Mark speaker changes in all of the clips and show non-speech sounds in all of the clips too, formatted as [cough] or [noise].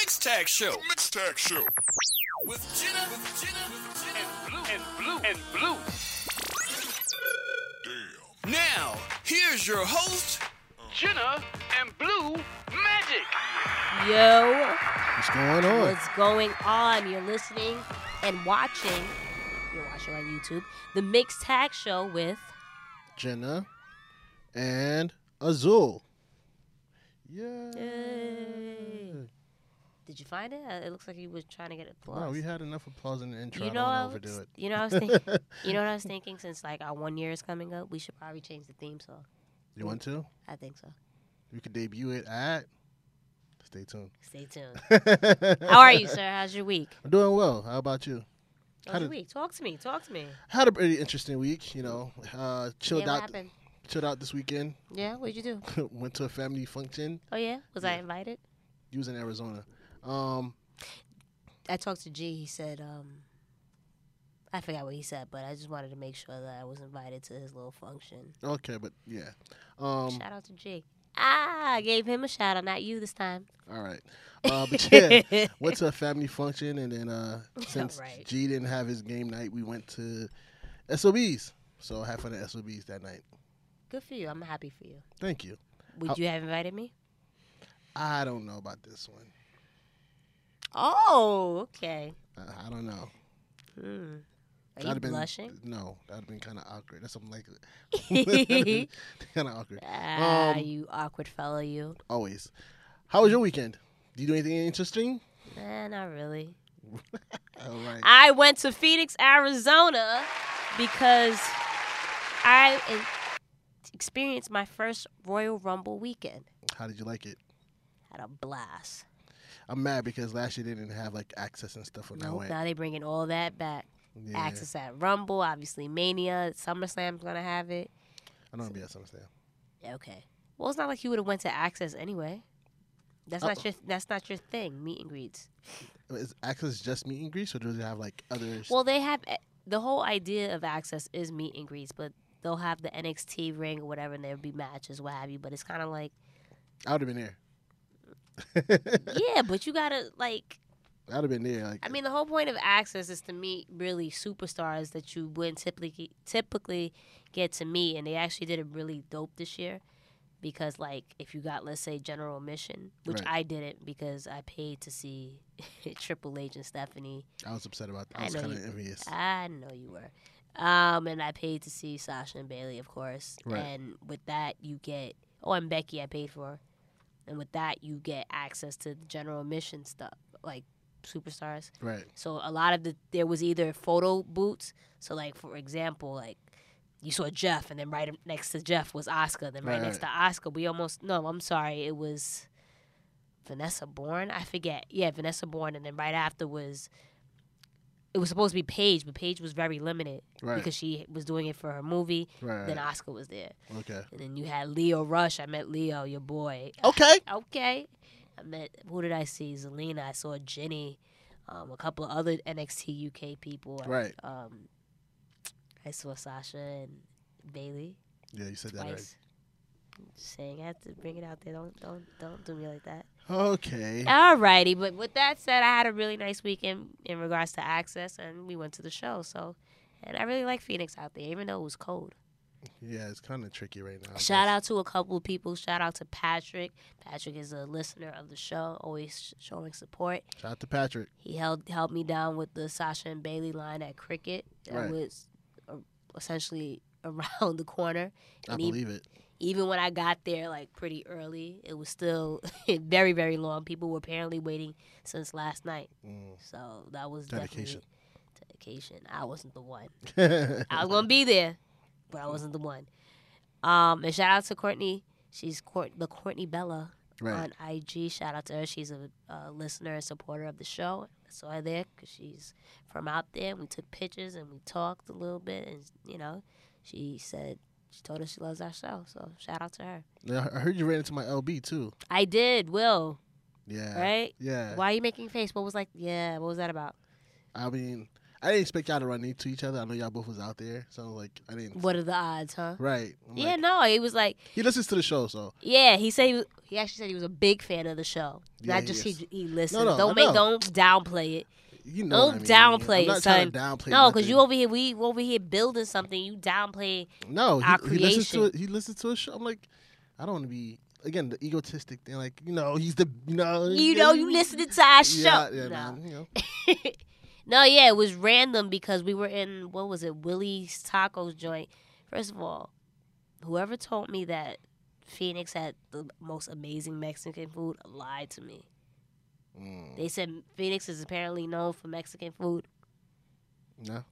Speaker 1: Mixtag Show
Speaker 2: Mixtag Show.
Speaker 1: with Jenna, with Jenna, with Jenna.
Speaker 3: and blue and blue.
Speaker 2: Damn.
Speaker 1: Now, here's your host,
Speaker 3: Jenna and blue magic.
Speaker 4: Yo,
Speaker 5: What's going on?
Speaker 4: what's going on? You're listening and watching. You're watching on YouTube the Mixed Tag Show with
Speaker 5: Jenna and Azul. Yeah.
Speaker 4: Did you find it? Uh, It looks like you was trying to get applause.
Speaker 5: Wow, we had enough applause in the intro.
Speaker 4: you
Speaker 5: I
Speaker 4: know, I
Speaker 5: don't want to
Speaker 4: was,
Speaker 5: overdo it.
Speaker 4: you know, I was thinking. you know what I
Speaker 5: [laughs]
Speaker 4: was thinking? Since like our one year is coming up, we should probably change the theme song.
Speaker 5: You want to?
Speaker 4: I think so.
Speaker 5: We could debut it at. Stay tuned.
Speaker 4: Stay tuned. How are you, sir? How's your week?
Speaker 5: I'm doing well. How about you?
Speaker 4: How's
Speaker 5: How
Speaker 4: your
Speaker 5: did-
Speaker 4: week? Talk to me. Talk to me.
Speaker 5: Had a pretty interesting week. You know, uh, chilled
Speaker 4: yeah, what
Speaker 5: out.
Speaker 4: happened?
Speaker 5: Chilled out this weekend. [laughs]
Speaker 4: Yeah, what'd you do?
Speaker 5: Went to a family function.
Speaker 4: Oh yeah, was I invited?
Speaker 5: You was in Arizona. Um,
Speaker 4: I talked to G. He said, um, I forgot what he said, but I just wanted to make sure that I was invited to his little function.
Speaker 5: okay, but yeah. Um,
Speaker 4: shout out to G. Ah, I gave him a shout out, not you this time.
Speaker 5: All right. Uh, but
Speaker 4: [laughs]
Speaker 5: yeah, went to a family function, and then uh, since
Speaker 4: Right.
Speaker 5: G didn't have his game night, we went to SOBs. So I had fun at SOBs that night.
Speaker 4: Good for you. I'm happy for you.
Speaker 5: Thank you.
Speaker 4: Would
Speaker 5: How-
Speaker 4: you have invited me?
Speaker 5: I don't know about this one.
Speaker 4: Oh, okay.
Speaker 5: I, I don't know.
Speaker 4: Hmm. Are
Speaker 5: That'd
Speaker 4: you
Speaker 5: have
Speaker 4: [laughs]
Speaker 5: been-
Speaker 4: blushing?
Speaker 5: No, that'd have been kind of awkward. That's something like
Speaker 4: [laughs] um,
Speaker 5: kind of awkward.
Speaker 4: ah,
Speaker 5: Um,
Speaker 4: you awkward fellow, you.
Speaker 5: Always. How was your weekend? Did you do anything interesting?
Speaker 4: Nah, not really.
Speaker 5: All right.
Speaker 4: I went to Phoenix, Arizona because I eh, experienced my first Royal Rumble weekend.
Speaker 5: How did you like it?
Speaker 4: Had a blast.
Speaker 5: I'm mad because last year they didn't have like access and stuff when I
Speaker 4: Nope,
Speaker 5: went.
Speaker 4: now they bringing all that back.
Speaker 5: Yeah,
Speaker 4: Access at Rumble, obviously Mania, SummerSlam's gonna have it.
Speaker 5: I don't wanna be at SummerSlam.
Speaker 4: Okay. Well, it's not like you would have went to Access anyway. That's
Speaker 5: Uh-oh.
Speaker 4: not your that's not your thing. Meet and greets.
Speaker 5: Is access just meet and greets, or do they have like others?
Speaker 4: Well, they have eh, the whole idea of Access is meet and greets, but they'll have the NXT ring or whatever, and there'll be matches, what have you. But it's kind of
Speaker 5: [laughs]
Speaker 4: like
Speaker 5: I would have been there.
Speaker 4: yeah, but you gotta like.
Speaker 5: [laughs] I would have been there. Like,
Speaker 4: I mean, the whole point of Access is to meet really superstars that you wouldn't typically typically get to meet, and they actually did it really dope this year. Because like, if you got let's say General Mission, which
Speaker 5: Right.
Speaker 4: I didn't because I paid to see [laughs] Triple H and Stephanie.
Speaker 5: I was upset about that.
Speaker 4: I
Speaker 5: I was
Speaker 4: know
Speaker 5: kind
Speaker 4: you-
Speaker 5: of envious.
Speaker 4: I know you were. Um, and I paid to see Sasha and Bailey, of course.
Speaker 5: Right.
Speaker 4: And with that, you get oh, and Becky, I paid for. And with that, you get access to general admission stuff, like superstars.
Speaker 5: right.
Speaker 4: So a lot of the there was either photo booths. So like for example, like you saw Jeff, and then right next to Jeff was Oscar. Then right,
Speaker 5: Right,
Speaker 4: next to Oscar, we almost no. I'm sorry, it was Vanessa Bourne. I forget. Yeah, Vanessa Bourne, and then right after was it was supposed to be Paige, but Paige was very limited
Speaker 5: Right.
Speaker 4: because she was doing it for her movie.
Speaker 5: Right.
Speaker 4: Then Oscar was there,
Speaker 5: okay.
Speaker 4: and then you had Leo Rush. I met Leo, your boy.
Speaker 5: Okay.
Speaker 4: Okay. I met who did I see? Zelina. I saw Jenny. Um, a couple of other NXT UK people.
Speaker 5: Right.
Speaker 4: Um, I saw Sasha and Bailey
Speaker 5: Yeah, you said that right.
Speaker 4: twice. Just saying, I have to bring it out there. Don't don't don't do me like that.
Speaker 5: Okay.
Speaker 4: Alrighty, but with that said, I had a really nice weekend in regards to access, and we went to the show. So, and I really like Phoenix out there, even though it was cold.
Speaker 5: Yeah, it's kind of tricky right now. I
Speaker 4: Shout
Speaker 5: guess.
Speaker 4: out to a couple of people. Shout out to Patrick. Patrick is a listener of the show, always sh- showing support.
Speaker 5: Shout out to Patrick.
Speaker 4: He held helped me down with the Sasha and Bailey line at cricket that
Speaker 5: Right.
Speaker 4: was uh, essentially [laughs] around the corner.
Speaker 5: I
Speaker 4: And he-
Speaker 5: believe
Speaker 4: [laughs]
Speaker 5: it.
Speaker 4: Even when I got there like pretty early, it was still [laughs] very very long. People were apparently waiting since last night,
Speaker 5: Mm.
Speaker 4: so that was
Speaker 5: Dedication.
Speaker 4: definitely dedication. I wasn't the one. I was
Speaker 5: Mm.
Speaker 4: gonna be there, but
Speaker 5: Mm-hmm.
Speaker 4: I wasn't the one. Um, and shout out to Courtney. She's Court the Courtney Bella
Speaker 5: [laughs] right.
Speaker 4: on IG. Shout out to her. She's a, uh listener and supporter of the show. I saw her there because she's from out there. We took pictures and we talked a little bit. And, you know, she said, she told us she loves our show. So shout out to her.
Speaker 5: Now, I heard you ran into my LB too.
Speaker 4: I did, Will,
Speaker 5: Yeah.
Speaker 4: right?
Speaker 5: Yeah.
Speaker 4: Why are you making face? What was like, yeah, what was that about?
Speaker 5: I mean, I didn't expect y'all to run into each other. I know y'all both was out there, so like I didn't.
Speaker 4: What are the odds, huh?
Speaker 5: Right. I'm
Speaker 4: Yeah,
Speaker 5: like-
Speaker 4: no, he was like,
Speaker 5: he listens to the show, so
Speaker 4: yeah, he said he, was, he actually said he was a big fan of the show.
Speaker 5: Yeah,
Speaker 4: Not
Speaker 5: he
Speaker 4: just
Speaker 5: is.
Speaker 4: he, he listens.
Speaker 5: no, I
Speaker 4: don't make,
Speaker 5: know.
Speaker 4: don't downplay it.
Speaker 5: you know. what
Speaker 4: Don't
Speaker 5: I mean.
Speaker 4: Oh, downplay
Speaker 5: I'm
Speaker 4: it,
Speaker 5: not trying to
Speaker 4: son.
Speaker 5: downplay.
Speaker 4: No, because you
Speaker 5: nothing.
Speaker 4: over here, we over here building something. You downplay.
Speaker 5: No, he,
Speaker 4: our
Speaker 5: he listens to
Speaker 4: creation.
Speaker 5: it. He listens to a show. I'm like, I don't want to be again the egotistic thing. Like you know, he's the you know.
Speaker 4: You know, you listening to our show.
Speaker 5: Yeah, yeah,
Speaker 4: no.
Speaker 5: man. You know,
Speaker 4: [laughs] No, yeah, it was random because we were in what was it, Willie's Tacos joint. First of all, whoever told me that Phoenix had the most amazing Mexican food lied to me.
Speaker 5: Mm,
Speaker 4: They said Phoenix is apparently known for Mexican food.
Speaker 5: no,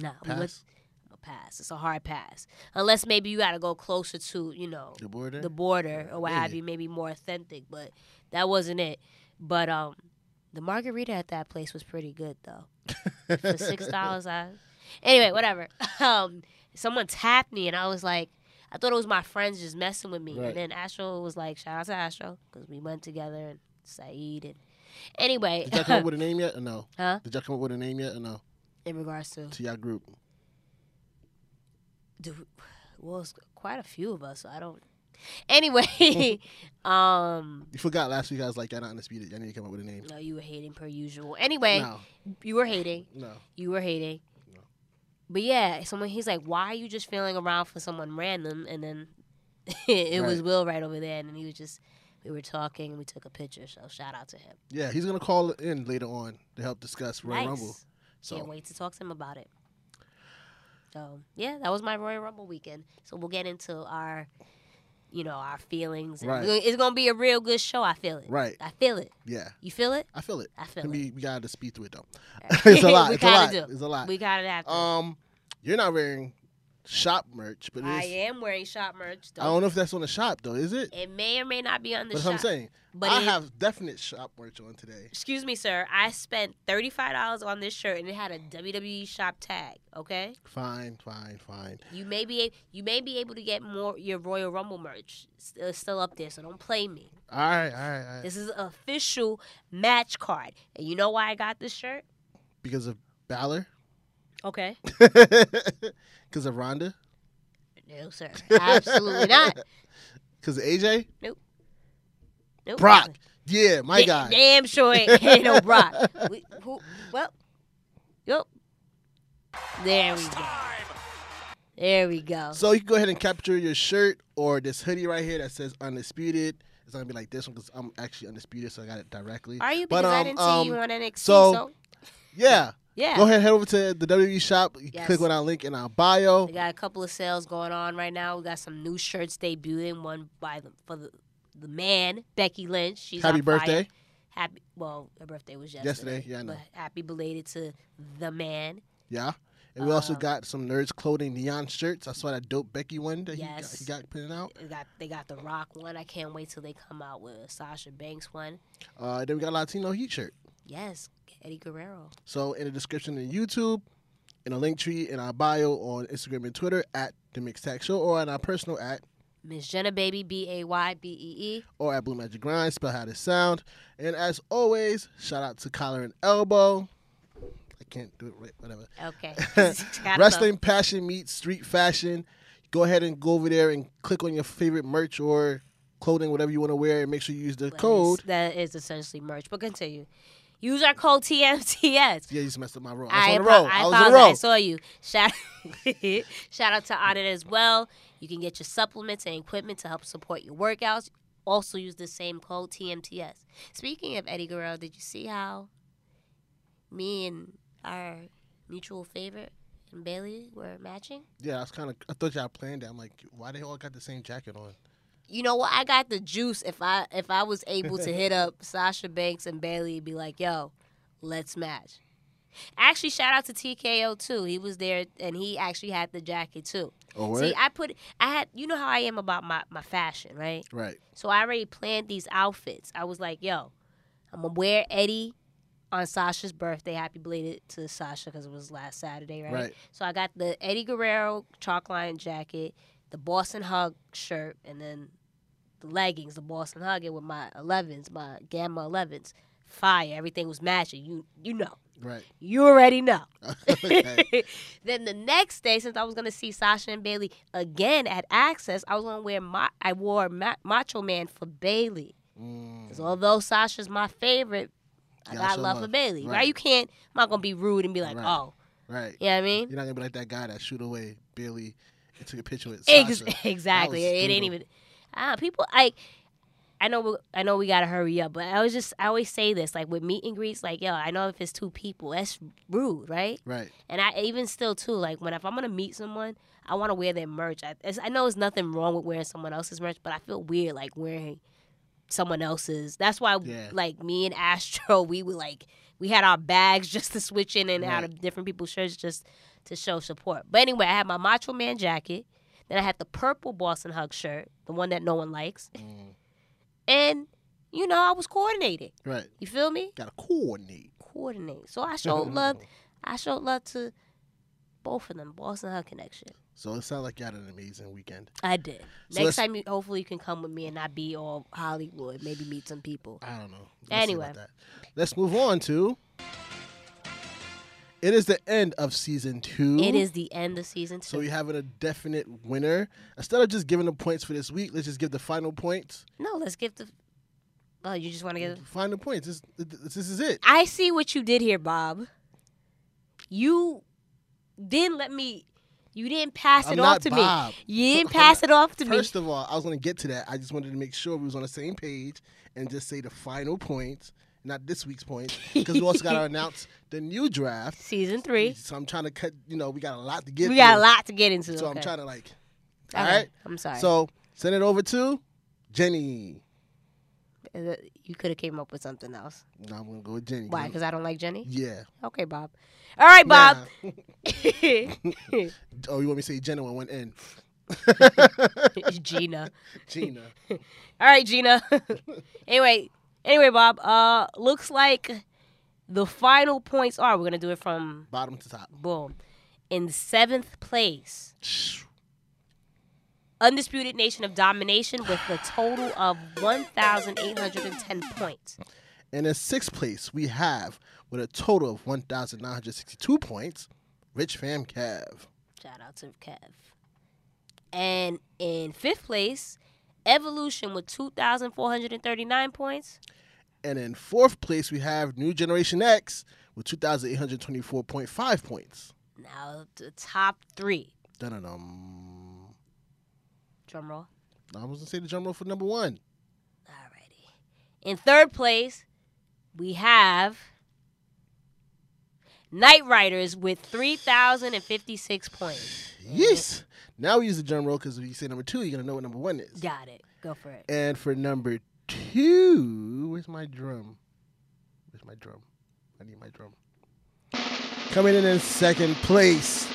Speaker 4: No, we
Speaker 5: pass
Speaker 4: looked- a pass. It's a hard pass, unless maybe you got to go closer to you know
Speaker 5: the border.
Speaker 4: the border or what have
Speaker 5: Maybe.
Speaker 4: you, maybe more authentic. But that wasn't it. But um, the margarita at that place was pretty good though. for
Speaker 5: [laughs]
Speaker 4: six dollars. I anyway, whatever. [laughs] Um, someone tapped me, and I was like, I thought it was my friends just messing with me.
Speaker 5: Right.
Speaker 4: And then Astro was like, shout out to Astro because we went together and Saeed and anyway.
Speaker 5: Did y'all come up with a name yet or no?
Speaker 4: Huh?
Speaker 5: Did y'all come up with a name yet or no?
Speaker 4: [laughs] in regards to,
Speaker 5: To y'all group.
Speaker 4: dude, well, it's quite a few of us. So I don't. [laughs]
Speaker 5: [laughs]
Speaker 4: Anyway, um,
Speaker 5: You forgot last week I was like, y'all not undisputed. Y'all need to come up with a name.
Speaker 4: no, you were hating per usual. Anyway,
Speaker 5: No,
Speaker 4: you were hating.
Speaker 5: no.
Speaker 4: You were hating. But yeah, someone he's like, why are you just feeling around for someone random? And then [laughs] it was
Speaker 5: Right.
Speaker 4: Will right over there, and then he was just we were talking, and we took a picture. So shout out to him.
Speaker 5: Yeah, he's gonna call in later on to help discuss Royal
Speaker 4: nice.
Speaker 5: Rumble. So
Speaker 4: Can't wait to talk to him about it. So yeah, that was my Royal Rumble weekend. So we'll get into our, you know, our feelings. And
Speaker 5: Right.
Speaker 4: we're gonna- It's gonna be a real good show. I feel it.
Speaker 5: Right.
Speaker 4: I feel it.
Speaker 5: yeah,
Speaker 4: You feel it?
Speaker 5: I feel it.
Speaker 4: I feel
Speaker 5: Can
Speaker 4: it.
Speaker 5: we, we gotta speed through it though. [laughs] it's a
Speaker 4: [laughs]
Speaker 5: lot.
Speaker 4: we
Speaker 5: it's a
Speaker 4: gotta
Speaker 5: lot.
Speaker 4: do.
Speaker 5: It's a lot.
Speaker 4: We gotta have to.
Speaker 5: um, you're not wearing shop merch, but
Speaker 4: I
Speaker 5: it is,
Speaker 4: am wearing shop merch. Though.
Speaker 5: I don't know if that's on the shop though. Is it?
Speaker 4: It may or may not be on the
Speaker 5: But
Speaker 4: shop.
Speaker 5: I'm saying,
Speaker 4: But
Speaker 5: I
Speaker 4: it-
Speaker 5: have definite shop merch on today.
Speaker 4: Excuse me, sir. I spent thirty five dollars on this shirt, and it had a WWE shop tag. Okay,
Speaker 5: Fine, fine, fine.
Speaker 4: you may be a- you may be able to get more your Royal Rumble merch. It's it's still up there, so don't play me.
Speaker 5: All right, all right, all right.
Speaker 4: This is an official match card, and you know why I got this shirt?
Speaker 5: Because of Balor, [laughs]
Speaker 4: Okay,
Speaker 5: because of Ronda,
Speaker 4: no, sir, absolutely
Speaker 5: [laughs]
Speaker 4: not.
Speaker 5: because of AJ,
Speaker 4: Nope.
Speaker 5: Brock. Yeah, my
Speaker 4: Da-
Speaker 5: guy.
Speaker 4: Damn sure ain't, [laughs] ain't no Brock. We, who, well, yep. There we go. There we go.
Speaker 5: So you can go ahead and capture your shirt or this hoodie right here that says undisputed. It's gonna be like this one because I'm actually undisputed, so I got it directly.
Speaker 4: Are you? Because
Speaker 5: But,
Speaker 4: I
Speaker 5: um,
Speaker 4: didn't see you
Speaker 5: um,
Speaker 4: on NXT. So,
Speaker 5: so- Yeah.
Speaker 4: yeah,
Speaker 5: Go ahead, head over to the WWE shop. You
Speaker 4: Yes.
Speaker 5: Click on our link in our bio.
Speaker 4: we got a couple of sales going on right now. We got some new shirts debuting. One by the for the, the man Becky Lynch. She's
Speaker 5: Happy
Speaker 4: on fire.
Speaker 5: birthday.
Speaker 4: Happy. Well, her birthday was yesterday.
Speaker 5: Yesterday, yeah, I know.
Speaker 4: But happy belated to the man.
Speaker 5: Yeah. And we also
Speaker 4: Um,
Speaker 5: got some nerds clothing neon shirts. I saw that dope Becky one that
Speaker 4: Yes.
Speaker 5: he, got, he got printed out.
Speaker 4: They got they got the Rock one. I can't wait till they come out with a Sasha Banks one.
Speaker 5: Uh, then we got a Latino Heat shirt.
Speaker 4: Yes, Eddie Guerrero.
Speaker 5: So in the description in YouTube, in a link tree in our bio on Instagram and Twitter at the Mixed Tag Show or on our personal at
Speaker 4: Miss Jenna Baby B A Y B E E.
Speaker 5: or at Blue Magic Grind, spell how to sound. And as always, shout out to Collar and Elbow. I can't do it right, whatever.
Speaker 4: Okay. [laughs]
Speaker 5: [laughs] Wrestling passion meets street fashion. Go ahead and go over there and click on your favorite merch or clothing, whatever you want to wear, and make sure you use the
Speaker 4: But
Speaker 5: code.
Speaker 4: it's- That is essentially merch. But continue. Use our code TMTS.
Speaker 5: Yeah, you just messed up my roll.
Speaker 4: I,
Speaker 5: I was on
Speaker 4: apo-
Speaker 5: the roll.
Speaker 4: I
Speaker 5: I was on the
Speaker 4: apologize. I
Speaker 5: roll.
Speaker 4: saw you. Shout, [laughs] shout out to Audit as well. You can get your supplements and equipment to help support your workouts. Also use the same code TMTS. Speaking of Eddie Guerrero, did you see how me and our mutual favorite and Bailey were matching?
Speaker 5: Yeah, I was kind of. I thought y'all planned that. I'm like, why they all got the same jacket on?
Speaker 4: you know what? I got the juice. If I if I was able to hit up Sasha Banks and Bailey and be like, "Yo, let's match." Actually, shout out to TKO too. He was there and he actually had the jacket too.
Speaker 5: Oh,
Speaker 4: See, I put I had you know how I am about my my fashion, right?
Speaker 5: right.
Speaker 4: So I already planned these outfits. I was like, "Yo, I'm gonna wear Eddie." On Sasha's birthday, happy belated to Sasha because it was last Saturday, right?
Speaker 5: Right.
Speaker 4: So I got the Eddie Guerrero chalk line jacket, the Boston Hug shirt, and then the leggings, the Boston Hugging with my 11s, my Gamma 11s. Fire, everything was matching. You you know.
Speaker 5: Right.
Speaker 4: You already know.
Speaker 5: [laughs] Okay.
Speaker 4: [laughs] then the next day, since I was gonna see Sasha and Bailey again at Access, I was gonna wear my I wore Ma- Macho Man for Bailey.
Speaker 5: Mm.
Speaker 4: 'Cause although Sasha's my favorite, I
Speaker 5: Yeah,
Speaker 4: got
Speaker 5: so
Speaker 4: love for
Speaker 5: love.
Speaker 4: Bailey. Right.
Speaker 5: Right.
Speaker 4: You can't. I'm not gonna be rude and be like,
Speaker 5: Right.
Speaker 4: oh,
Speaker 5: Right.
Speaker 4: you know what I mean?
Speaker 5: You're not gonna be like that guy that shoot away Billy and took a picture with
Speaker 4: Ex- [laughs]
Speaker 5: Sasha.
Speaker 4: exactly.
Speaker 5: That was
Speaker 4: It, ain't
Speaker 5: brutal.
Speaker 4: even. Ah, people like. I know. we- I know we gotta hurry up, but I was just. I always say this, like with meet and greets, like yo, I know if it's two people, that's rude, right?
Speaker 5: Right.
Speaker 4: And I even still too, like when if I'm gonna meet someone, I want to wear their merch. I, it's, I know it's nothing wrong with wearing someone else's merch, but I feel weird like wearing someone else's. That's why
Speaker 5: Yeah.
Speaker 4: like me and Astro, [laughs] we were like we had our bags [laughs] just to switch in and out
Speaker 5: Right.
Speaker 4: of different people's shirts just to show support. But anyway, I had my Macho Man jacket, then I had the purple Boston Hug shirt, the one that no one likes,
Speaker 5: Mm.
Speaker 4: and you know I was coordinated.
Speaker 5: Right.
Speaker 4: You feel me?
Speaker 5: Gotta coordinate.
Speaker 4: Coordinate. So
Speaker 5: [laughs]
Speaker 4: I showed love. I showed love to both of them, Boston Hug Connection.
Speaker 5: So it sounds like you had an amazing weekend.
Speaker 4: I did.
Speaker 5: So
Speaker 4: Next
Speaker 5: let's-
Speaker 4: time, you, hopefully, you can come with me and not be all Hollywood. Maybe meet some people.
Speaker 5: I don't know. Let's see
Speaker 4: Anyway.
Speaker 5: about that. let's move on to. It is the end of season two.
Speaker 4: It is the end of season two.
Speaker 5: So we having a definite winner. Instead of just giving the points for this week, let's just give the final points.
Speaker 4: no, let's give the. Oh, you just want to give.
Speaker 5: Final points. This, this, this is it.
Speaker 4: I see what you did here, Bob. You didn't let me. You didn't pass
Speaker 5: I'm
Speaker 4: it off
Speaker 5: not
Speaker 4: to
Speaker 5: Bob.
Speaker 4: me. You didn't pass it off to
Speaker 5: First
Speaker 4: me.
Speaker 5: of all, I was going to get to that. I just wanted to make sure we was on the same page and just say the final points, not this week's points, because we
Speaker 4: [laughs]
Speaker 5: also got to announce the new draft.
Speaker 4: Season three.
Speaker 5: So I'm trying to cut. You know, we got a lot to get.
Speaker 4: We got a
Speaker 5: through.
Speaker 4: lot to get into.
Speaker 5: So
Speaker 4: okay.
Speaker 5: I'm trying to like.
Speaker 4: Okay,
Speaker 5: All right.
Speaker 4: I'm sorry.
Speaker 5: So send it over to Jenny.
Speaker 4: Uh, you could have came up with something else.
Speaker 5: No, I'm gonna go with Jenny.
Speaker 4: Why? Because I don't like Jenny.
Speaker 5: Yeah.
Speaker 4: Okay, Bob. All right, Bob. [laughs]
Speaker 5: Nah.
Speaker 4: Gina.
Speaker 5: Oh, you want me to say Jenna on one end? Gina.
Speaker 4: [laughs] All right, Gina. [laughs] anyway, anyway, Bob. Uh, looks like the final points are. We're gonna do it from
Speaker 5: Bottom to top.
Speaker 4: boom. In seventh place, undisputed nation of domination with a total of one thousand eight hundred and ten points.
Speaker 5: And in sixth place, we have, with a total of 1,962 points, Rich Fam Cav.
Speaker 4: Shout out to Kev. And in fifth place, Evolution with two thousand four hundred and thirty nine points.
Speaker 5: And in fourth place, we have New Generation X with 2,824.5 points.
Speaker 4: Now the top three.
Speaker 5: Dun-dun-dun.
Speaker 4: Drum roll.
Speaker 5: I was going to say the drum roll for number one.
Speaker 4: Alrighty. In third place, we have Knight Riders with 3,056 points.
Speaker 5: Yes. Now we use the drum roll because if you say number two, you're going to know what number one is.
Speaker 4: Got it. Go for it.
Speaker 5: And for number two, where's my drum? Where's my drum? I need my drum. Coming in in second place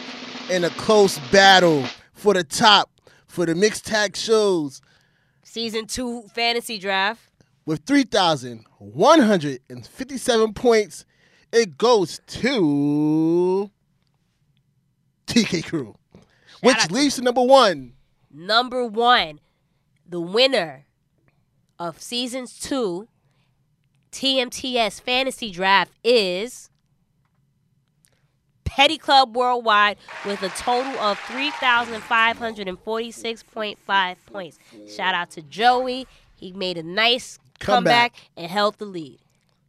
Speaker 5: in a close battle for the top for the mixed tag shows
Speaker 4: Season 2 Fantasy Draft.
Speaker 5: with 3,157 points. It goes to TK Crew, which
Speaker 4: out
Speaker 5: leaves to number one.
Speaker 4: Number one, the winner of Season 2 TMTS Fantasy Draft is Petty Club Worldwide with a total of 3,546.5 points. Shout out to Joey. He made a nice comeback,
Speaker 5: Comeback.
Speaker 4: and held the lead.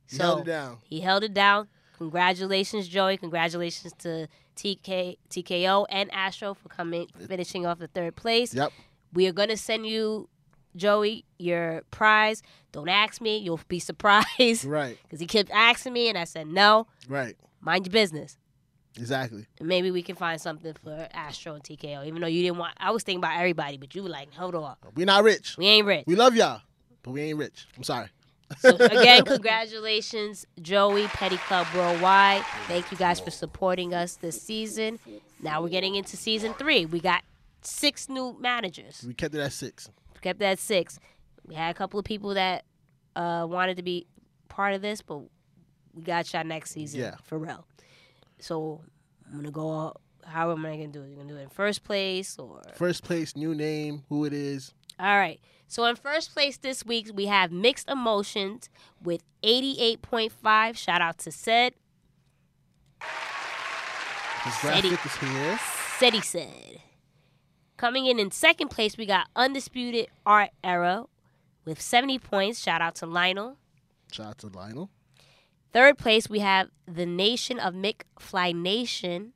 Speaker 5: He held it down.
Speaker 4: He held it down. Congratulations, Joey. Congratulations to TK, TKO and Astro for coming finishing off the third place.
Speaker 5: Yep.
Speaker 4: We are gonna send you, Joey, your prize. Don't ask me; you'll be [laughs] surprised.
Speaker 5: Right,
Speaker 4: Because he kept asking me, and I said no.
Speaker 5: right.
Speaker 4: Mind your business.
Speaker 5: Exactly.
Speaker 4: And maybe we can find something for Astro and TKO. Even though you didn't want, I was thinking about everybody, but you were like, hold on,
Speaker 5: We're not rich.
Speaker 4: we ain't rich.
Speaker 5: We love y'all, but we ain't rich. I'm sorry.
Speaker 4: So again, congratulations, Joey Petty Club Worldwide. Thank you guys for supporting us this season. Now we're getting into season three. We got six new managers.
Speaker 5: We kept it at six.
Speaker 4: kept that six. We had a couple of people that uh, wanted to be part of this, but we got y'all next season
Speaker 5: Yeah.
Speaker 4: for real. So I'm gonna go. all- How am I gonna do it? You gonna do it in first place or?
Speaker 5: First place, new name, who it is.
Speaker 4: All right. So in first place this week we have mixed emotions with 88.5. Shout out to Sid.
Speaker 5: His
Speaker 4: Said he-
Speaker 5: graphic is here.
Speaker 4: City said. Coming in in second place, we got Undisputed Art Era with 70 points. Shout out to Lionel.
Speaker 5: Shout out to Lionel. [laughs]
Speaker 4: Third place, we have The Nation of McFly Nation.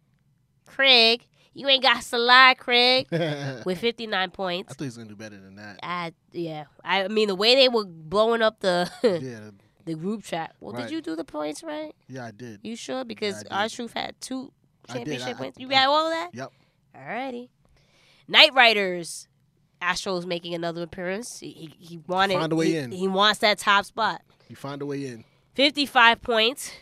Speaker 4: Craig, you ain't got to lie,
Speaker 5: [laughs]
Speaker 4: Craig,
Speaker 5: I
Speaker 4: with 59 points.
Speaker 5: thought he was gonna do better than that.
Speaker 4: I, yeah, I mean, the way they were blowing up the [laughs]
Speaker 5: Yeah,
Speaker 4: the group chat. Well,
Speaker 5: Right.
Speaker 4: did you do the points right?
Speaker 5: yeah, I did.
Speaker 4: You sure? Because
Speaker 5: did.
Speaker 4: our truth had two
Speaker 5: I did.
Speaker 4: championship
Speaker 5: I- I-
Speaker 4: wins. You
Speaker 5: I-
Speaker 4: got all of that?
Speaker 5: Yep.
Speaker 4: Alrighty. Knight Riders. Astro's making another appearance. He, he, he wanted.
Speaker 5: Find a way
Speaker 4: he,
Speaker 5: in.
Speaker 4: He wants that top spot.
Speaker 5: You find a way in.
Speaker 4: Fifty-five points.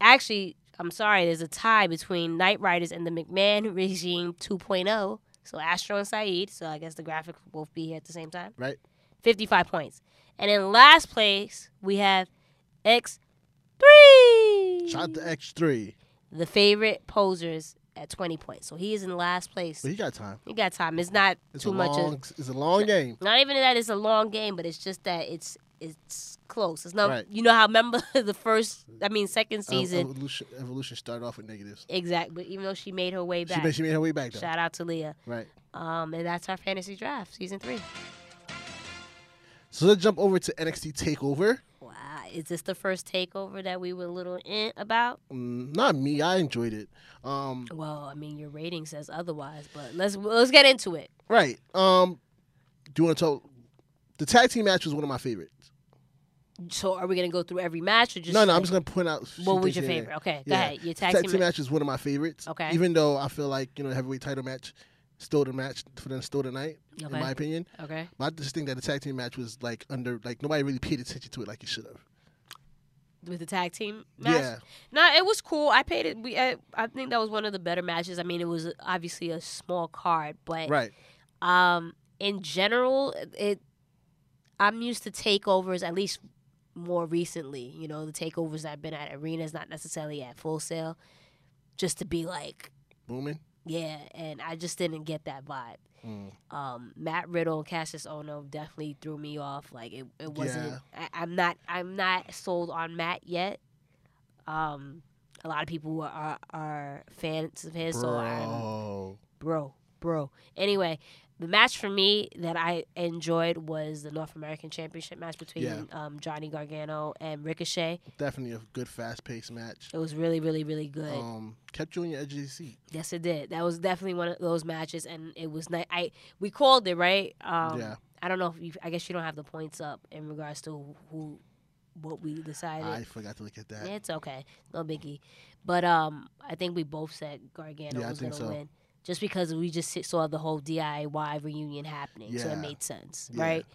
Speaker 4: Actually, I'm sorry. There's a tie between Knight Riders and the McMahon Regime 2.0. So Astro and Saeed. So I guess the graphic will both be here at the same time.
Speaker 5: Right.
Speaker 4: Fifty-five points. And in last place we have X three.
Speaker 5: Shout out to X three.
Speaker 4: the favorite posers at 20 points. So he is in last place.
Speaker 5: But he got time.
Speaker 4: You got time. It's not
Speaker 5: It's
Speaker 4: too
Speaker 5: a
Speaker 4: much. of-
Speaker 5: long. It's a long game.
Speaker 4: not even that it's a long game, but it's just that it's it's close. It's not.
Speaker 5: Right.
Speaker 4: You know how remember [laughs] the first, I mean second
Speaker 5: Uh,
Speaker 4: season.
Speaker 5: Evolution, Evolution started off with negatives.
Speaker 4: exact. But even though she made her way
Speaker 5: She
Speaker 4: back,
Speaker 5: made, she made her way back though.
Speaker 4: shout out to Leah.
Speaker 5: Right.
Speaker 4: Um, and that's our fantasy draft season three.
Speaker 5: So let's jump over to NXT Takeover.
Speaker 4: Wow, is this the first takeover that we were a little in about?
Speaker 5: Mm, not me. I enjoyed it. Um,
Speaker 4: Well, I mean your rating says otherwise, but let's let's get into it.
Speaker 5: right. Um, do you want to talk? The tag team match was one of my favorites.
Speaker 4: So are we gonna go through every match or just
Speaker 5: no, no. I'm just gonna point out. few
Speaker 4: What was
Speaker 5: things
Speaker 4: your
Speaker 5: here and
Speaker 4: favorite?
Speaker 5: there.
Speaker 4: Okay, go
Speaker 5: Yeah.
Speaker 4: ahead. Your tag, team.
Speaker 5: match is one of my favorites.
Speaker 4: Okay.
Speaker 5: Even though I feel like you know heavyweight title match stole the match for them stole the night
Speaker 4: Okay.
Speaker 5: in my opinion.
Speaker 4: Okay.
Speaker 5: But I just think that the tag team match was like under like nobody really paid attention to it like it should have.
Speaker 4: With the tag team match.
Speaker 5: Yeah.
Speaker 4: No, it was cool. I paid it. We, I, I think that was one of the better matches. I mean, it was obviously a small card, but
Speaker 5: Right.
Speaker 4: um, in general, it. I'm used to takeovers, at least more recently. You know, the takeovers I've been at arenas, not necessarily at Full Sail, just to be like,
Speaker 5: Booming.
Speaker 4: yeah. And I just didn't get that vibe.
Speaker 5: Mm.
Speaker 4: um, Matt Riddle and Cassius Ono definitely threw me off. Like it, it wasn't.
Speaker 5: Yeah.
Speaker 4: I, I'm not. I'm not sold on Matt yet. Um, a lot of people were- are are fans of his, so I'm
Speaker 5: Bro.
Speaker 4: bro, bro. Anyway, the match for me that I enjoyed was the North American Championship match between
Speaker 5: Yeah.
Speaker 4: um, Johnny Gargano and Ricochet.
Speaker 5: Definitely a good fast paced match.
Speaker 4: It was really, really, really good.
Speaker 5: Um, kept you on your edge of your seat.
Speaker 4: Yes, it did. That was definitely one of those matches, and it was nice. I we called it right. Um,
Speaker 5: Yeah.
Speaker 4: I don't know if you. I guess you don't have the points up in regards to who, what we decided.
Speaker 5: I forgot to look at that.
Speaker 4: It's okay, no biggie. But um, I think we both said Gargano
Speaker 5: Yeah, I
Speaker 4: was
Speaker 5: think
Speaker 4: gonna
Speaker 5: so.
Speaker 4: win, just because we just si- saw the whole DIY reunion happening, so
Speaker 5: Yeah.
Speaker 4: it made sense,
Speaker 5: Yeah.
Speaker 4: right?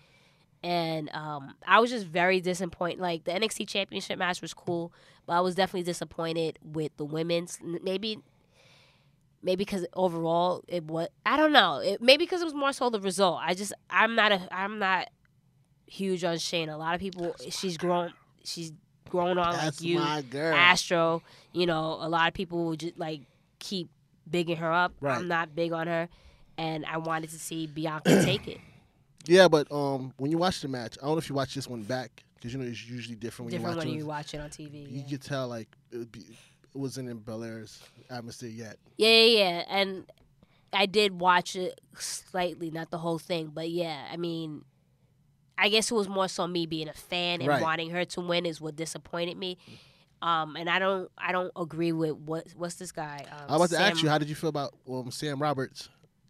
Speaker 4: And um, I was just very disappointed. Like the NXT Championship match was cool, but I was definitely disappointed with the women's. N- Maybe, maybe because overall it was. I don't know. It, maybe because it was more so the result. I just I'm not a I'm not huge on Shane. A lot of people she's grown she's grown on
Speaker 5: That's
Speaker 4: like you.
Speaker 5: my girl.
Speaker 4: Astro. You know, a lot of people will just like keep bigging her up.
Speaker 5: Right.
Speaker 4: I'm not big on her, and I wanted to see Bianca take it.
Speaker 5: Yeah, but um, when you watch the match, I don't know if you watch this one back because you know it's usually different when
Speaker 4: Different
Speaker 5: you watch
Speaker 4: when
Speaker 5: it.
Speaker 4: you watch it on TV.
Speaker 5: You
Speaker 4: Yeah,
Speaker 5: could tell like it, would be, it wasn't in Bel Air's atmosphere yet.
Speaker 4: yeah, yeah. yeah. And I did watch it slightly, not the whole thing, but yeah. I mean. I guess it was more so me being a fan and
Speaker 5: Right.
Speaker 4: wanting her to win is what disappointed me, um, and I don't I don't agree with what what's this guy. Um,
Speaker 5: I was about to
Speaker 4: Sam-
Speaker 5: ask you, how did you feel about um, Sam Roberts'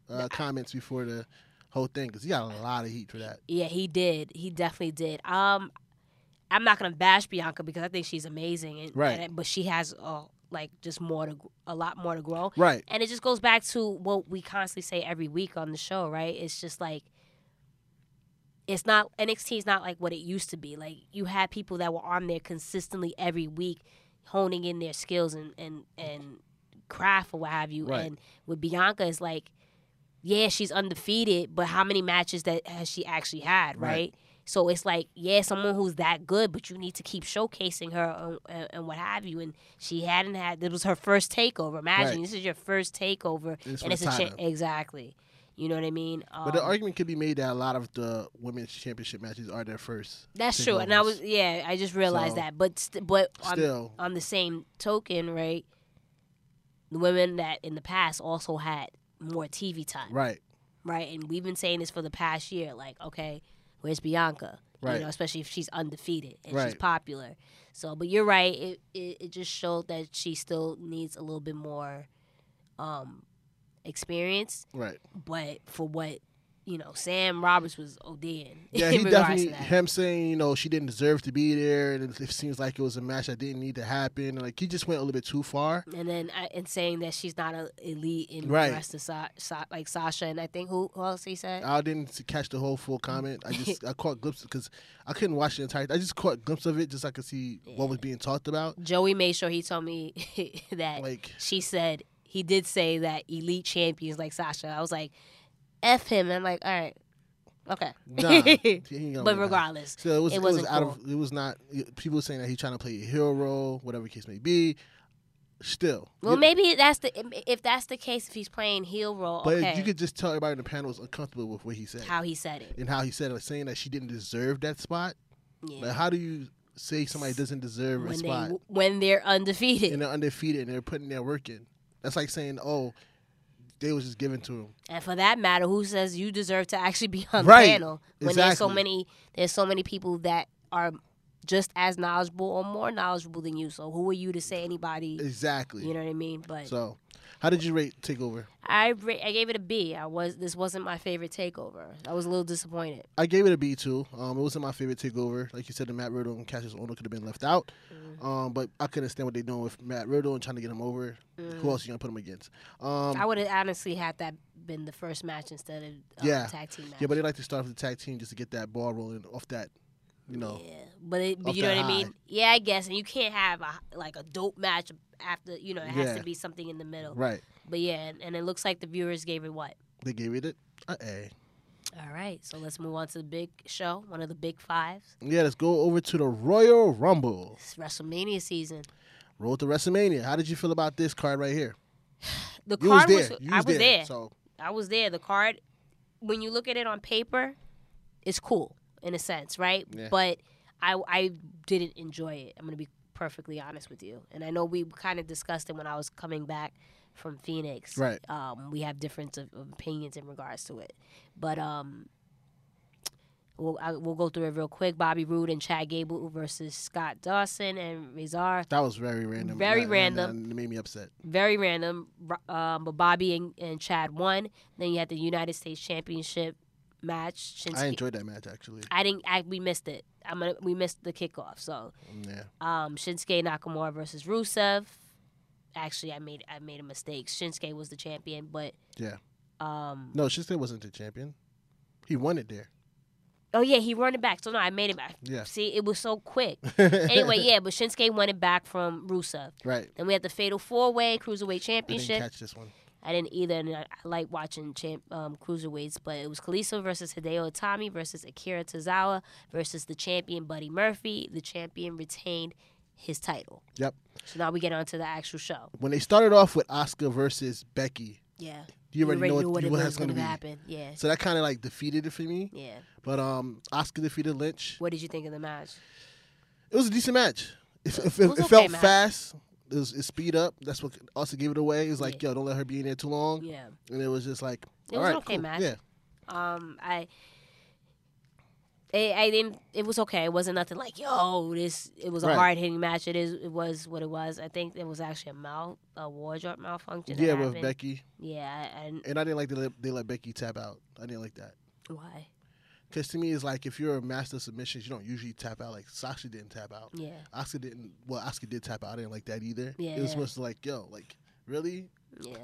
Speaker 5: uh, comments before the whole thing? Because he got a lot of heat for that.
Speaker 4: Yeah, he did. He definitely did. Um, I'm not gonna bash Bianca because I think she's amazing, and,
Speaker 5: Right.
Speaker 4: and- but she has uh, like just more to a lot more to grow.
Speaker 5: Right.
Speaker 4: And it just goes back to what we constantly say every week on the show, right? It's just like it's not NXT is not like what it used to be. Like you had people that were on there consistently every week, honing in their skills and and and craft or what have you.
Speaker 5: Right.
Speaker 4: And with Bianca, it's like, yeah, she's undefeated, but how many matches that has she actually had, right?
Speaker 5: Right.
Speaker 4: So it's like, yeah, someone who's that good, but you need to keep showcasing her and, and, and what have you. And she hadn't had. This was her first takeover. Imagine
Speaker 5: Right.
Speaker 4: this is your first takeover,
Speaker 5: It's for
Speaker 4: and it's
Speaker 5: the
Speaker 4: a cha-
Speaker 5: title.
Speaker 4: exactly. You know what I mean? Um,
Speaker 5: But the argument could be made that a lot of the women's championship matches are their first.
Speaker 4: that's true. And I
Speaker 5: takeovers.
Speaker 4: was yeah, I just realized
Speaker 5: So-
Speaker 4: that. But st- but on,
Speaker 5: still
Speaker 4: on the same token, right? The women that in the past also had more TV time.
Speaker 5: right.
Speaker 4: right? And we've been saying this for the past year. Like, okay, where's Bianca?
Speaker 5: Right.
Speaker 4: You know, especially if she's undefeated and she's
Speaker 5: Right.
Speaker 4: popular. So, but you're right. It, it it just showed that she still needs a little bit more um experience. [laughs]
Speaker 5: Right.
Speaker 4: But for what you know, Sam Roberts was ODing.
Speaker 5: Yeah,
Speaker 4: in [laughs]
Speaker 5: he
Speaker 4: regards
Speaker 5: definitely
Speaker 4: to that.
Speaker 5: him saying you know she didn't deserve to be there, and it, it seems like it was a match that didn't need to happen. and, Like he just went a little bit too far.
Speaker 4: and then I, and saying that she's not a elite in
Speaker 5: Right.
Speaker 4: regards to Sa- Sa- like Sasha and I think who, who else he said
Speaker 5: I didn't s- catch the whole full comment. I
Speaker 4: [laughs]
Speaker 5: just I caught glimpses because I couldn't watch the entire. I just caught glimpse of it just so I could see what was being
Speaker 4: [laughs]
Speaker 5: talked about.
Speaker 4: Joey made sure he told me [laughs] that
Speaker 5: Like
Speaker 4: she said he did say that elite champions like Sasha. I was like, F him. I'm like, all right, okay. [laughs]
Speaker 5: nah,
Speaker 4: but regardless,
Speaker 5: So it was
Speaker 4: It
Speaker 5: it, was
Speaker 4: wasn't
Speaker 5: out of it was not people were saying that he's trying to play a hero role, whatever the case may be. Still,
Speaker 4: well,
Speaker 5: you-
Speaker 4: maybe that's the if that's the case, if he's playing heel role,
Speaker 5: But
Speaker 4: okay,
Speaker 5: you could just tell everybody in the panel was uncomfortable with what he said
Speaker 4: how he said it.
Speaker 5: and how he said it, saying that she didn't deserve that spot.
Speaker 4: Yeah.
Speaker 5: Like, how do you say somebody doesn't deserve a
Speaker 4: when
Speaker 5: spot
Speaker 4: they when they're undefeated,
Speaker 5: and they're undefeated and they're putting their work in? That's like saying, oh, they was just given to him.
Speaker 4: and for that matter, who says you deserve to actually be on
Speaker 5: Right.
Speaker 4: the panel when there's so
Speaker 5: Exactly.
Speaker 4: many there's so many people that are just as knowledgeable or more knowledgeable than you. So who are you to say anybody?
Speaker 5: Exactly.
Speaker 4: You know what I mean? But
Speaker 5: so, how did you rate Takeover?
Speaker 4: I ra- I gave it a B. I was this wasn't my favorite takeover. I was a little disappointed.
Speaker 5: I gave it a B too. Um, it wasn't my favorite takeover. Like you said, the Matt Riddle and Cassius Ono could have been left out.
Speaker 4: Mm.
Speaker 5: Um, but I couldn't stand what they're doing with Matt Riddle and trying to get him over. Who else you gonna put him against? Um,
Speaker 4: Mm. I would have honestly had that been the first match instead of uh,
Speaker 5: Yeah.
Speaker 4: tag team match.
Speaker 5: yeah, but they like to start with the tag team just to get that ball rolling off that, you know.
Speaker 4: Yeah, but, it, but
Speaker 5: Off
Speaker 4: you know
Speaker 5: that
Speaker 4: what I mean?
Speaker 5: high.
Speaker 4: Yeah, I guess. And you can't have a, like a dope match after you know it has
Speaker 5: Yeah.
Speaker 4: to be something in the middle.
Speaker 5: Right.
Speaker 4: But yeah, and, and it looks like the viewers gave it what.
Speaker 5: They gave it a A.
Speaker 4: All right, so let's move on to the big show, one of the big fives.
Speaker 5: Yeah, let's go over to the Royal Rumble.
Speaker 4: It's WrestleMania season.
Speaker 5: Road to WrestleMania. How did you feel about this card right here?
Speaker 4: The
Speaker 5: You was
Speaker 4: card
Speaker 5: there.
Speaker 4: was,
Speaker 5: you
Speaker 4: I was there.
Speaker 5: So
Speaker 4: I was there. The card, when you look at it on paper, it's cool in a sense, right?
Speaker 5: Yeah.
Speaker 4: But I, I didn't enjoy it. I'm gonna be perfectly honest with you, and I know we kind of discussed it when I was coming back from Phoenix.
Speaker 5: Right.
Speaker 4: Um, we have difference of, of opinions in regards to it, but um. We'll, I, we'll go through it real quick. Bobby Roode and Chad Gable versus Scott Dawson and Razar.
Speaker 5: that was very random.
Speaker 4: Very
Speaker 5: That-
Speaker 4: random.
Speaker 5: That made me upset.
Speaker 4: very random. Ro- Um, but Bobby and, and Chad won. Then you had the United States Championship match. Shinsuke-
Speaker 5: I enjoyed that match actually.
Speaker 4: I didn't. I, we missed it. I'm gonna, we missed the kickoff. So
Speaker 5: Mm, Yeah.
Speaker 4: um, Shinsuke Nakamura versus Rusev. Actually, I made I made a mistake. Shinsuke was the champion, but
Speaker 5: Yeah.
Speaker 4: um,
Speaker 5: No, Shinsuke wasn't the champion. He won it there.
Speaker 4: oh yeah, he won it back. So no, I made it back.
Speaker 5: Yeah.
Speaker 4: See, it was so
Speaker 5: [laughs]
Speaker 4: quick. anyway, yeah, but Shinsuke won it back from Rusev.
Speaker 5: Right.
Speaker 4: Then we had the Fatal Four Way Cruiserweight
Speaker 5: I didn't
Speaker 4: Championship.
Speaker 5: catch this one.
Speaker 4: I didn't either, and I, I like watching champ, um, cruiserweights. But it was Kalisto versus Hideo Itami versus Akira Tozawa versus the champion Buddy Murphy. The champion retained his title.
Speaker 5: Yep.
Speaker 4: So now we get on to the actual show.
Speaker 5: When they started off with Oscar versus Becky,
Speaker 4: Yeah,
Speaker 5: you already, know what, what
Speaker 4: was
Speaker 5: that's going to be.
Speaker 4: happen. Yeah,
Speaker 5: So that kind of like defeated it for me.
Speaker 4: yeah.
Speaker 5: But um, Oscar defeated Lynch.
Speaker 4: What did you think of the match?
Speaker 5: It was a decent match. It,
Speaker 4: It
Speaker 5: it,
Speaker 4: was
Speaker 5: it
Speaker 4: okay
Speaker 5: felt
Speaker 4: match.
Speaker 5: fast. It was it speed up. That's what Oscar gave it away. It was like,
Speaker 4: Yeah.
Speaker 5: yo, don't let her be in there too long.
Speaker 4: Yeah,
Speaker 5: And it was just like,
Speaker 4: It
Speaker 5: all
Speaker 4: was
Speaker 5: right,
Speaker 4: an okay
Speaker 5: cool.
Speaker 4: match.
Speaker 5: Yeah,
Speaker 4: um, I. I, I didn't. It was okay. It wasn't nothing like yo. This it was a
Speaker 5: Right.
Speaker 4: hard hitting match. It is. It was what it was. I think it was actually a mal a wardrobe malfunction. that
Speaker 5: yeah, with
Speaker 4: happened.
Speaker 5: Becky.
Speaker 4: Yeah, I, I didn't-
Speaker 5: And I didn't like they let, they let Becky tap out. I didn't like that.
Speaker 4: Why?
Speaker 5: Because to me, it's like if you're a master of submissions, you don't usually tap out. Like Sasha didn't tap out.
Speaker 4: Yeah.
Speaker 5: Oscar didn't. Well, Oscar did tap out. I didn't like that either. It was
Speaker 4: Yeah.
Speaker 5: supposed to like, yo, like really.
Speaker 4: Yeah.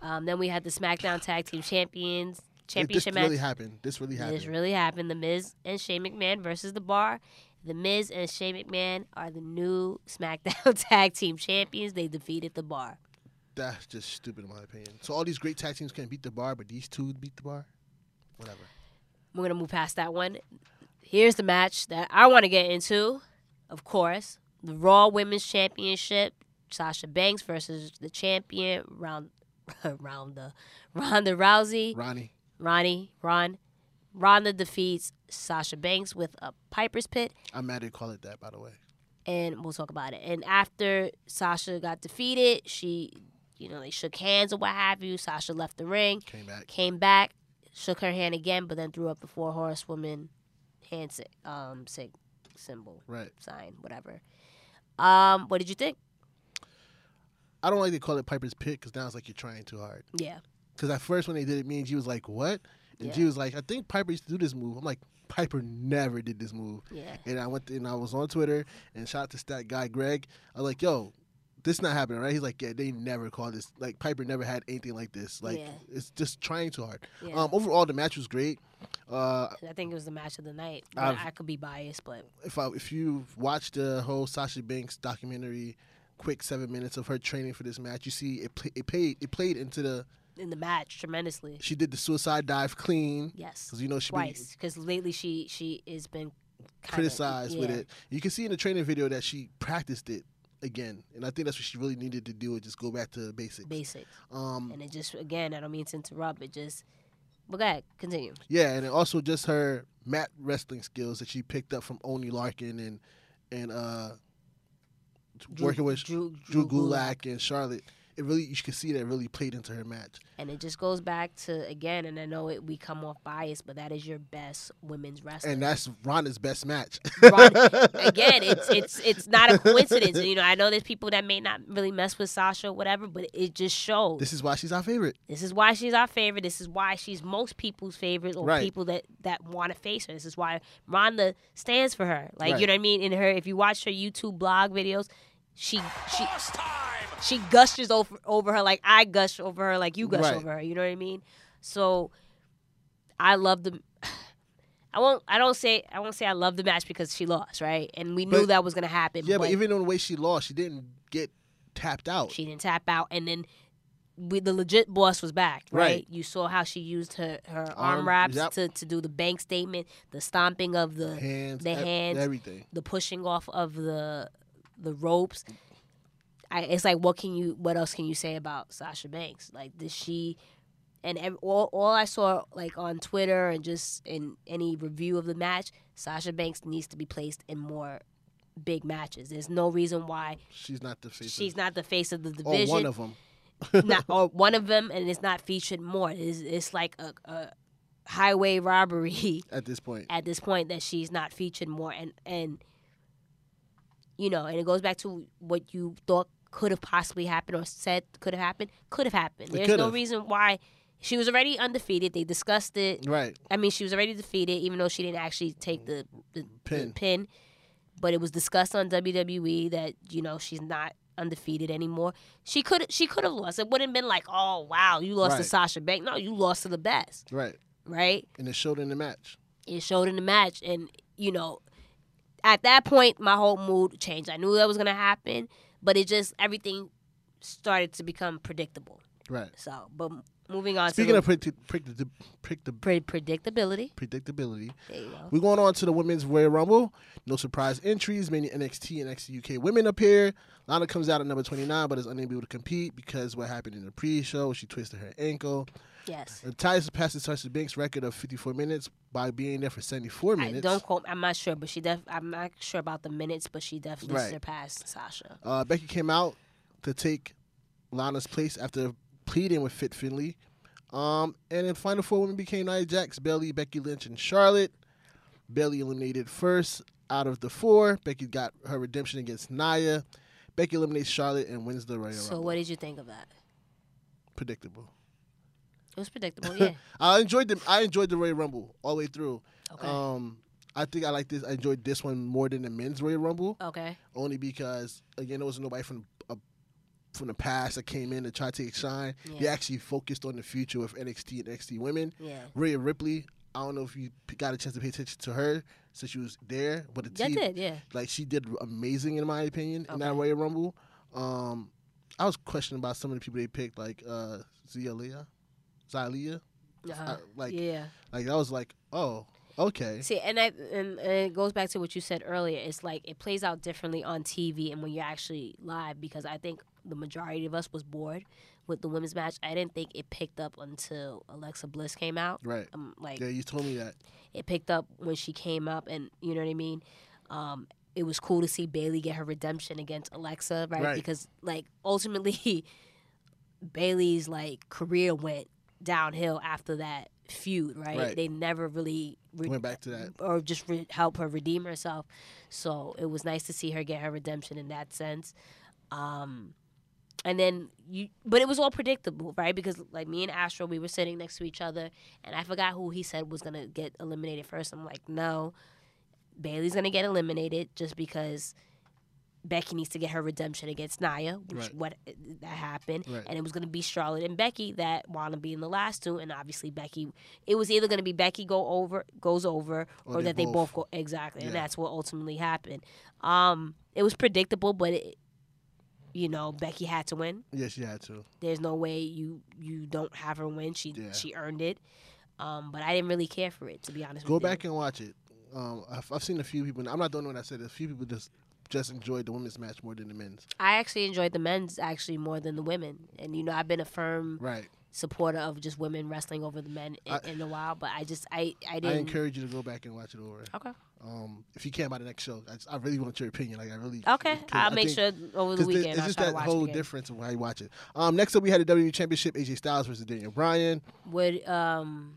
Speaker 4: Um, then we had the SmackDown Tag Team Champions
Speaker 5: Like, this
Speaker 4: Championship
Speaker 5: really
Speaker 4: match.
Speaker 5: happened. This really happened.
Speaker 4: This really happened. The Miz and Shane McMahon versus The Bar. The Miz and Shane McMahon are the new [laughs] SmackDown Tag Team Champions. They defeated The Bar.
Speaker 5: That's just stupid in my opinion. So all these great tag teams can't beat the bar, but these two beat the bar. Whatever.
Speaker 4: We're gonna move past that one. Here's the match that I want to get into. Of course, the Raw Women's Championship. Sasha Banks versus the champion Round [laughs] Ronda, Ronda Rousey,
Speaker 5: Ronnie.
Speaker 4: Ronnie, Ron. Ronda defeats Sasha Banks with a Piper's Pit,
Speaker 5: I'm mad they call it that, by the way.
Speaker 4: and we'll talk about it. And after Sasha got defeated, she, you know, they shook hands or what have you. Sasha left the ring,
Speaker 5: Came back.
Speaker 4: came back, shook her hand again, but then threw up the four horsewoman hand sig- um, sig- symbol,
Speaker 5: Right.
Speaker 4: sign, whatever. Um, what did you think?
Speaker 5: I don't like they call it Piper's Pit because now it's like you're trying too hard.
Speaker 4: Yeah,
Speaker 5: Because at first when they did it, me and G was like, what? And
Speaker 4: Yeah.
Speaker 5: G was like, I think Piper used to do this move. I'm like, Piper never did this move.
Speaker 4: yeah,
Speaker 5: And I went and I was on Twitter and shout out to stat guy Greg. I was like, yo, this not happening, right? He's like, yeah, they never called this. Like Piper never had anything like this. Like
Speaker 4: Yeah.
Speaker 5: it's just trying too hard.
Speaker 4: yeah.
Speaker 5: Um, overall, the match was great. Uh,
Speaker 4: I think it was the match of the night.
Speaker 5: I've-
Speaker 4: I could be biased, but
Speaker 5: if I, if you watch the whole Sasha Banks documentary, quick seven minutes of her training for this match, you see it play, it played it played into the
Speaker 4: in the match, tremendously.
Speaker 5: she did the suicide dive clean
Speaker 4: Yes,
Speaker 5: because you know she been
Speaker 4: twice. Because lately she she has been kinda,
Speaker 5: criticized with
Speaker 4: yeah.
Speaker 5: it. You can see in the training video that she practiced it again, and I think that's what she really needed to do. Is just go back to basics.
Speaker 4: Basics,
Speaker 5: Um,
Speaker 4: and it just again, I don't mean to interrupt, but just but go ahead, continue.
Speaker 5: yeah, and then also just her mat wrestling skills that she picked up from Oni Larkin and and uh, working with
Speaker 4: Drew,
Speaker 5: Drew Gulak and Charlotte. It really you can see that it really played into her match.
Speaker 4: and it just goes back to again, and I know it we come off biased, but that is your best women's wrestling.
Speaker 5: And that's Ronda's best match. [laughs]
Speaker 4: Ron- again, it's it's it's not a coincidence. you know, I know there's people that may not really mess with Sasha or whatever, but it just shows.
Speaker 5: This is why she's our favorite.
Speaker 4: This is why she's our favorite. This is why she's most people's favorite or
Speaker 5: Right.
Speaker 4: people that, that want to face her. This is why Rhonda stands for her. Like
Speaker 5: Right.
Speaker 4: you know what I mean? In her, if you watch her YouTube blog videos, she she
Speaker 1: Boss time!
Speaker 4: she gushes over over her like I gush over her like you gush
Speaker 5: Right.
Speaker 4: over her. You know what I mean? So I love the. [sighs] I won't. I don't say. I won't say I love the match because she lost, right? And we knew
Speaker 5: But-
Speaker 4: that was gonna happen.
Speaker 5: Yeah, but even on the way she lost, she didn't get tapped out.
Speaker 4: she didn't tap out, and then we, the legit boss was back, right?
Speaker 5: Right.
Speaker 4: You saw how she used her, her
Speaker 5: Arm,
Speaker 4: arm wraps
Speaker 5: yep.
Speaker 4: to, to do the bank statement, the stomping of the
Speaker 5: hands,
Speaker 4: the
Speaker 5: e-
Speaker 4: hands.
Speaker 5: everything.
Speaker 4: the pushing off of the the ropes. I, it's like what can you what else can you say about Sasha Banks? Like did she and ev- all, all I saw like on Twitter and just in any review of the match, Sasha Banks needs to be placed in more big matches. There's no reason why
Speaker 5: She's not the face.
Speaker 4: she's not the face of the
Speaker 5: of, or
Speaker 4: division
Speaker 5: Oh, one of them.
Speaker 4: not or one of them and it's not featured more. It's, it's like a, a highway robbery [laughs]
Speaker 5: At this point,
Speaker 4: at this point that she's not featured more and and you know and it goes back to what you thought could have possibly happened or said could have happened could have happened.
Speaker 5: It
Speaker 4: There's
Speaker 5: could
Speaker 4: no
Speaker 5: have.
Speaker 4: reason why she was already undefeated. They discussed it.
Speaker 5: right?
Speaker 4: I mean, she was already defeated, even though she didn't actually take the, the
Speaker 5: Pin.
Speaker 4: The pin. But it was discussed on WWE that you know she's not undefeated anymore. She could she could have lost. It wouldn't have been like, oh wow, you lost to
Speaker 5: Right.
Speaker 4: Sasha Banks. No, you lost to the best,
Speaker 5: Right.
Speaker 4: right?
Speaker 5: And it showed in the match.
Speaker 4: It showed in the match, and you know, at that point, my whole mood changed. I knew that was gonna happen, but it just everything started to become predictable.
Speaker 5: Right.
Speaker 4: So, but moving on
Speaker 5: Speaking
Speaker 4: to
Speaker 5: of predict, predict, predict,
Speaker 4: pre- predictability,
Speaker 5: predictability,
Speaker 4: there you go.
Speaker 5: we're going on to the women's Royal Rumble. No surprise entries. Many NXT and NXT UK women appear. Lana comes out at number 29, but is unable to compete because what happened in the pre-show, she twisted her ankle.
Speaker 4: Yes.
Speaker 5: The tie surpasses Sasha Banks' record of 54 minutes by being there for 74
Speaker 4: I,
Speaker 5: minutes.
Speaker 4: don't quote. I'm not sure, but she def. I'm not sure about the minutes, but she definitely
Speaker 5: Right.
Speaker 4: surpassed Sasha.
Speaker 5: Uh, Becky came out to take Lana's place after pleading with Fit Finley. Um, and then final four women became Nia Jax, Bailey, Becky Lynch, and Charlotte. Bailey eliminated first out of the four. Becky got her redemption against Nia. Becky eliminates Charlotte and wins the Royal
Speaker 4: So,
Speaker 5: Rumble.
Speaker 4: what did you think of that?
Speaker 5: Predictable.
Speaker 4: It was
Speaker 5: [laughs]
Speaker 4: predictable. Yeah.
Speaker 5: I enjoyed the I enjoyed the Royal Rumble all the way through.
Speaker 4: Okay.
Speaker 5: Um, I think I like this. I enjoyed this one more than the men's Royal Rumble.
Speaker 4: okay.
Speaker 5: only because again there was nobody from uh, from the past that came in to try to take shine. They
Speaker 4: Yeah.
Speaker 5: actually focused on the future with NXT and NXT women.
Speaker 4: Yeah.
Speaker 5: Rhea Ripley, I don't know if you p- got a chance to pay attention to her since she was there, but the
Speaker 4: Yeah, I
Speaker 5: team
Speaker 4: did. Yeah.
Speaker 5: like she did amazing in my opinion in that
Speaker 4: Okay.
Speaker 5: Royal Rumble. Um, I was questioning about some of the people they picked, like uh, Zia Leah, Zia
Speaker 4: Uh-huh.
Speaker 5: uh, like
Speaker 4: yeah.
Speaker 5: like I was like, oh, okay,
Speaker 4: See, and I and, and it goes back to what you said earlier. It's like it plays out differently on TV and when you're actually live because I think the majority of us was bored. with the women's match, I didn't think it picked up until Alexa Bliss came out.
Speaker 5: Right.
Speaker 4: Um, like
Speaker 5: Yeah, you told me that.
Speaker 4: it picked up when she came up, and you know what I mean. Um, it was cool to see Bailey get her redemption against Alexa, right?
Speaker 5: Right.
Speaker 4: Because like ultimately, [laughs] Bailey's like career went downhill after that feud, right?
Speaker 5: Right.
Speaker 4: They never really re-
Speaker 5: Went back to that.
Speaker 4: or just re- help her redeem herself. So it was nice to see her get her redemption in that sense. Um, and then you, but it was all predictable, right? Because like me and Astro, we were sitting next to each other, and I forgot who he said was gonna get eliminated first. I'm like, no, Bailey's gonna get eliminated just because Becky needs to get her redemption against Nia, which
Speaker 5: Right.
Speaker 4: what uh, that happened,
Speaker 5: Right.
Speaker 4: and it was gonna be Charlotte and Becky that wound up being the last two, and obviously Becky, it was either gonna be Becky go over goes over
Speaker 5: Or
Speaker 4: or,
Speaker 5: they
Speaker 4: that they
Speaker 5: both.
Speaker 4: both go exactly, and
Speaker 5: Yeah.
Speaker 4: that's what ultimately happened. Um, it was predictable, but it, you know Becky had to win.
Speaker 5: Yes, you had to.
Speaker 4: There's no way you you don't have her win. She
Speaker 5: Yeah.
Speaker 4: she earned it. Um, but I didn't really care for it to be honest.
Speaker 5: Go
Speaker 4: with you.
Speaker 5: back and watch it. Um, I've, I've seen a few people. and I'm not the only one that said it. A few people just just enjoyed the women's match more than the men's.
Speaker 4: I actually enjoyed the men's actually more than the women, and you know I've been a firm
Speaker 5: Right.
Speaker 4: supporter of just women wrestling over the men in,
Speaker 5: I-
Speaker 4: in a while, but I just I I
Speaker 5: I
Speaker 4: didn't.
Speaker 5: encourage you to go back and watch it over.
Speaker 4: okay.
Speaker 5: Um, if you can by the next show, I, just- I really want your opinion. Like I really.
Speaker 4: Okay.
Speaker 5: I
Speaker 4: I'll make
Speaker 5: think-
Speaker 4: sure over the
Speaker 5: Because
Speaker 4: weekend
Speaker 5: it's
Speaker 4: I'll
Speaker 5: just
Speaker 4: try to
Speaker 5: that
Speaker 4: watch
Speaker 5: whole
Speaker 4: it again.
Speaker 5: difference of how you watch it. Um, next up, we had the WWE Championship: AJ Styles versus Daniel Bryan.
Speaker 4: Would um,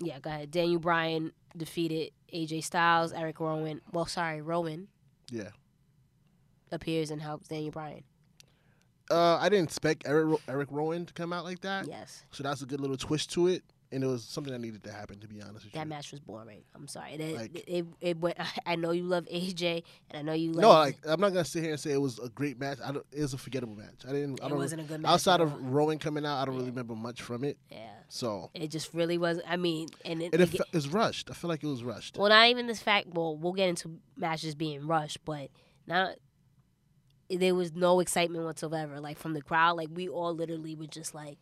Speaker 4: yeah. Go ahead. Daniel Bryan defeated AJ Styles. Eric Rowan. Well, sorry, Rowan
Speaker 5: Yeah,
Speaker 4: appears and helps Daniel Bryan.
Speaker 5: uh, I didn't expect Eric, Ro- Eric Rowan to come out like that,
Speaker 4: Yes.
Speaker 5: so that's a good little twist to it, and it was something that needed to happen. To be honest with
Speaker 4: That
Speaker 5: you,
Speaker 4: match was boring. I'm sorry. It,
Speaker 5: Like-
Speaker 4: it, it, went. [laughs] I know you love AJ, and I know you love.
Speaker 5: no, like I'm not gonna sit here and say it was a great match. I don't, it was a forgettable match. I didn't. I
Speaker 4: it
Speaker 5: don't,
Speaker 4: wasn't a good match.
Speaker 5: outside
Speaker 4: at
Speaker 5: of
Speaker 4: all.
Speaker 5: Rowan coming out, I don't really
Speaker 4: Yeah.
Speaker 5: remember much from it.
Speaker 4: yeah,
Speaker 5: So
Speaker 4: it just really was. I mean, and it,
Speaker 5: and
Speaker 4: they
Speaker 5: it,
Speaker 4: get-
Speaker 5: fe- it was rushed. I feel like it was rushed.
Speaker 4: well, not even this fact. Well, we'll get into matches being rushed, but not there was no excitement whatsoever. Like from the crowd, like we all literally were just like.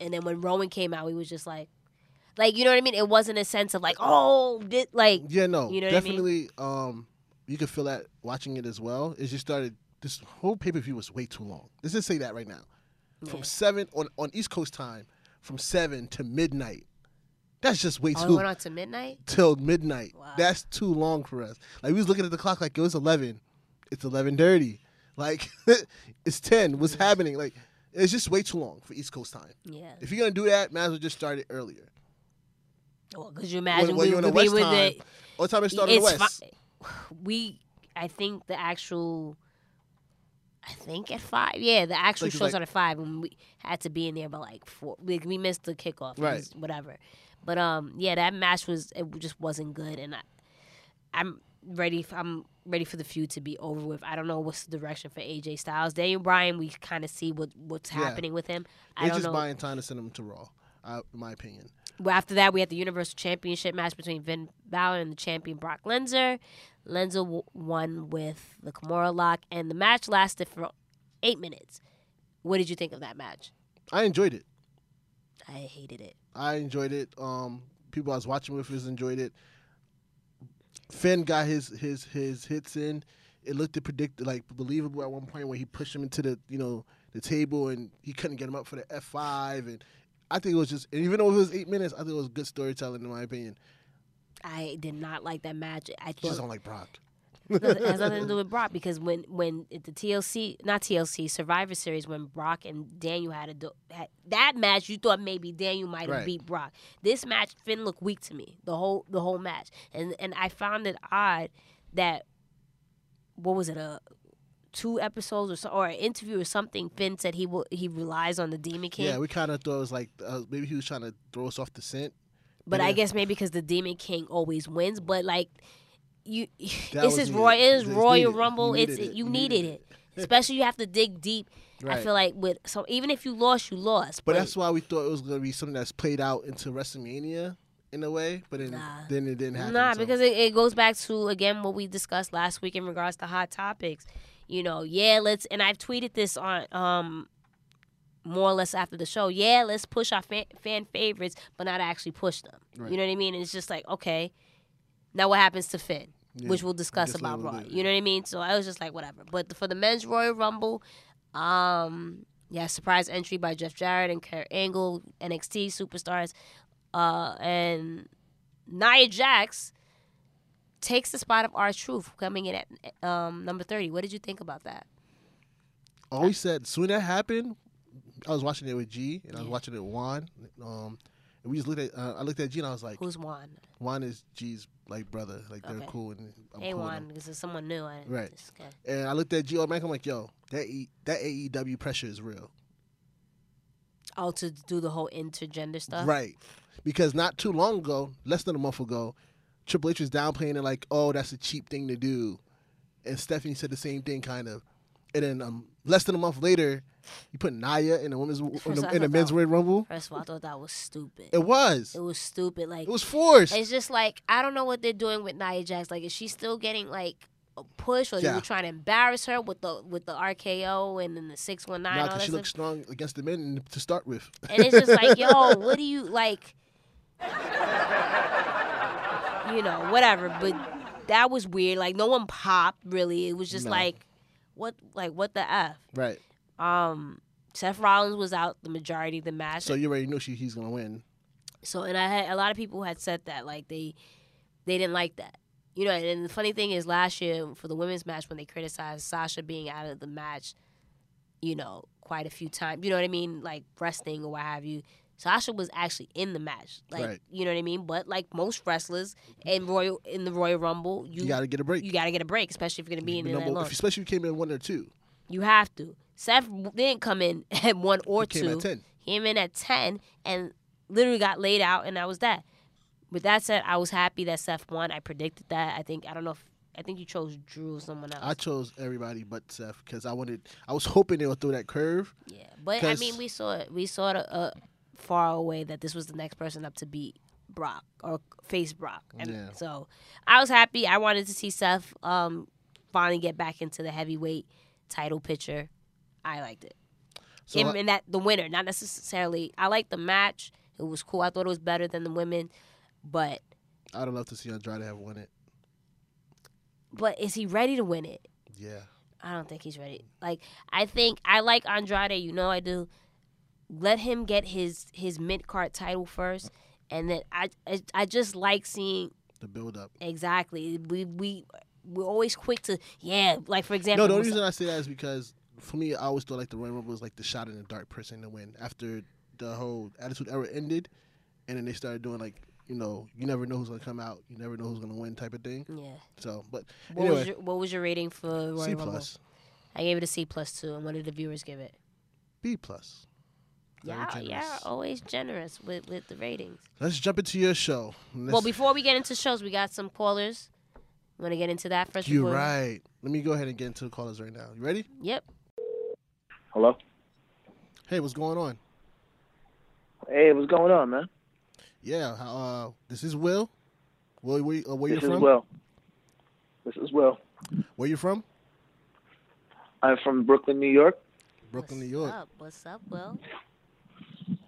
Speaker 4: And then when Rowan came out, we was just like, like you know what I mean. It wasn't a sense of like, oh, did like
Speaker 5: Yeah, no,
Speaker 4: You know what I
Speaker 5: definitely. Um, you could feel that watching it as well. It just started. This whole pay per view was way too long. Let's just say that right now. From
Speaker 4: Yeah.
Speaker 5: seven on on East Coast time, from seven to midnight. That's just way
Speaker 4: oh, it
Speaker 5: too
Speaker 4: went on to midnight.
Speaker 5: till midnight.
Speaker 4: Wow.
Speaker 5: That's too long for us. Like we was looking at the clock, like it was eleven. It's eleven thirty. Like [laughs] it's ten. What's happening? Like it's just way too long for East Coast time.
Speaker 4: Yeah.
Speaker 5: If you're gonna do that, might as well just start it earlier.
Speaker 4: Well, could you imagine
Speaker 5: when
Speaker 4: we
Speaker 5: you're in
Speaker 4: would
Speaker 5: the
Speaker 4: be
Speaker 5: West
Speaker 4: with
Speaker 5: time,
Speaker 4: it?
Speaker 5: what time it started in the
Speaker 4: it's
Speaker 5: West?
Speaker 4: fi- [sighs] we, I think the actual, I think at five. Yeah, the actual
Speaker 5: Like, it's
Speaker 4: show
Speaker 5: like-
Speaker 4: started at five, and we had to be in there by like four. Like we missed the kickoff, It
Speaker 5: Right.
Speaker 4: was Whatever. But um, yeah, that match was it just wasn't good, and I, I'm ready. For, I'm ready for the feud to be over with. I don't know what's the direction for AJ Styles. Daniel Bryan, we kind of see what what's
Speaker 5: Yeah.
Speaker 4: happening with him. I
Speaker 5: They're
Speaker 4: don't
Speaker 5: just
Speaker 4: know.
Speaker 5: buying time to send them to Raw, uh, in my opinion.
Speaker 4: Well, after that, we had the Universal Championship match between Finn Balor and the champion Brock Lesnar. Lesnar w- won with the Kimura lock, and the match lasted for eight minutes. What did you think of that match?
Speaker 5: I enjoyed it.
Speaker 4: I hated it.
Speaker 5: I enjoyed it. Um, people I was watching with us enjoyed it. Finn got his his his hits in. It looked predict like believable at one point when he pushed him into the you know the table and he couldn't get him up for the F five and I think it was just and even though it was eight minutes I think it was good storytelling in my opinion.
Speaker 4: I did not like that match. I
Speaker 5: Just
Speaker 4: thought
Speaker 5: don't like Brock.
Speaker 4: it has nothing
Speaker 5: [laughs]
Speaker 4: to do with Brock because when when at the TLC, not TLC, Survivor Series, when Brock and Daniel had a do- had, that match, you thought maybe Daniel might have
Speaker 5: Right.
Speaker 4: beat Brock. This match, Finn looked weak to me the whole the whole match, and and I found it odd that what was it a two episodes or so, or an interview or something. Finn said he will he relies on the Demon King,
Speaker 5: Yeah, we kind of thought it was like uh, maybe he was trying to throw us off the scent.
Speaker 4: but I
Speaker 5: yeah.
Speaker 4: guess maybe because the Demon King always wins, but like. You, [laughs]
Speaker 5: That
Speaker 4: this
Speaker 5: was
Speaker 4: is
Speaker 5: needed.
Speaker 4: Roy. It is
Speaker 5: It's
Speaker 4: Royal
Speaker 5: needed. You
Speaker 4: Rumble.
Speaker 5: needed
Speaker 4: it's
Speaker 5: it. [laughs]
Speaker 4: you
Speaker 5: You
Speaker 4: needed
Speaker 5: needed
Speaker 4: it, especially you have to dig deep. I
Speaker 5: Right.
Speaker 4: feel like with so even if you lost, you lost.
Speaker 5: But that's why we thought it was gonna be something that's played out into WrestleMania in a way, but then
Speaker 4: Nah.
Speaker 5: then it didn't happen.
Speaker 4: nah,
Speaker 5: so-
Speaker 4: because it, it goes back to again what we discussed last week in regards to hot topics. You know, yeah, let's and I've tweeted this on um more or less after the show. Yeah, let's push our fan, fan favorites, but not actually push them.
Speaker 5: Right.
Speaker 4: You know what I mean? And it's just like okay, now what happens to Finn?
Speaker 5: Yeah,
Speaker 4: which we'll discuss
Speaker 5: just a
Speaker 4: about
Speaker 5: little
Speaker 4: Raw.
Speaker 5: bit,
Speaker 4: You know what I mean? So I was just like, whatever. But for the men's Royal Rumble, um, Yeah, surprise entry by Jeff Jarrett and Kurt Angle, NXT superstars, uh, and Nia Jax takes the spot of R Truth coming in at um, number thirty. What did you think about that?
Speaker 5: always said soon that happened, I was watching it with G and I was
Speaker 4: Yeah.
Speaker 5: watching it with Juan. Um, and we just looked at uh, I looked at G and I was like,
Speaker 4: Who's Juan?
Speaker 5: Juan is G's like brother, like they're
Speaker 4: Okay.
Speaker 5: cool and I'm
Speaker 4: Hey
Speaker 5: cool with
Speaker 4: Juan,
Speaker 5: him.
Speaker 4: because it's someone new. I,
Speaker 5: Right.
Speaker 4: this guy.
Speaker 5: And I looked at G automatic. I'm like, yo, that e- that AEW pressure is real,
Speaker 4: Oh, to do the whole intergender stuff.
Speaker 5: right? Because not too long ago, less than a month ago, Triple H was downplaying it like, oh, that's a cheap thing to do, and Stephanie said the same thing, kind of. And then um, less than a month later, you put Naya in
Speaker 4: [laughs]
Speaker 5: the women's in
Speaker 4: First, I
Speaker 5: the, in the
Speaker 4: thought
Speaker 5: men's
Speaker 4: that-
Speaker 5: Royal Rumble.
Speaker 4: First of all, I thought that was stupid.
Speaker 5: It was.
Speaker 4: It was stupid. Like
Speaker 5: It was forced.
Speaker 4: It's just like I don't know what they're doing with Nia Jax. Like, is she still getting like a push, or they
Speaker 5: Yeah.
Speaker 4: were trying to embarrass her with the with the RKO and then the six one nine?
Speaker 5: Nah,
Speaker 4: all
Speaker 5: 'cause
Speaker 4: that
Speaker 5: she
Speaker 4: stuff?
Speaker 5: looks strong against the men to start with. [laughs]
Speaker 4: and it's just like, yo, what do you like? You know, whatever. But that was weird. Like, no one popped really. It was just
Speaker 5: No.
Speaker 4: like, what, like what the f?
Speaker 5: right.
Speaker 4: Um, Seth Rollins was out the majority of the match.
Speaker 5: So you already know she he's gonna win.
Speaker 4: So and I had a lot of people had said that like they they didn't like that. You know, and, the funny thing is last year for the women's match when they criticized Sasha being out of the match, you know, quite a few times. You know what I mean? Like resting or what have you. Sasha was actually in the match. Like
Speaker 5: Right.
Speaker 4: you know what I mean? But like most wrestlers in Royal in the Royal Rumble, you,
Speaker 5: You, gotta get a break.
Speaker 4: you gotta get a break, especially if you're gonna be in there
Speaker 5: Number-
Speaker 4: that long.
Speaker 5: if- especially if you came in one or two.
Speaker 4: You have to. Seth didn't come in [laughs] at one or
Speaker 5: He came
Speaker 4: two.
Speaker 5: at 10.
Speaker 4: He came in at ten and literally got laid out, and that was that. With that said, I was happy that Seth won. I predicted that. I think I don't know. if I think you chose Drew or someone else.
Speaker 5: I chose everybody but Seth because I wanted. I was hoping they would throw that curve.
Speaker 4: yeah, but I
Speaker 5: 'cause-
Speaker 4: mean, we saw it. We saw it uh, far away that this was the next person up to beat Brock or face Brock, and
Speaker 5: Yeah.
Speaker 4: so I was happy. I wanted to see Seth um, finally get back into the heavyweight title picture. I liked it.
Speaker 5: So
Speaker 4: him
Speaker 5: I-
Speaker 4: and that the winner, not necessarily. I like the match. It was cool. I thought it was better than the women, but
Speaker 5: I'd love to see Andrade have won it.
Speaker 4: but is he ready to win it?
Speaker 5: Yeah.
Speaker 4: I don't think he's ready. Like I think I like Andrade. You know I do. Let him get his his mid card title first, and then I, I I just like seeing
Speaker 5: The build up.
Speaker 4: exactly we we. We're always quick to yeah, like for
Speaker 5: No,
Speaker 4: example,
Speaker 5: the only
Speaker 4: Mus-
Speaker 5: reason I say that is because for me, I always thought like the Royal Rumble was like the shot in the dark person to win after the whole Attitude Era ended, and then they started doing like you know you never know who's gonna come out, you never know who's gonna win type of thing.
Speaker 4: yeah.
Speaker 5: So, but
Speaker 4: What was
Speaker 5: anyway,
Speaker 4: your what was your rating for Royal
Speaker 5: C
Speaker 4: Rumble?
Speaker 5: plus,
Speaker 4: I gave it a C plus two, and what did the viewers give it?
Speaker 5: B plus. Very
Speaker 4: Yeah, yeah, oh.
Speaker 5: generous.
Speaker 4: always generous with, with the ratings.
Speaker 5: Let's jump into your show. Let's-
Speaker 4: well, before we get into shows, we got some callers. Want to get into that first?
Speaker 5: you're
Speaker 4: before we-
Speaker 5: right. Let me go ahead and get into the callers right now. You ready?
Speaker 4: Yep.
Speaker 2: Hello.
Speaker 5: Hey, what's going on?
Speaker 2: Hey, what's going on, man?
Speaker 5: Yeah, how- uh, this is Will. Will, where, uh, where you
Speaker 2: this
Speaker 5: from?
Speaker 2: is Will. This is Will.
Speaker 5: Where you from?
Speaker 2: I'm from Brooklyn, New York.
Speaker 5: Brooklyn,
Speaker 4: What's
Speaker 5: New York.
Speaker 4: Up? What's up, Will?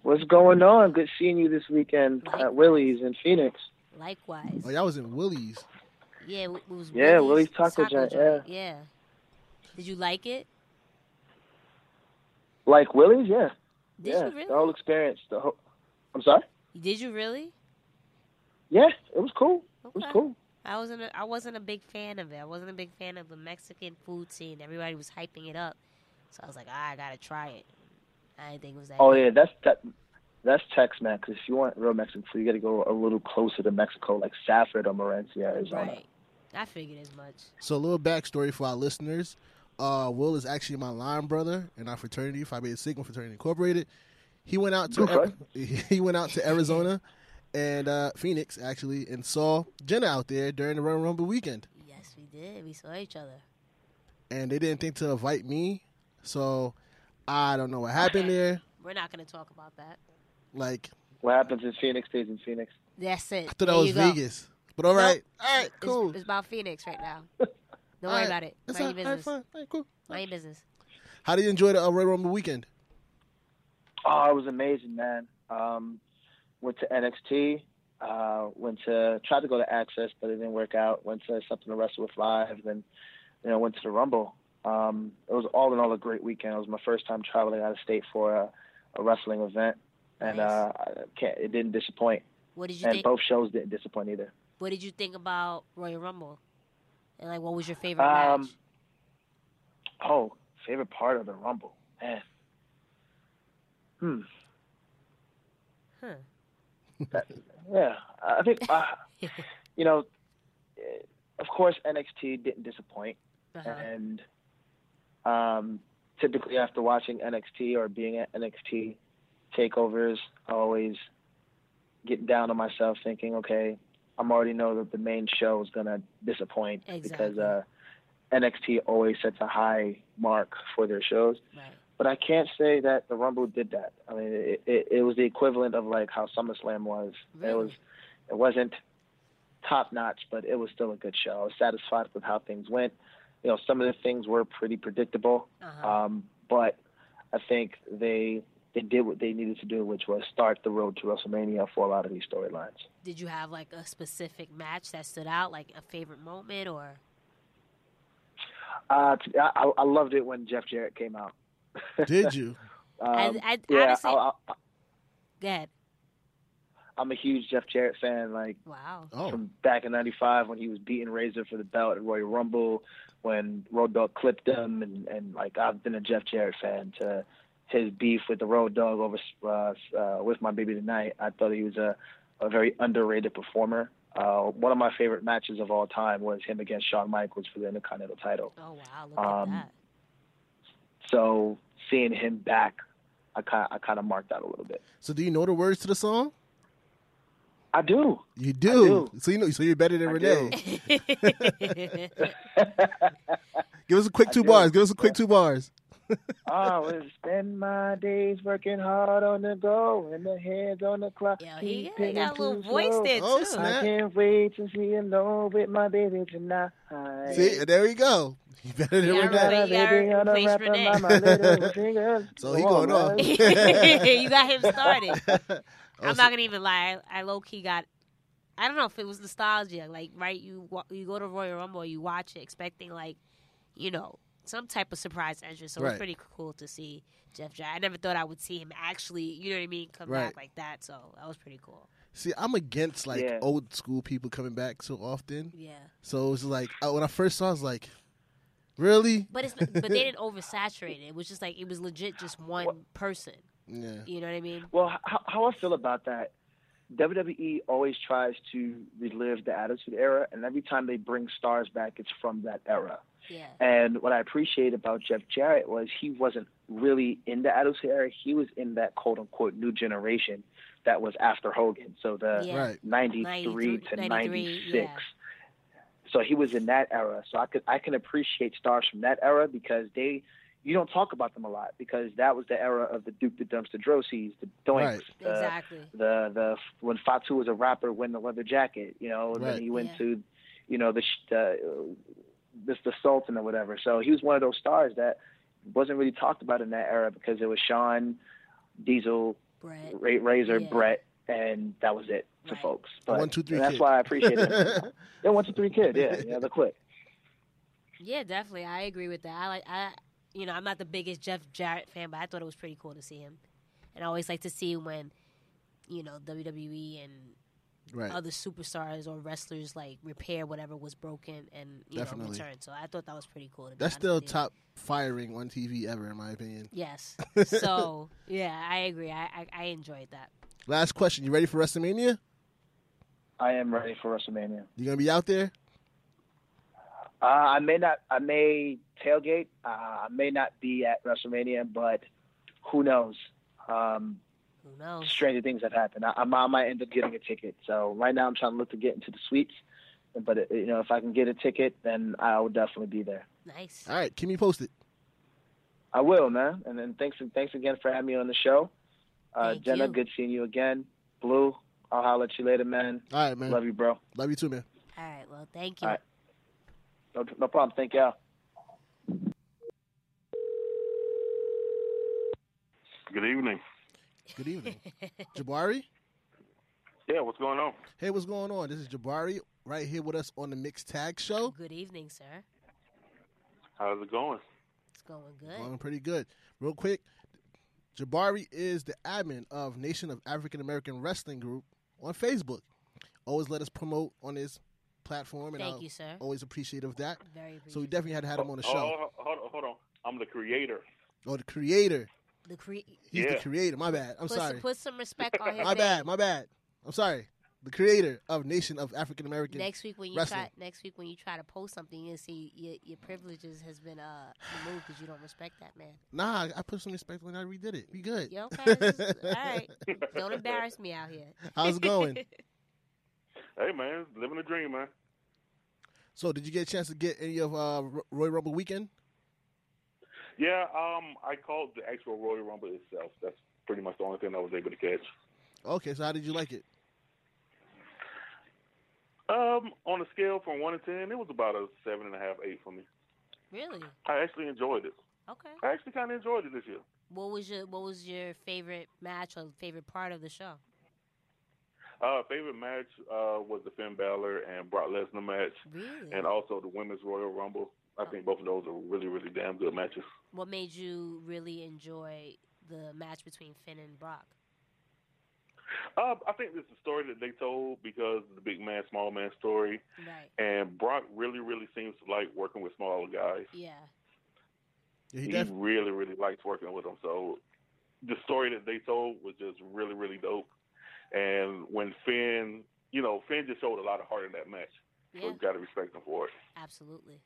Speaker 2: What's going on? Good seeing you this weekend at Willie's in Phoenix.
Speaker 4: Likewise.
Speaker 5: Oh, y'all was in Willie's.
Speaker 4: Yeah, it was
Speaker 2: Yeah,
Speaker 4: Willie's
Speaker 2: Willie's Taco Joint,
Speaker 4: Joint, Yeah. Did you like it?
Speaker 2: Like Willie's, yeah,
Speaker 4: Did
Speaker 2: yeah.
Speaker 4: you really?
Speaker 2: The whole experience. The whole. I'm sorry.
Speaker 4: Did you really?
Speaker 2: Yeah, it was cool. It was
Speaker 4: Okay.
Speaker 2: cool.
Speaker 4: I wasn't. A, I wasn't a big fan of it. I wasn't a big fan of the Mexican food scene. Everybody was hyping it up, so I was like, ah, I gotta try it. I didn't think it was that.
Speaker 2: Oh
Speaker 4: good.
Speaker 2: yeah, that's that. That's Tex-Mex. If you want real Mexican food, you got to go a little closer to Mexico, like Safford or Morencia, Arizona.
Speaker 4: Right. I figured as much.
Speaker 5: So a little backstory for our listeners. Uh, Will is actually my line brother in our fraternity, Phi Beta Sigma Fraternity Incorporated. He went out to
Speaker 2: Okay.
Speaker 5: [laughs] he went out to Arizona and uh, Phoenix actually and saw Jenna out there during the Royal Rumble weekend,
Speaker 4: Yes, we did. We saw each other.
Speaker 5: and they didn't think to invite me. So I don't know what happened there.
Speaker 4: We're not gonna talk about that.
Speaker 5: Like
Speaker 2: What happens in Phoenix stays in Phoenix.
Speaker 4: That's it.
Speaker 5: I thought
Speaker 4: There
Speaker 5: that was
Speaker 4: you go.
Speaker 5: Vegas, but all right, all right,
Speaker 4: It's-
Speaker 5: cool.
Speaker 4: It's, about Phoenix right now. Don't
Speaker 5: [laughs] All
Speaker 4: worry
Speaker 5: right.
Speaker 4: about it.
Speaker 5: It's
Speaker 4: Mind your
Speaker 5: all- all right,
Speaker 4: business.
Speaker 5: fine. All right, cool.
Speaker 4: Mind your business.
Speaker 5: How do you enjoy the uh, Royal Rumble weekend?
Speaker 2: Oh, it was amazing, man. Um, went to NXT. Uh, went to tried to go to Access, but it didn't work out. Went to something to wrestle with live, then you know went to the Rumble. Um, it was all in all a great weekend. It was my first time traveling out of state for a, a wrestling event, and
Speaker 4: Nice.
Speaker 2: uh, I can't, it didn't disappoint.
Speaker 4: What did you
Speaker 2: And
Speaker 4: think?
Speaker 2: both shows didn't disappoint either.
Speaker 4: What did you think about Royal Rumble? And like, what was your favorite
Speaker 2: Um,
Speaker 4: match?
Speaker 2: Oh, favorite part of the Rumble, man. Hmm.
Speaker 4: Huh.
Speaker 2: That- yeah, I think
Speaker 4: [laughs]
Speaker 2: uh, you know. eh, Of course, NXT didn't disappoint,
Speaker 4: Uh-huh.
Speaker 2: and um, typically after watching NXT or being at NXT takeovers, I always get down on myself, thinking, okay, I'm already know that the main show is gonna disappoint because
Speaker 4: Exactly.
Speaker 2: uh, NXT always sets a high mark for their shows
Speaker 4: Right.
Speaker 2: but I can't say that the Rumble did that. I mean, it, it, it was the equivalent of like how SummerSlam was. It was,
Speaker 4: Really?
Speaker 2: it wasn't top notch, but it was still a good show. I was satisfied with how things went. You know, some of the things were pretty predictable,
Speaker 4: Uh-huh.
Speaker 2: um, but I think they they did what they needed to do, which was start the road to WrestleMania for a lot of these storylines.
Speaker 4: did you have like a specific match that stood out, like a favorite moment or?
Speaker 2: Uh, t- I, I- I loved it when Jeff Jarrett came out.
Speaker 5: Did you?
Speaker 2: Um,
Speaker 4: I-
Speaker 2: yeah,
Speaker 4: honestly-
Speaker 2: I, I,
Speaker 4: Go ahead.
Speaker 2: I'm a huge Jeff Jarrett fan. Like.
Speaker 4: Wow.
Speaker 5: Oh,
Speaker 2: from back in '95 when he was beating Razor for the belt at Royal Rumble, when Road Dog clipped him, and and like I've been a Jeff Jarrett fan to his beef with the Road Dog over uh, uh, with my baby tonight. I thought he was a a very underrated performer. Uh, one of my favorite matches of all time was him against Shawn Michaels for the Intercontinental title.
Speaker 4: Oh wow. Look
Speaker 2: Um,
Speaker 4: at
Speaker 2: So seeing him back, I kind I kind of marked out a little bit.
Speaker 5: so do you know the words to the song?
Speaker 2: I do.
Speaker 5: You do.
Speaker 2: do.
Speaker 5: So you know. So you're better than
Speaker 2: I
Speaker 5: Renee.
Speaker 2: [laughs] do.
Speaker 4: that.
Speaker 5: [laughs]
Speaker 4: [laughs]
Speaker 5: Give us a quick
Speaker 2: I
Speaker 5: two
Speaker 2: do.
Speaker 5: bars. Give us a quick two bars.
Speaker 2: I would spend my days working hard on the go and the hands on the clock.
Speaker 4: Yo, he,
Speaker 2: keep
Speaker 4: he
Speaker 2: it
Speaker 4: got a little
Speaker 2: too
Speaker 4: voice
Speaker 2: slow.
Speaker 4: there
Speaker 5: Oh,
Speaker 4: too.
Speaker 5: snap.
Speaker 2: I can't wait to see him alone with my baby tonight.
Speaker 5: See, there we go. [laughs] You better than
Speaker 4: Yeah, I
Speaker 5: [laughs] Renee.
Speaker 4: remember. You
Speaker 2: My
Speaker 4: gotta
Speaker 2: baby on a
Speaker 4: replace
Speaker 2: rapper,
Speaker 4: Renee.
Speaker 2: mama,
Speaker 4: [laughs]
Speaker 2: little finger.
Speaker 5: So he
Speaker 2: Come on,
Speaker 5: going off.
Speaker 2: man.
Speaker 4: [laughs] you got him started.
Speaker 5: Oh,
Speaker 4: I'm
Speaker 5: so-
Speaker 4: not gonna even lie. I, I low key got. I don't know if it was nostalgia. Like, right, you wa- you go to Royal Rumble, you watch it, expecting like, you know, some type of surprise entrance. So it
Speaker 5: Right.
Speaker 4: was pretty cool to see Jeff Jarrett. I never thought I would see him actually. You know what I mean? Come
Speaker 5: Right.
Speaker 4: back like that. So that was pretty cool.
Speaker 5: See, I'm against like
Speaker 2: Yeah.
Speaker 5: old school people coming back so often.
Speaker 4: Yeah,
Speaker 5: So it's like I, when I first saw, it, I was like, really?
Speaker 4: but it's but they didn't oversaturate it. It was just like it was legit, just one person.
Speaker 5: Yeah.
Speaker 4: You know what I mean?
Speaker 2: Well, h- how, how I feel about that, WWE always tries to relive the Attitude Era, and every time they bring stars back, it's from that era.
Speaker 4: Yeah.
Speaker 2: And what I appreciate about Jeff Jarrett was he wasn't really in the Attitude Era. He was in that quote unquote new generation that was after Hogan. So the
Speaker 4: Yeah.
Speaker 5: Right.
Speaker 2: 93 to
Speaker 4: 93,
Speaker 2: 96.
Speaker 4: yeah.
Speaker 2: So he was in that era. So I could I can appreciate stars from that era because they you don't talk about them a lot because that was the era of the Duke the Dumpster Drosies, the Doinks,
Speaker 5: Right.
Speaker 2: the,
Speaker 4: Exactly.
Speaker 2: the the when Fatu was a rapper, when the leather jacket, you know, and
Speaker 5: Right.
Speaker 2: then he went
Speaker 4: Yeah.
Speaker 2: to, you know, the sh- the uh, Mr. Sultan or whatever. So he was one of those stars that wasn't really talked about in that era because it was Sean, Diesel,
Speaker 4: Brett.
Speaker 2: Ra- Razor,
Speaker 4: Yeah.
Speaker 2: Brett, and that was it to
Speaker 4: Right.
Speaker 2: folks. But
Speaker 5: One, two, three.
Speaker 2: and that's
Speaker 5: kid.
Speaker 2: why I appreciate it.
Speaker 5: [laughs]
Speaker 2: yeah, one, two, three kid. Yeah, yeah, they're quick.
Speaker 4: Yeah, definitely. I agree with that. I like I you know, I'm not the biggest Jeff Jarrett fan, but I thought it was pretty cool to see him. And I always like to see when, you know, WWE and
Speaker 5: right.
Speaker 4: other superstars or wrestlers like repair whatever was broken and you
Speaker 5: Definitely.
Speaker 4: know return. So I thought that was pretty cool. To be
Speaker 5: That's
Speaker 4: honest
Speaker 5: still
Speaker 4: with you.
Speaker 5: top firing on TV ever, in my opinion. [laughs]
Speaker 4: Yes. So yeah, I agree. I, I I enjoyed that.
Speaker 5: Last question. You ready for WrestleMania?
Speaker 2: I am ready for WrestleMania.
Speaker 5: You gonna be out there?
Speaker 2: Uh, I may not. I may tailgate. Uh, I may not be at WrestleMania, but who knows? Um,
Speaker 4: Who knows?
Speaker 2: stranger things have happened. I, I might- I might end up getting a ticket. So right now I'm trying to look to get into the suites. But uh, you know, if I can get a ticket, then I will definitely be there.
Speaker 4: Nice.
Speaker 5: All right. Keep me posted.
Speaker 2: I will, man. And then thanks thanks again for having me on the show. Uh,
Speaker 4: Thank
Speaker 2: Jenna,
Speaker 4: you.
Speaker 2: good seeing you again. Blue, I'll holler at you later, man.
Speaker 5: All
Speaker 4: Mm.
Speaker 5: right, man.
Speaker 2: Love you, bro.
Speaker 5: Love you too, man.
Speaker 4: All right. Well, thank you.
Speaker 2: All right. No, no problem. Thank y'all.
Speaker 6: Good evening.
Speaker 4: [laughs]
Speaker 5: Good evening, Jabari.
Speaker 6: Yeah, what's going on?
Speaker 5: Hey, what's going on? This is Jabari right here with us on the Mixed Tag Show.
Speaker 4: Good evening, sir.
Speaker 6: How's it going?
Speaker 4: going good.
Speaker 5: Going pretty good. Real quick, Jabari is the admin of Nation of African American Wrestling Group on Facebook. Always let us promote on his platform, and
Speaker 4: Thank
Speaker 5: I'll
Speaker 4: you, sir.
Speaker 5: always appreciative of that.
Speaker 4: Very
Speaker 5: So we
Speaker 4: appreciative.
Speaker 5: definitely had to have him on the
Speaker 6: Oh,
Speaker 5: show.
Speaker 6: oh, hold on, hold on. I'm the creator.
Speaker 5: Or the creator.
Speaker 4: the cre-
Speaker 5: He's the
Speaker 6: Yeah.
Speaker 5: creator. My bad. I'm
Speaker 4: put,
Speaker 5: sorry.
Speaker 4: put some respect on his
Speaker 5: My
Speaker 4: name.
Speaker 5: bad. My bad. I'm sorry. The creator of Nation of African American.
Speaker 4: Next week when you
Speaker 5: Wrestling.
Speaker 4: try next week when you try to post something, you see your, your privileges has been uh removed because you don't respect that man.
Speaker 5: Nah, I put some respect when I redid it. We good.
Speaker 4: You okay? This is- all right, don't embarrass me out here.
Speaker 5: How's
Speaker 4: [laughs]
Speaker 5: it going?
Speaker 6: Hey, man, living the dream, man.
Speaker 5: so, did you get a chance to get any of uh, Ro- Roy Rumble weekend?
Speaker 6: Yeah, um, I called the actual Royal Rumble itself. That's pretty much the only thing I was able to catch.
Speaker 5: Okay, so how did you like it?
Speaker 6: Um, on a scale from one to ten, it was about a seven and a half, eight for me.
Speaker 4: Really?
Speaker 6: I actually enjoyed it.
Speaker 4: Okay.
Speaker 6: I actually kind of enjoyed it this year.
Speaker 4: What was your What was your favorite match or favorite part of the show?
Speaker 6: Uh, favorite match uh, was the Finn Balor and Brock Lesnar match,
Speaker 4: Really?
Speaker 6: and uh, also the Women's Royal Rumble. I think both of those are really, really damn good matches.
Speaker 4: What made you really enjoy the match between Finn and Brock?
Speaker 6: Uh, I think it's the story that they told because of the big man, small man story,
Speaker 4: Right.
Speaker 6: and Brock really, really seems to like working with smaller guys.
Speaker 4: Yeah.
Speaker 5: Yeah,
Speaker 6: He,
Speaker 5: he def-
Speaker 6: really, really likes working with them. So the story that they told was just really, really dope. And when Finn, you know, Finn just showed a lot of heart in that match. So
Speaker 4: Yeah.
Speaker 6: we've got to respect him for it.
Speaker 4: Absolutely.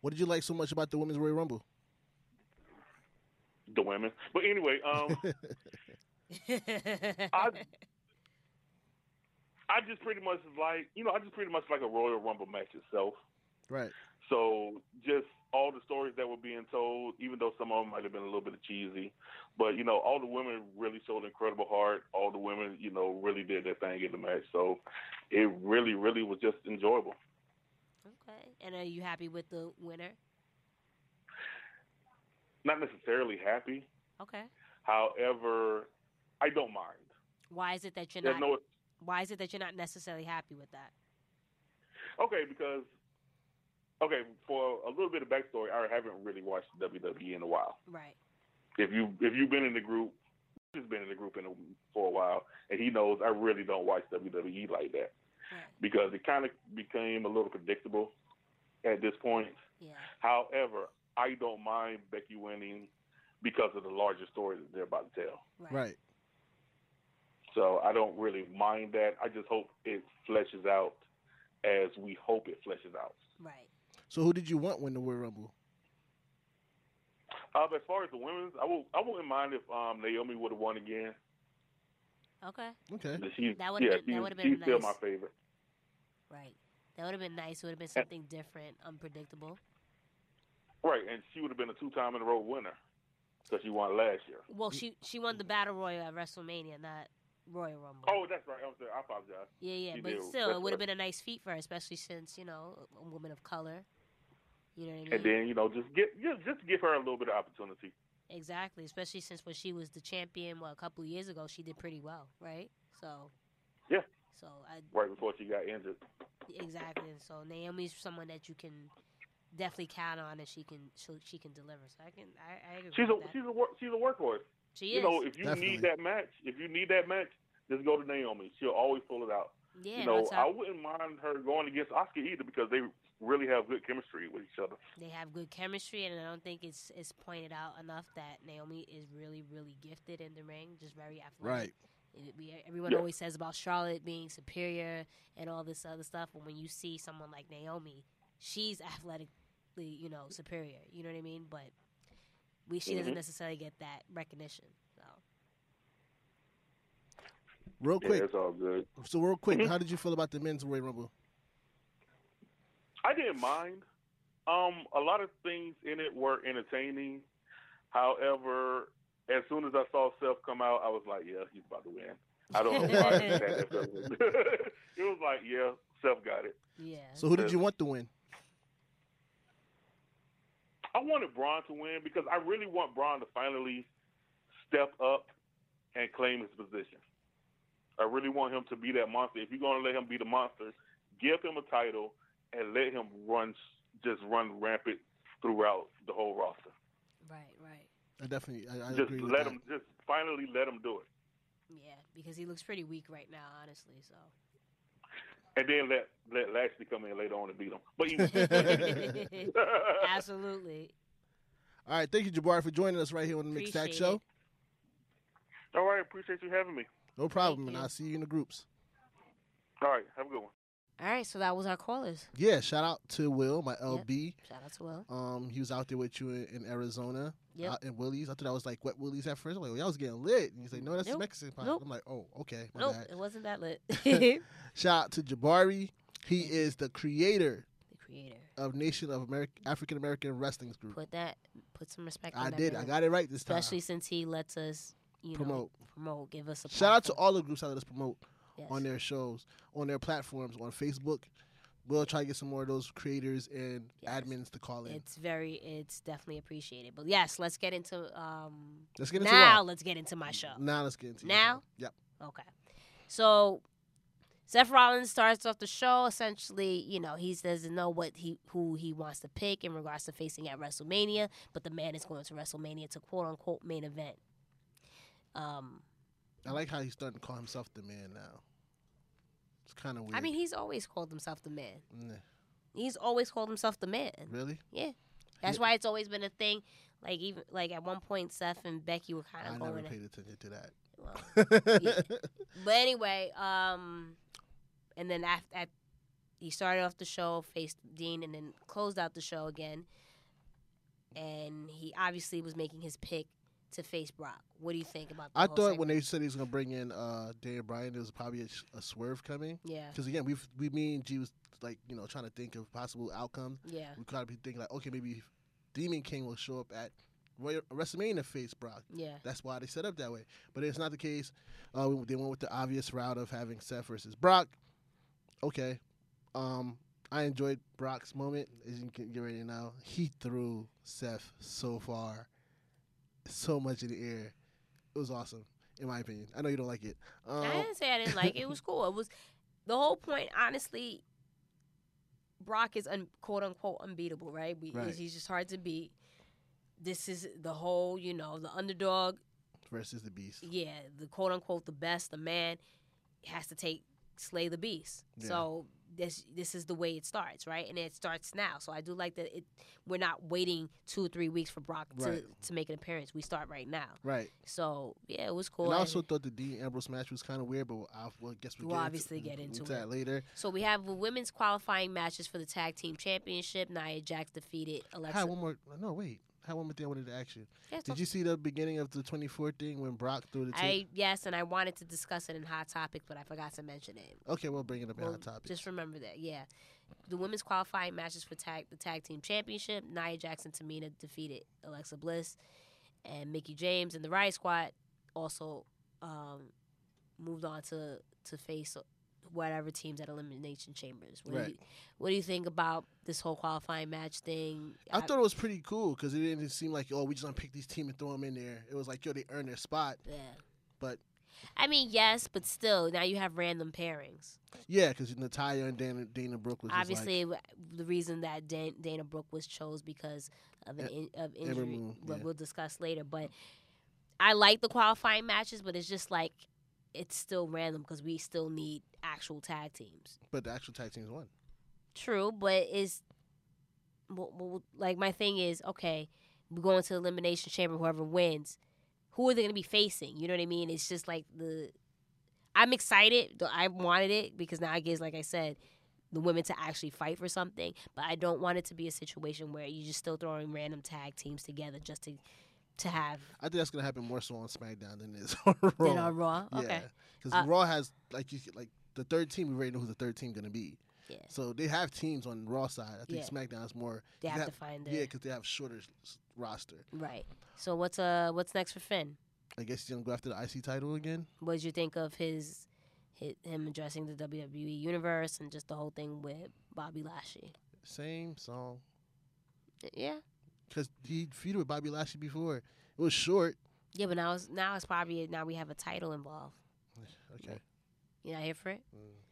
Speaker 5: what did you like so much about the Women's Royal Rumble?
Speaker 6: The women. But anyway, um, I I just pretty much like you know I just pretty much like a Royal Rumble match itself.
Speaker 5: Right.
Speaker 6: So just all the stories that were being told, even though some of them might have been a little bit cheesy, but you know all the women really showed incredible heart. All the women you know really did their thing in the match. So it really really was just enjoyable.
Speaker 4: [laughs] okay. And are you happy with the winner?
Speaker 6: Not necessarily happy,
Speaker 4: Okay.
Speaker 6: however, I don't mind.
Speaker 4: Why is it that you're
Speaker 6: There's
Speaker 4: not?
Speaker 6: no
Speaker 4: Why is it that you're not necessarily happy with that?
Speaker 6: Okay, because okay, for a little bit of backstory, I haven't really watched WWE in a while.
Speaker 4: Right.
Speaker 6: If you if you've been in the group, he's been in the group in a, for a while, and he knows I really don't watch WWE like that
Speaker 4: Right.
Speaker 6: because it kind of became a little predictable at this point.
Speaker 4: Yeah.
Speaker 6: However, I don't mind Becky winning because of the larger story that they're about to tell.
Speaker 4: Right.
Speaker 5: Right.
Speaker 6: So I don't really mind that. I just hope it fleshes out as we hope it fleshes out.
Speaker 4: Right.
Speaker 5: So, who did you want win the Royal Rumble?
Speaker 6: Uh, but as far as the women's, I will. I wouldn't mind if um, Naomi would have won again.
Speaker 4: Okay.
Speaker 5: Okay.
Speaker 6: She,
Speaker 4: That would've
Speaker 6: yeah,
Speaker 4: been- that
Speaker 6: she-
Speaker 4: would've
Speaker 6: she's
Speaker 4: been
Speaker 6: still
Speaker 4: nice.
Speaker 6: my favorite.
Speaker 4: Right. That would have been nice. It would have
Speaker 6: Uh,
Speaker 4: been something different, unpredictable.
Speaker 6: Right, and she would have been a two-time in a row winner because she won last year.
Speaker 4: Well, she she won the battle royal at WrestleMania, not Royal Rumble.
Speaker 6: Oh, that's right. I'm sorry. I apologize.
Speaker 4: yeah, yeah.
Speaker 6: she
Speaker 4: But
Speaker 6: did.
Speaker 4: still,
Speaker 6: That's
Speaker 4: it would have
Speaker 6: right.
Speaker 4: been a nice feat for her, especially since you know a woman of color. You know what I mean?
Speaker 6: And then you know, just get just, just give her a little bit of opportunity.
Speaker 4: Exactly, especially since when she was the champion, well, a couple of years ago, she did pretty well, right? So.
Speaker 6: Yeah.
Speaker 4: So I
Speaker 6: Right before she got injured.
Speaker 4: exactly, and so Naomi's someone that you can definitely count on, and she can she, she can deliver. So I can I, I agree
Speaker 6: She's a
Speaker 4: with that.
Speaker 6: she's a wor- she's a workhorse.
Speaker 4: she
Speaker 6: You
Speaker 4: is.
Speaker 6: know, if you
Speaker 5: Definitely.
Speaker 6: need that match, if you need that match, just go to Naomi. She'll always pull it out.
Speaker 4: yeah,
Speaker 6: you
Speaker 4: no
Speaker 6: know,
Speaker 4: doubt.
Speaker 6: I wouldn't mind her going against Oscar either because they really have good chemistry with each other.
Speaker 4: they have good chemistry, and I don't think it's it's pointed out enough that Naomi is really really gifted in the ring, just very athletic.
Speaker 5: Right.
Speaker 4: It- we- everyone
Speaker 6: Yeah.
Speaker 4: always says about Charlotte being superior and all this other stuff, but when you see someone like Naomi, she's athletically you know superior. You know what I mean? But we she doesn't
Speaker 6: Mhm.
Speaker 4: necessarily get that recognition. So
Speaker 5: Real
Speaker 6: Yeah, Mm-hmm.
Speaker 5: quick.
Speaker 6: it's all good.
Speaker 5: So, real quick, how did you feel about the men's Royal Rumble?
Speaker 6: I didn't mind. Um, a lot of things in it were entertaining. However, as soon as I saw Seth come out, I was like, "Yeah, he's about to win." I don't know why. I just had that [laughs] feeling. it was like, "Yeah, Seth got it."
Speaker 4: yeah,
Speaker 5: So, who did you want to win?
Speaker 6: I wanted Braun to win because I really want Braun to finally step up and claim his position. I really want him to be that monster. If you're going to let him be the monster, give him a title and let him run, just run rampant throughout the whole roster.
Speaker 4: Right, right.
Speaker 5: I definitely, I, I
Speaker 6: just
Speaker 5: agree.
Speaker 6: let
Speaker 5: with
Speaker 6: him, just finally let him do it,
Speaker 4: Yeah, because he looks pretty weak right now, honestly.
Speaker 5: [laughs]
Speaker 4: So [laughs]
Speaker 6: and then let let Lashley come in later on and beat him. But even
Speaker 5: [laughs]
Speaker 4: absolutely.
Speaker 5: That. All right, thank you, Jabari, for joining us right here on the Mixed Act
Speaker 4: Appreciate
Speaker 5: Show.
Speaker 6: [laughs]
Speaker 4: it.
Speaker 6: all right, appreciate you having me.
Speaker 5: No problem,
Speaker 4: Thank
Speaker 5: and
Speaker 4: you.
Speaker 5: I'll see you in the groups.
Speaker 6: All right, have a good one.
Speaker 4: All right, so that was our callers.
Speaker 5: Yeah, shout out to Will, my LB.
Speaker 4: Shout out to Will.
Speaker 5: Um, he was out there with you in, in Arizona,
Speaker 4: Yep.
Speaker 5: out in Willie's. I thought I was like wet Willie's at first. I'm like, well, y'all was getting lit. And he's like, no, that's
Speaker 4: Nope.
Speaker 5: Mexican pot.
Speaker 4: Nope.
Speaker 5: I'm like, oh, okay, my
Speaker 4: nope,
Speaker 5: bad.
Speaker 4: it wasn't that
Speaker 5: [laughs]
Speaker 4: lit. [laughs] the
Speaker 5: Shout out to Jabari. He is the creator
Speaker 4: creator.
Speaker 5: of Nation of American African American Wrestling's group.
Speaker 4: Put that put some respect on
Speaker 5: I
Speaker 4: that
Speaker 5: did. I
Speaker 4: brand.
Speaker 5: got it right this time.
Speaker 4: Especially since he lets us, you
Speaker 5: Promote.
Speaker 4: know, promote, give us a
Speaker 5: Shout out to
Speaker 4: platform.
Speaker 5: all the groups that let us promote
Speaker 4: Yes.
Speaker 5: on their shows, on their platforms, on Facebook. We'll try to get some more of those creators and
Speaker 4: Yes.
Speaker 5: admins to call in.
Speaker 4: It's very, it's definitely appreciated. But yes, let's get into um
Speaker 5: let's get into
Speaker 4: now.
Speaker 5: Raw.
Speaker 4: Let's get into my show.
Speaker 5: Now let's get into your
Speaker 4: Now?
Speaker 5: show. Yep.
Speaker 4: Okay. So Seth Rollins starts off the show essentially, you know, he doesn't know what he who he wants to pick in regards to facing at WrestleMania, but the man is going to WrestleMania to quote unquote main event. Um,
Speaker 5: I like how he's starting to call himself the man now. It's kind of weird.
Speaker 4: I mean, he's always called himself the man.
Speaker 5: Nah,
Speaker 4: He's always called himself the man.
Speaker 5: really?
Speaker 4: Yeah, that's
Speaker 5: Yeah.
Speaker 4: why it's always been a thing. Like even like at one point, Seth and Becky were kind
Speaker 5: I
Speaker 4: of
Speaker 5: never
Speaker 4: going.
Speaker 5: paid attention to that.
Speaker 4: well, But anyway, um, and then after at, he started off the show, faced Dean, and then closed out the show again. And he obviously was making his pick to face Brock. What do you think about? The
Speaker 5: [laughs] I
Speaker 4: whole
Speaker 5: thought when they said he was gonna bring in uh, Dan Bryan, there was probably a, sh- a swerve coming.
Speaker 4: segment? yeah,
Speaker 5: Because again, we we me and G was like you know trying to think of possible outcomes.
Speaker 4: yeah,
Speaker 5: We gotta be thinking like, okay, maybe Demon King will show up at Roy- WrestleMania face Brock.
Speaker 4: yeah,
Speaker 5: That's why they set up that way. But it's not the case. Uh, we- they went with the obvious route of having Seth versus Brock. Okay. Um, I enjoyed Brock's moment. As you can get ready now, he threw Seth so far, so much in the air. It was awesome, in my opinion. I know you don't like it.
Speaker 4: I
Speaker 5: Um,
Speaker 4: didn't say I didn't like it. It was cool. It was the whole point, honestly. Brock is un, quote unquote unbeatable, right? We,
Speaker 5: Right.
Speaker 4: He's just hard to beat. This is the whole, you know, the underdog
Speaker 5: versus the Beast.
Speaker 4: yeah, the quote unquote the best, the man has to take slay the beast.
Speaker 5: Yeah.
Speaker 4: So this this is the way it starts, right? And it starts now. So I do like that it we're not waiting two or three weeks for Brock
Speaker 5: Right.
Speaker 4: to, to make an appearance. We start right now.
Speaker 5: Right.
Speaker 4: So yeah, it was cool.
Speaker 5: and I
Speaker 4: And
Speaker 5: also thought the Dean Ambrose match was kind of weird, but I well, guess we'll,
Speaker 4: We'll
Speaker 5: get
Speaker 4: obviously
Speaker 5: into,
Speaker 4: get into
Speaker 5: that
Speaker 4: it.
Speaker 5: later.
Speaker 4: so we have women's qualifying matches for the tag team championship. Nia Jax defeated
Speaker 5: I had
Speaker 4: Alexa.
Speaker 5: one more. No, wait. I had one more thing I wanted to ask you.
Speaker 4: Yeah,
Speaker 5: Did you see the beginning of the 24 thing when Brock threw the tape?
Speaker 4: I yes, and I wanted to discuss it in hot topic, but I forgot to mention it.
Speaker 5: Okay, we'll bring it up in
Speaker 4: Well,
Speaker 5: our topic.
Speaker 4: Just remember that, yeah. The women's qualifying matches for tag the tag team championship. Nia Jackson, Tamina defeated Alexa Bliss, and Mickey James and the Riot Squad also um, moved on to to face whatever teams at Elimination Chambers. What,
Speaker 5: Right.
Speaker 4: do you, what do you think about this whole qualifying match thing?
Speaker 5: I thought it was pretty cool because it didn't seem like oh we just gonna pick these team and throw them in there. It was like yo they earned their spot,
Speaker 4: yeah.
Speaker 5: but
Speaker 4: I mean, yes, but still, now you have random pairings.
Speaker 5: yeah, because Natalia and Dana, Dana Brooke was just
Speaker 4: obviously w- the reason that Dan, Dana Brooke was chose because of an
Speaker 5: E-
Speaker 4: in, of
Speaker 5: every
Speaker 4: injury.
Speaker 5: move,
Speaker 4: but
Speaker 5: yeah.
Speaker 4: We'll discuss later. But I like the qualifying matches, but it's just like it's still random because we still need actual tag teams.
Speaker 5: like, but the actual tag teams won.
Speaker 4: True, but is like my thing is okay. We go into the elimination chamber. Whoever wins, who are they going to be facing? You know what I mean? It's just like the. I'm excited. though I wanted it because now I guess, like I said, the women to actually fight for something. But I don't want it to be a situation where you're just still throwing random tag teams together just to to have
Speaker 5: I think that's gonna happen more so on SmackDown than it is [laughs] on Raw.
Speaker 4: it on Raw. Okay.
Speaker 5: because
Speaker 4: Uh,
Speaker 5: Raw has like you like the third team. We already know who the third team gonna be.
Speaker 4: Yeah.
Speaker 5: So they have teams on Raw side. I think
Speaker 4: Yeah.
Speaker 5: SmackDown is more.
Speaker 4: They
Speaker 5: you
Speaker 4: have to find
Speaker 5: yeah,
Speaker 4: it.
Speaker 5: because they have shorter s- roster.
Speaker 4: Right. So what's uh what's next for Finn?
Speaker 5: I guess he's gonna go after the IC title again.
Speaker 4: What did you think of his, his him addressing the WWE universe and just the whole thing with Bobby Lashley?
Speaker 5: Same song.
Speaker 4: Yeah.
Speaker 5: because he feuded with Bobby Lashley before. It was short.
Speaker 4: Yeah, but now it's now it's probably now we have a title involved.
Speaker 5: Okay.
Speaker 4: You not here for it?
Speaker 5: Mm.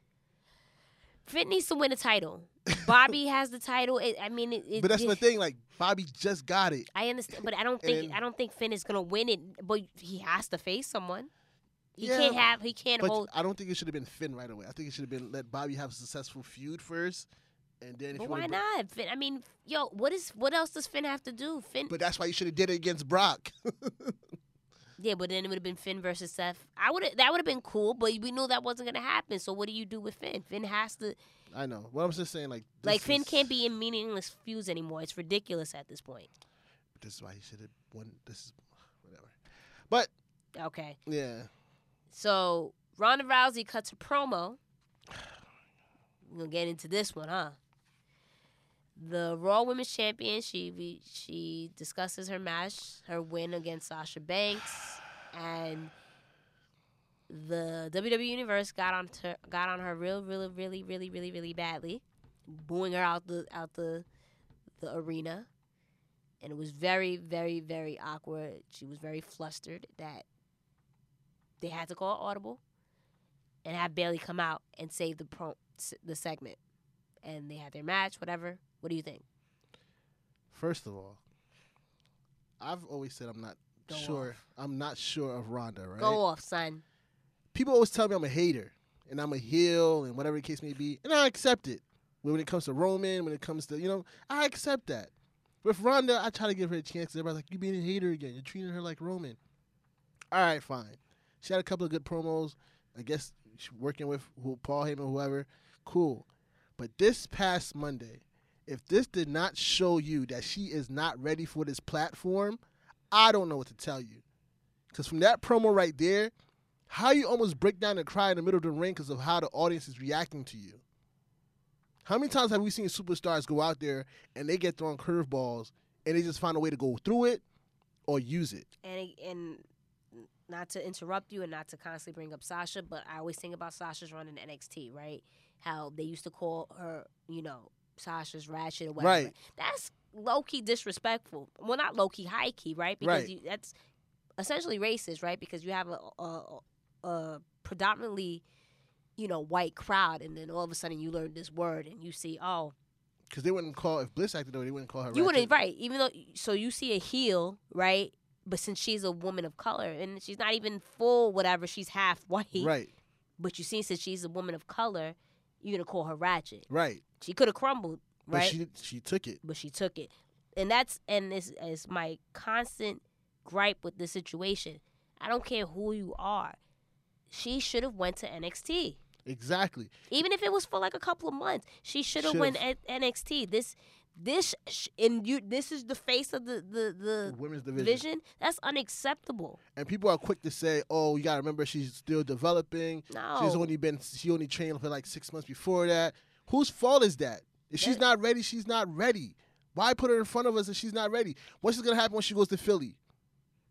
Speaker 4: Fit needs to win a title.
Speaker 5: [laughs]
Speaker 4: Bobby has the title. It, I mean, it, it,
Speaker 5: But that's
Speaker 4: it-
Speaker 5: the thing. Like Bobby just got it.
Speaker 4: I understand, but I don't think
Speaker 5: And-
Speaker 4: I don't think Finn is gonna win it. But he has to face someone. He
Speaker 5: Yeah,
Speaker 4: can't have. He can't
Speaker 5: But
Speaker 4: hold.
Speaker 5: I don't think it should have been Finn right away. I think it should have been let Bobby have a successful feud first, and then. If
Speaker 4: But
Speaker 5: you wanna
Speaker 4: why
Speaker 5: bring-
Speaker 4: not? Finn, I mean, yo, what is what else does Finn have to do? Finn.
Speaker 5: But that's why you should have did it against Brock. [laughs]
Speaker 4: yeah, but then it would have been Finn versus Seth. I would that would have been cool, but we knew that wasn't gonna happen. So what do you do with Finn? Finn has to
Speaker 5: I know. Well, I'm just saying, like, this
Speaker 4: like Finn
Speaker 5: is-
Speaker 4: can't be in meaningless feuds anymore. It's ridiculous at this point.
Speaker 5: This is why he should have won. This is [sighs] whatever. But
Speaker 4: Okay,
Speaker 5: yeah,
Speaker 4: so Ronda Rousey cuts a promo. We're gonna get into this one, huh? The Raw Women's Champion. She re- she discusses her match, her win against Sasha Banks, and the WWE Universe got on to, got on her real, really, really, really, really, really badly, booing her out the out the the arena, and it was very, very, very awkward. She was very flustered that they had to call audible and have Bailey come out and save the pro- s- the segment, and they had their match. Whatever. What do you think?
Speaker 5: first of all, I've always said I'm not
Speaker 4: Go
Speaker 5: sure.
Speaker 4: off.
Speaker 5: I'm not sure of Ronda. Right?
Speaker 4: Go off, son.
Speaker 5: People always tell me I'm a hater and I'm a heel and whatever the case may be, and I accept it. When it comes to Roman, when it comes to you know, I accept that. With Ronda, I try to give her a chance. 'cause Everybody's like, "You being a hater again? You're treating her like Roman." All right, fine. She had a couple of good promos. I guess she's working with who, Paul Heyman, whoever. Cool. But this past Monday, if this did not show you that she is not ready for this platform, I don't know what to tell you. Because from that promo right there, how you almost break down and cry in the middle of the ring because of how the audience is reacting to you. How many times have we seen superstars go out there and they get thrown curveballs and they just find a way to go through it or use it?
Speaker 4: And and not to interrupt you and not to constantly bring up Sasha, but I always think about Sasha's run in NXT, right? How they used to call her, you know, Sasha's ratchet or whatever.
Speaker 5: Right.
Speaker 4: That's low key disrespectful. Well, not low key, high key, right? Because
Speaker 5: Right.
Speaker 4: You, that's essentially racist, right? Because you have a, a, a predominantly, you know, white crowd, and then all of a sudden you learn this word and you see, oh,
Speaker 5: Because they wouldn't call, if Bliss acted though, they wouldn't call her.
Speaker 4: you wouldn't
Speaker 5: ratchet.
Speaker 4: right, even though so you see a heel, right? But since she's a woman of color and she's not even full whatever, she's half white.
Speaker 5: Right,
Speaker 4: But you see since she's a woman of color, you're gonna call her ratchet.
Speaker 5: right.
Speaker 4: She could have crumbled,
Speaker 5: But
Speaker 4: right?
Speaker 5: she, she took it.
Speaker 4: but she took it. And that's and it's, it's my constant gripe with this situation. I don't care who you are. She should have went to NXT.
Speaker 5: Exactly.
Speaker 4: Even if it was for like a couple of months, she should have
Speaker 5: Should've.
Speaker 4: went at NXT. This, this, sh- and you. This is the face of the
Speaker 5: The
Speaker 4: the
Speaker 5: women's
Speaker 4: the
Speaker 5: division.
Speaker 4: vision. That's unacceptable.
Speaker 5: And people are quick to say, oh, you got to remember she's still developing.
Speaker 4: No,
Speaker 5: She's only been she only trained for like six months before that. Whose fault is that? If she's
Speaker 4: That-
Speaker 5: not ready, she's not ready. Why put her in front of us if she's not ready? What's gonna happen when she goes to Philly?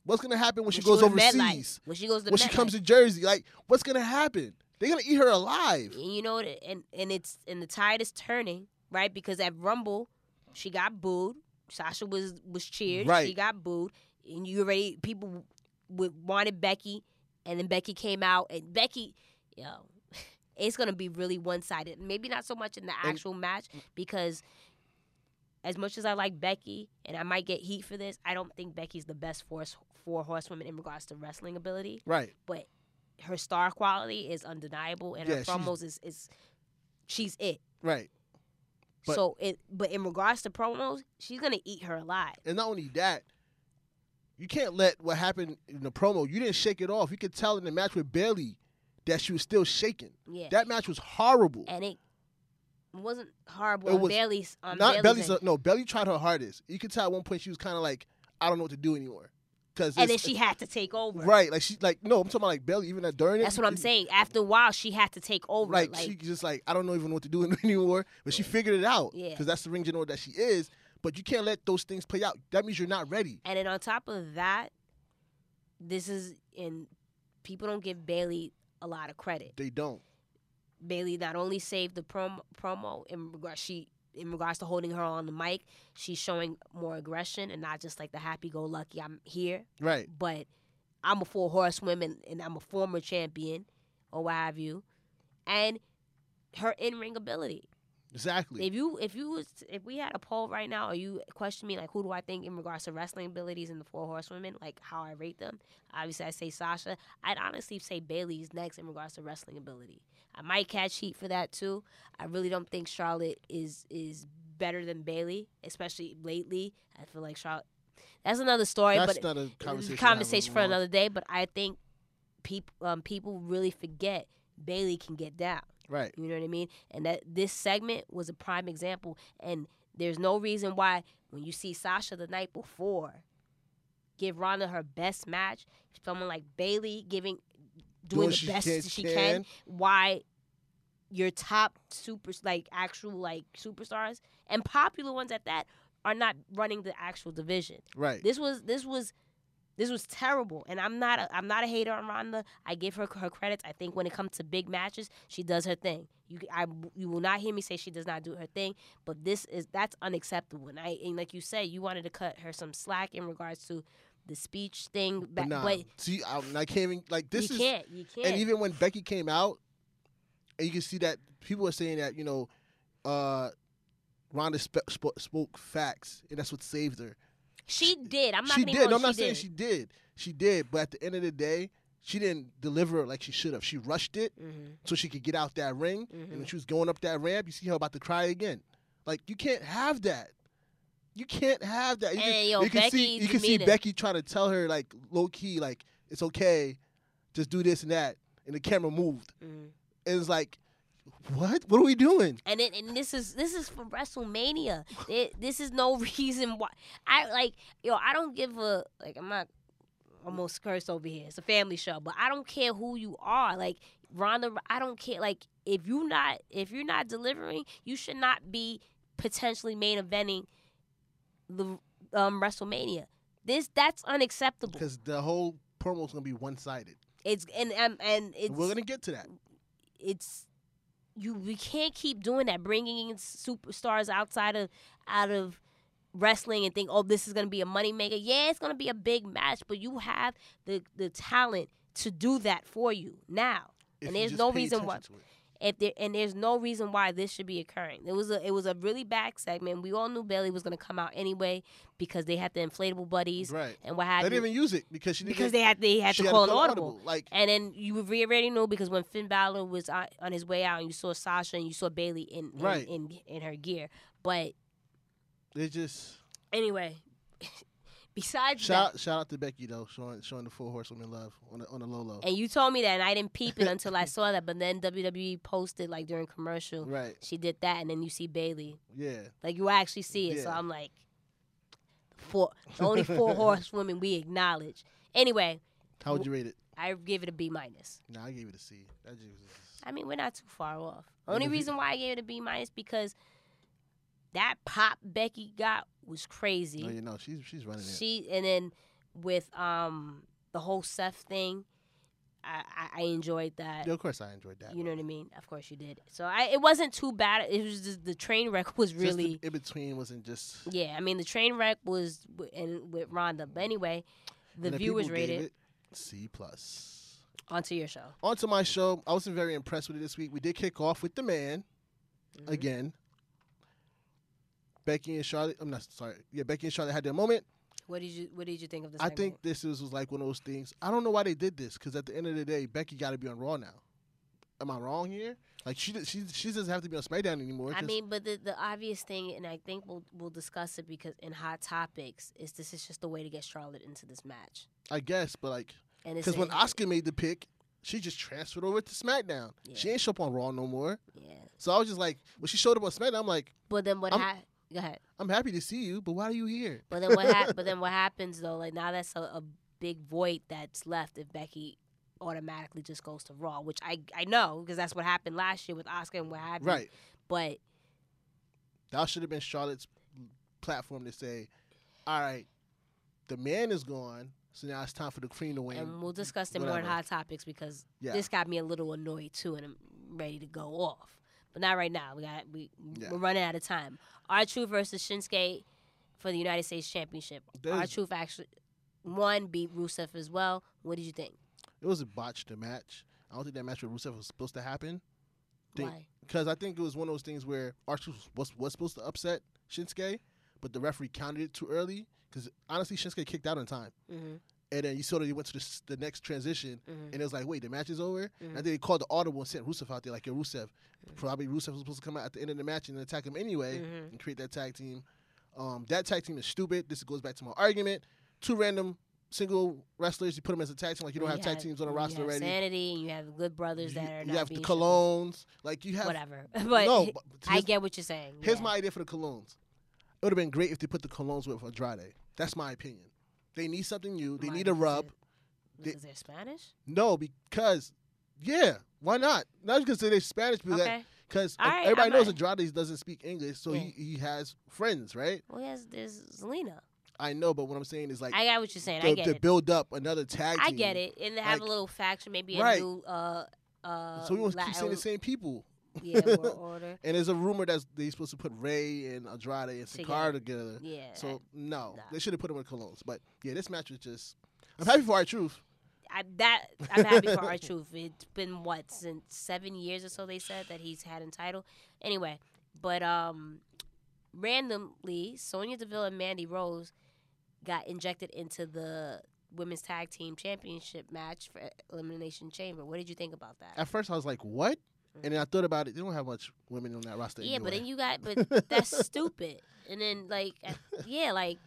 Speaker 5: What's gonna happen when, she goes
Speaker 4: go to MetLife,
Speaker 5: overseas?
Speaker 4: when she goes to
Speaker 5: When she comes to Jersey, like what's gonna happen? They're gonna eat her alive.
Speaker 4: you know, what, and and it's and the tide is turning right because at Rumble, she got booed. Sasha was was cheered. She
Speaker 5: Right.
Speaker 4: got booed, and you already people w- wanted Becky, and then Becky came out, and Becky, yo, [laughs] it's gonna be really one sided. Maybe not so much in the
Speaker 5: And-
Speaker 4: actual match because. As much as I like Becky, and I might get heat for this, I don't think Becky's the best force four horsewoman in regards to wrestling ability
Speaker 5: Right.
Speaker 4: but her star quality is undeniable and
Speaker 5: Yeah,
Speaker 4: her
Speaker 5: she's-
Speaker 4: promos is, is she's it.
Speaker 5: Right. But-
Speaker 4: so it but in regards to promos, she's gonna eat her alive.
Speaker 5: And not only that, you can't let what happened in the promo, you didn't shake it off. You could tell in the match with Bailey that she was still shaking.
Speaker 4: Yeah.
Speaker 5: That match was horrible.
Speaker 4: and it wasn't horrible
Speaker 5: It
Speaker 4: on
Speaker 5: was
Speaker 4: Bailey's on
Speaker 5: not
Speaker 4: Bailey's
Speaker 5: Belly's. uh, no, Belly tried her hardest. You could tell at one point she was kind of like, I don't know what to do anymore. Cause
Speaker 4: and then
Speaker 5: it's-
Speaker 4: she had to take over.
Speaker 5: right, like she like no, I'm talking about like Belly even at during it.
Speaker 4: That's what I'm saying. After a while she had to take over.
Speaker 5: Like,
Speaker 4: like
Speaker 5: she just like I don't know even what to do [laughs] anymore, but she figured it out.
Speaker 4: Yeah.
Speaker 5: because that's the ring general that she is. But you can't let those things play out. That means you're not ready.
Speaker 4: And then on top of that, this is and people don't give Bailey a lot of credit.
Speaker 5: They don't.
Speaker 4: Bailey not only saved the prom- promo in regards she in regards to holding her on the mic, she's showing more aggression and not just like the happy go lucky I'm here,
Speaker 5: Right.
Speaker 4: but I'm a full horsewoman and I'm a former champion or what have you. And her in ring ability.
Speaker 5: Exactly.
Speaker 4: If you if you was if we had a poll right now, or you question me like who do I think in regards to wrestling abilities in the four horsewomen, like how I rate them, obviously I say Sasha. I'd honestly say Bailey's next in regards to wrestling ability. I might catch heat for that too. I really don't think Charlotte is is better than Bailey, especially lately. I feel like Charlotte. That's another story,
Speaker 5: That's
Speaker 4: but
Speaker 5: not a
Speaker 4: this is a
Speaker 5: conversation.
Speaker 4: conversation
Speaker 5: I
Speaker 4: for
Speaker 5: have
Speaker 4: another day. But I think people um, people really forget Bailey can get down.
Speaker 5: Right.
Speaker 4: You know what I mean? And that this segment was a prime example. And there's no reason why when you see Sasha the night before give Ronda her best match, someone like Bailey giving doing
Speaker 5: what
Speaker 4: the
Speaker 5: she
Speaker 4: best
Speaker 5: can-
Speaker 4: she
Speaker 5: can.
Speaker 4: can, why your top super like actual like superstars and popular ones at that are not running the actual division.
Speaker 5: Right.
Speaker 4: This was this was this was terrible, and I'm not a, I'm not a hater on Ronda. I give her her credits. I think when it comes to big matches, she does her thing. You I you will not hear me say she does not do her thing, but this is that's unacceptable. And I and like you said, you wanted to cut her some slack in regards to the speech thing, ba-
Speaker 5: But, nah,
Speaker 4: but
Speaker 5: see, I, I can't even like this
Speaker 4: you
Speaker 5: is,
Speaker 4: can't you can't.
Speaker 5: and even when Becky came out, and you can see that people are saying that you know, uh, Ronda sp- sp- spoke facts, and that's what saved her.
Speaker 4: she did. I'm not
Speaker 5: she
Speaker 4: gonna
Speaker 5: did.
Speaker 4: Even,
Speaker 5: No,
Speaker 4: go,
Speaker 5: I'm not
Speaker 4: she
Speaker 5: saying
Speaker 4: did.
Speaker 5: she did. She did, but at the end of the day, she didn't deliver like she should have. She rushed it
Speaker 4: Mhm.
Speaker 5: so she could get out that ring, and when
Speaker 4: Mhm.
Speaker 5: she was going up that ramp, you see her about to cry again. Like you can't have that. You can't have that. You
Speaker 4: And,
Speaker 5: can,
Speaker 4: yo,
Speaker 5: you can see
Speaker 4: Becky's
Speaker 5: you can see
Speaker 4: demeanor.
Speaker 5: Becky trying to tell her like low key like it's okay, just do this and that, and the camera moved.
Speaker 4: Mhm.
Speaker 5: And it's like, what? What are we doing?
Speaker 4: And it, and this is this is for WrestleMania. It, this is no [laughs] reason why I like yo. I don't give a like. I'm not almost cursed over here. It's a family show, but I don't care who you are. Like Ronda, I don't care. Like if you not if you're not delivering, you should not be potentially main eventing the um, WrestleMania. This that's unacceptable.
Speaker 5: Because the whole promo is gonna be one sided.
Speaker 4: It's and and, and it's
Speaker 5: And we're gonna get to that.
Speaker 4: it's you we can't keep doing that bringing in superstars outside of out of wrestling and think oh this is going to be a moneymaker yeah it's going to be a big match but you have the the talent to do that for you now
Speaker 5: if
Speaker 4: and
Speaker 5: you
Speaker 4: there's
Speaker 5: just
Speaker 4: no
Speaker 5: pay
Speaker 4: reason
Speaker 5: attention
Speaker 4: why
Speaker 5: to it.
Speaker 4: if there and there's no reason why this should be occurring. It was a it was a really bad segment. We all knew Bailey was gonna come out anyway because they had the inflatable buddies
Speaker 5: Right.
Speaker 4: and what
Speaker 5: They
Speaker 4: have
Speaker 5: didn't
Speaker 4: you
Speaker 5: even use it because she didn't
Speaker 4: because
Speaker 5: get,
Speaker 4: they had they had
Speaker 5: she
Speaker 4: to call an
Speaker 5: an
Speaker 4: audible.
Speaker 5: Like
Speaker 4: And then you would already know because when Finn Balor was on on his way out, and you saw Sasha and you saw Bailey in in,
Speaker 5: Right.
Speaker 4: in, in her gear. But
Speaker 5: they just
Speaker 4: anyway, [laughs] besides
Speaker 5: shout shout out to Becky though, showing showing the full horsewoman love on the on the low low.
Speaker 4: that, and you told me that, and I didn't peep it until I saw that. But then WWE posted like during commercial,
Speaker 5: Right.
Speaker 4: she did that, and then you see Bailey,
Speaker 5: Yeah.
Speaker 4: like you actually see it. So
Speaker 5: Yeah.
Speaker 4: I'm like, four, the only
Speaker 5: [laughs]
Speaker 4: four horsewomen we acknowledge. Anyway,
Speaker 5: How would you rate it?
Speaker 4: I give it a B minus.
Speaker 5: Nah, I gave it a C. That just was
Speaker 4: I mean, we're not too far off.
Speaker 5: And
Speaker 4: Only
Speaker 5: if you-
Speaker 4: reason why I gave it a B minus because that pop Becky got was crazy.
Speaker 5: no, you know, she's she's running it.
Speaker 4: She and then with um the whole Seth thing, I I, I enjoyed that.
Speaker 5: Yeah, of course, I enjoyed that.
Speaker 4: You know
Speaker 5: but
Speaker 4: what I mean? Of course you did. So I it wasn't too bad. It was just the train wreck [laughs] was
Speaker 5: just the
Speaker 4: really
Speaker 5: in between wasn't just.
Speaker 4: yeah. I mean the train wreck was w- and with Rhonda. But anyway, the
Speaker 5: and
Speaker 4: viewers
Speaker 5: people gave
Speaker 4: rated
Speaker 5: it C plus.
Speaker 4: onto your show.
Speaker 5: On to my show. I wasn't very impressed with it this week. We did kick off with the man
Speaker 4: Mm-hmm.
Speaker 5: again. Becky and Charlotte. I'm not sorry. Yeah, Becky and Charlotte had their moment.
Speaker 4: What did you What did you think of this?
Speaker 5: I think this is, was like one of those things. I don't know why they did this because at the end of the day, Becky got to be on Raw now. Am I wrong here? Like she did- she she doesn't have to be on SmackDown anymore.
Speaker 4: I
Speaker 5: 'cause-
Speaker 4: mean, but the, the obvious thing, and I think we'll we'll discuss it because in hot topics is this is just a way to get Charlotte into this match.
Speaker 5: I guess, but like
Speaker 4: And it's
Speaker 5: because
Speaker 4: a-
Speaker 5: when Oscar made the pick, she just transferred over to SmackDown. She
Speaker 4: Yeah.
Speaker 5: ain't show up on Raw no more.
Speaker 4: yeah,
Speaker 5: So I was just like, when she showed up on SmackDown, I'm like,
Speaker 4: but then what
Speaker 5: I'm-
Speaker 4: hap Go ahead.
Speaker 5: I'm happy to see you, but why are you here?
Speaker 4: But then what? hap but then what happens though? Like now that's a, a big void that's left if Becky automatically just goes to Raw, which I I know because that's what happened last year with Oscar and what have you.
Speaker 5: Right.
Speaker 4: But
Speaker 5: That should have been Charlotte's platform to say, all right, the man is gone, so now it's time for the queen to win.
Speaker 4: and we'll discuss it more in
Speaker 5: whatever.
Speaker 4: hot topics because
Speaker 5: Yeah.
Speaker 4: this got me a little annoyed too, and I'm ready to go off. But not right now. We got we
Speaker 5: Yeah.
Speaker 4: we're running out of time. Our Truth versus Shinsuke for the United States Championship.
Speaker 5: There's-
Speaker 4: Our Truth actually won, beat Rusev as well. What did you think?
Speaker 5: It was a botched match. I don't think that match with Rusev was supposed to happen. Think-
Speaker 4: Why?
Speaker 5: because I think it was one of those things where Archie was was supposed to upset Shinsuke, but the referee counted it too early. Because honestly, Shinsuke kicked out in time,
Speaker 4: Mhm.
Speaker 5: and then you saw that he went to the, s- the next transition,
Speaker 4: Mhm.
Speaker 5: and it was like, wait, the match is over. And then they called the audible and sent Rusev out there, like, yo, Rusev. Probably Rusev was supposed to come out at the end of the match and attack him anyway,
Speaker 4: mm-hmm.
Speaker 5: and create that tag team. Um, that tag team is stupid. This goes back to my argument. Two random single wrestlers, you put them as a tag team, like you don't
Speaker 4: You
Speaker 5: have tag teams on the
Speaker 4: you
Speaker 5: roster
Speaker 4: have
Speaker 5: already.
Speaker 4: Sanity, you have good brothers
Speaker 5: you,
Speaker 4: that are
Speaker 5: you
Speaker 4: not
Speaker 5: have the
Speaker 4: being
Speaker 5: colognes. Like you have
Speaker 4: whatever. [laughs] but
Speaker 5: no. But
Speaker 4: I
Speaker 5: here's,
Speaker 4: get what you're saying.
Speaker 5: here's
Speaker 4: yeah.
Speaker 5: my idea for the colognes. It would have been great if they put the colognes with Andrade. That's my opinion. They need something new. They
Speaker 4: Why?
Speaker 5: need a
Speaker 4: Because
Speaker 5: rub.
Speaker 4: they're-
Speaker 5: They-
Speaker 4: Because they're Spanish.
Speaker 5: No, because yeah, why not? Not because they're Spanish, but
Speaker 4: Okay.
Speaker 5: because
Speaker 4: All right,
Speaker 5: everybody
Speaker 4: I'm
Speaker 5: knows
Speaker 4: not-
Speaker 5: Andrade doesn't speak English, so
Speaker 4: Yeah.
Speaker 5: he, he has friends, right?
Speaker 4: Well, yes, there's Zelina.
Speaker 5: I know, but what I'm saying is like
Speaker 4: I got what you're saying. I
Speaker 5: to,
Speaker 4: get
Speaker 5: to
Speaker 4: it.
Speaker 5: build up another tag team.
Speaker 4: I get it. And to have
Speaker 5: Like-
Speaker 4: a little faction, maybe
Speaker 5: Right.
Speaker 4: a new uh uh.
Speaker 5: So we want to
Speaker 4: Latin-
Speaker 5: keep seeing the same people.
Speaker 4: Yeah,
Speaker 5: [laughs]
Speaker 4: world order.
Speaker 5: And there's a rumor that they're supposed to put Ray and Andrade and Sakara together.
Speaker 4: Yeah.
Speaker 5: So no,
Speaker 4: nah.
Speaker 5: they should have put him with Colognes. But yeah, this match was just. I'm happy for our truth.
Speaker 4: I, that I'm happy for our truth. It's been what since seven years or so they said that he's had in title. Anyway, but um, randomly Sonya Deville and Mandy Rose got injected into the women's tag team championship match for Elimination Chamber. What did you think about that?
Speaker 5: At first, I was like, "What?" And then I thought about it. They don't have much women on that roster.
Speaker 4: Yeah, but
Speaker 5: anyway.
Speaker 4: then you got,
Speaker 5: [laughs]
Speaker 4: but that's stupid. And then like, I- yeah, like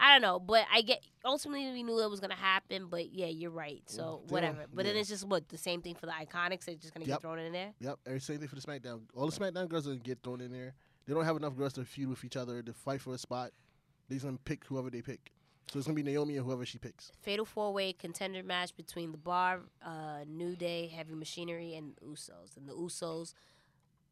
Speaker 4: I don't know, but I get. Ultimately, we knew it was gonna happen, but yeah, you're right. So
Speaker 5: Well,
Speaker 4: whatever.
Speaker 5: damn,
Speaker 4: But then
Speaker 5: Mm, yeah.
Speaker 4: it's just what the same thing for the Iconics. They're just gonna
Speaker 5: Yep.
Speaker 4: get thrown in there.
Speaker 5: Yep, every same thing for the SmackDown. All the SmackDown girls that get thrown in there. They don't have enough girls to feud with each other to fight for a spot. They just gonna pick whoever they pick. So it's gonna be Naomi and whoever she picks.
Speaker 4: Fatal four way contender match between the Bar, uh, New Day, Heavy Machinery, and the Usos. And the Usos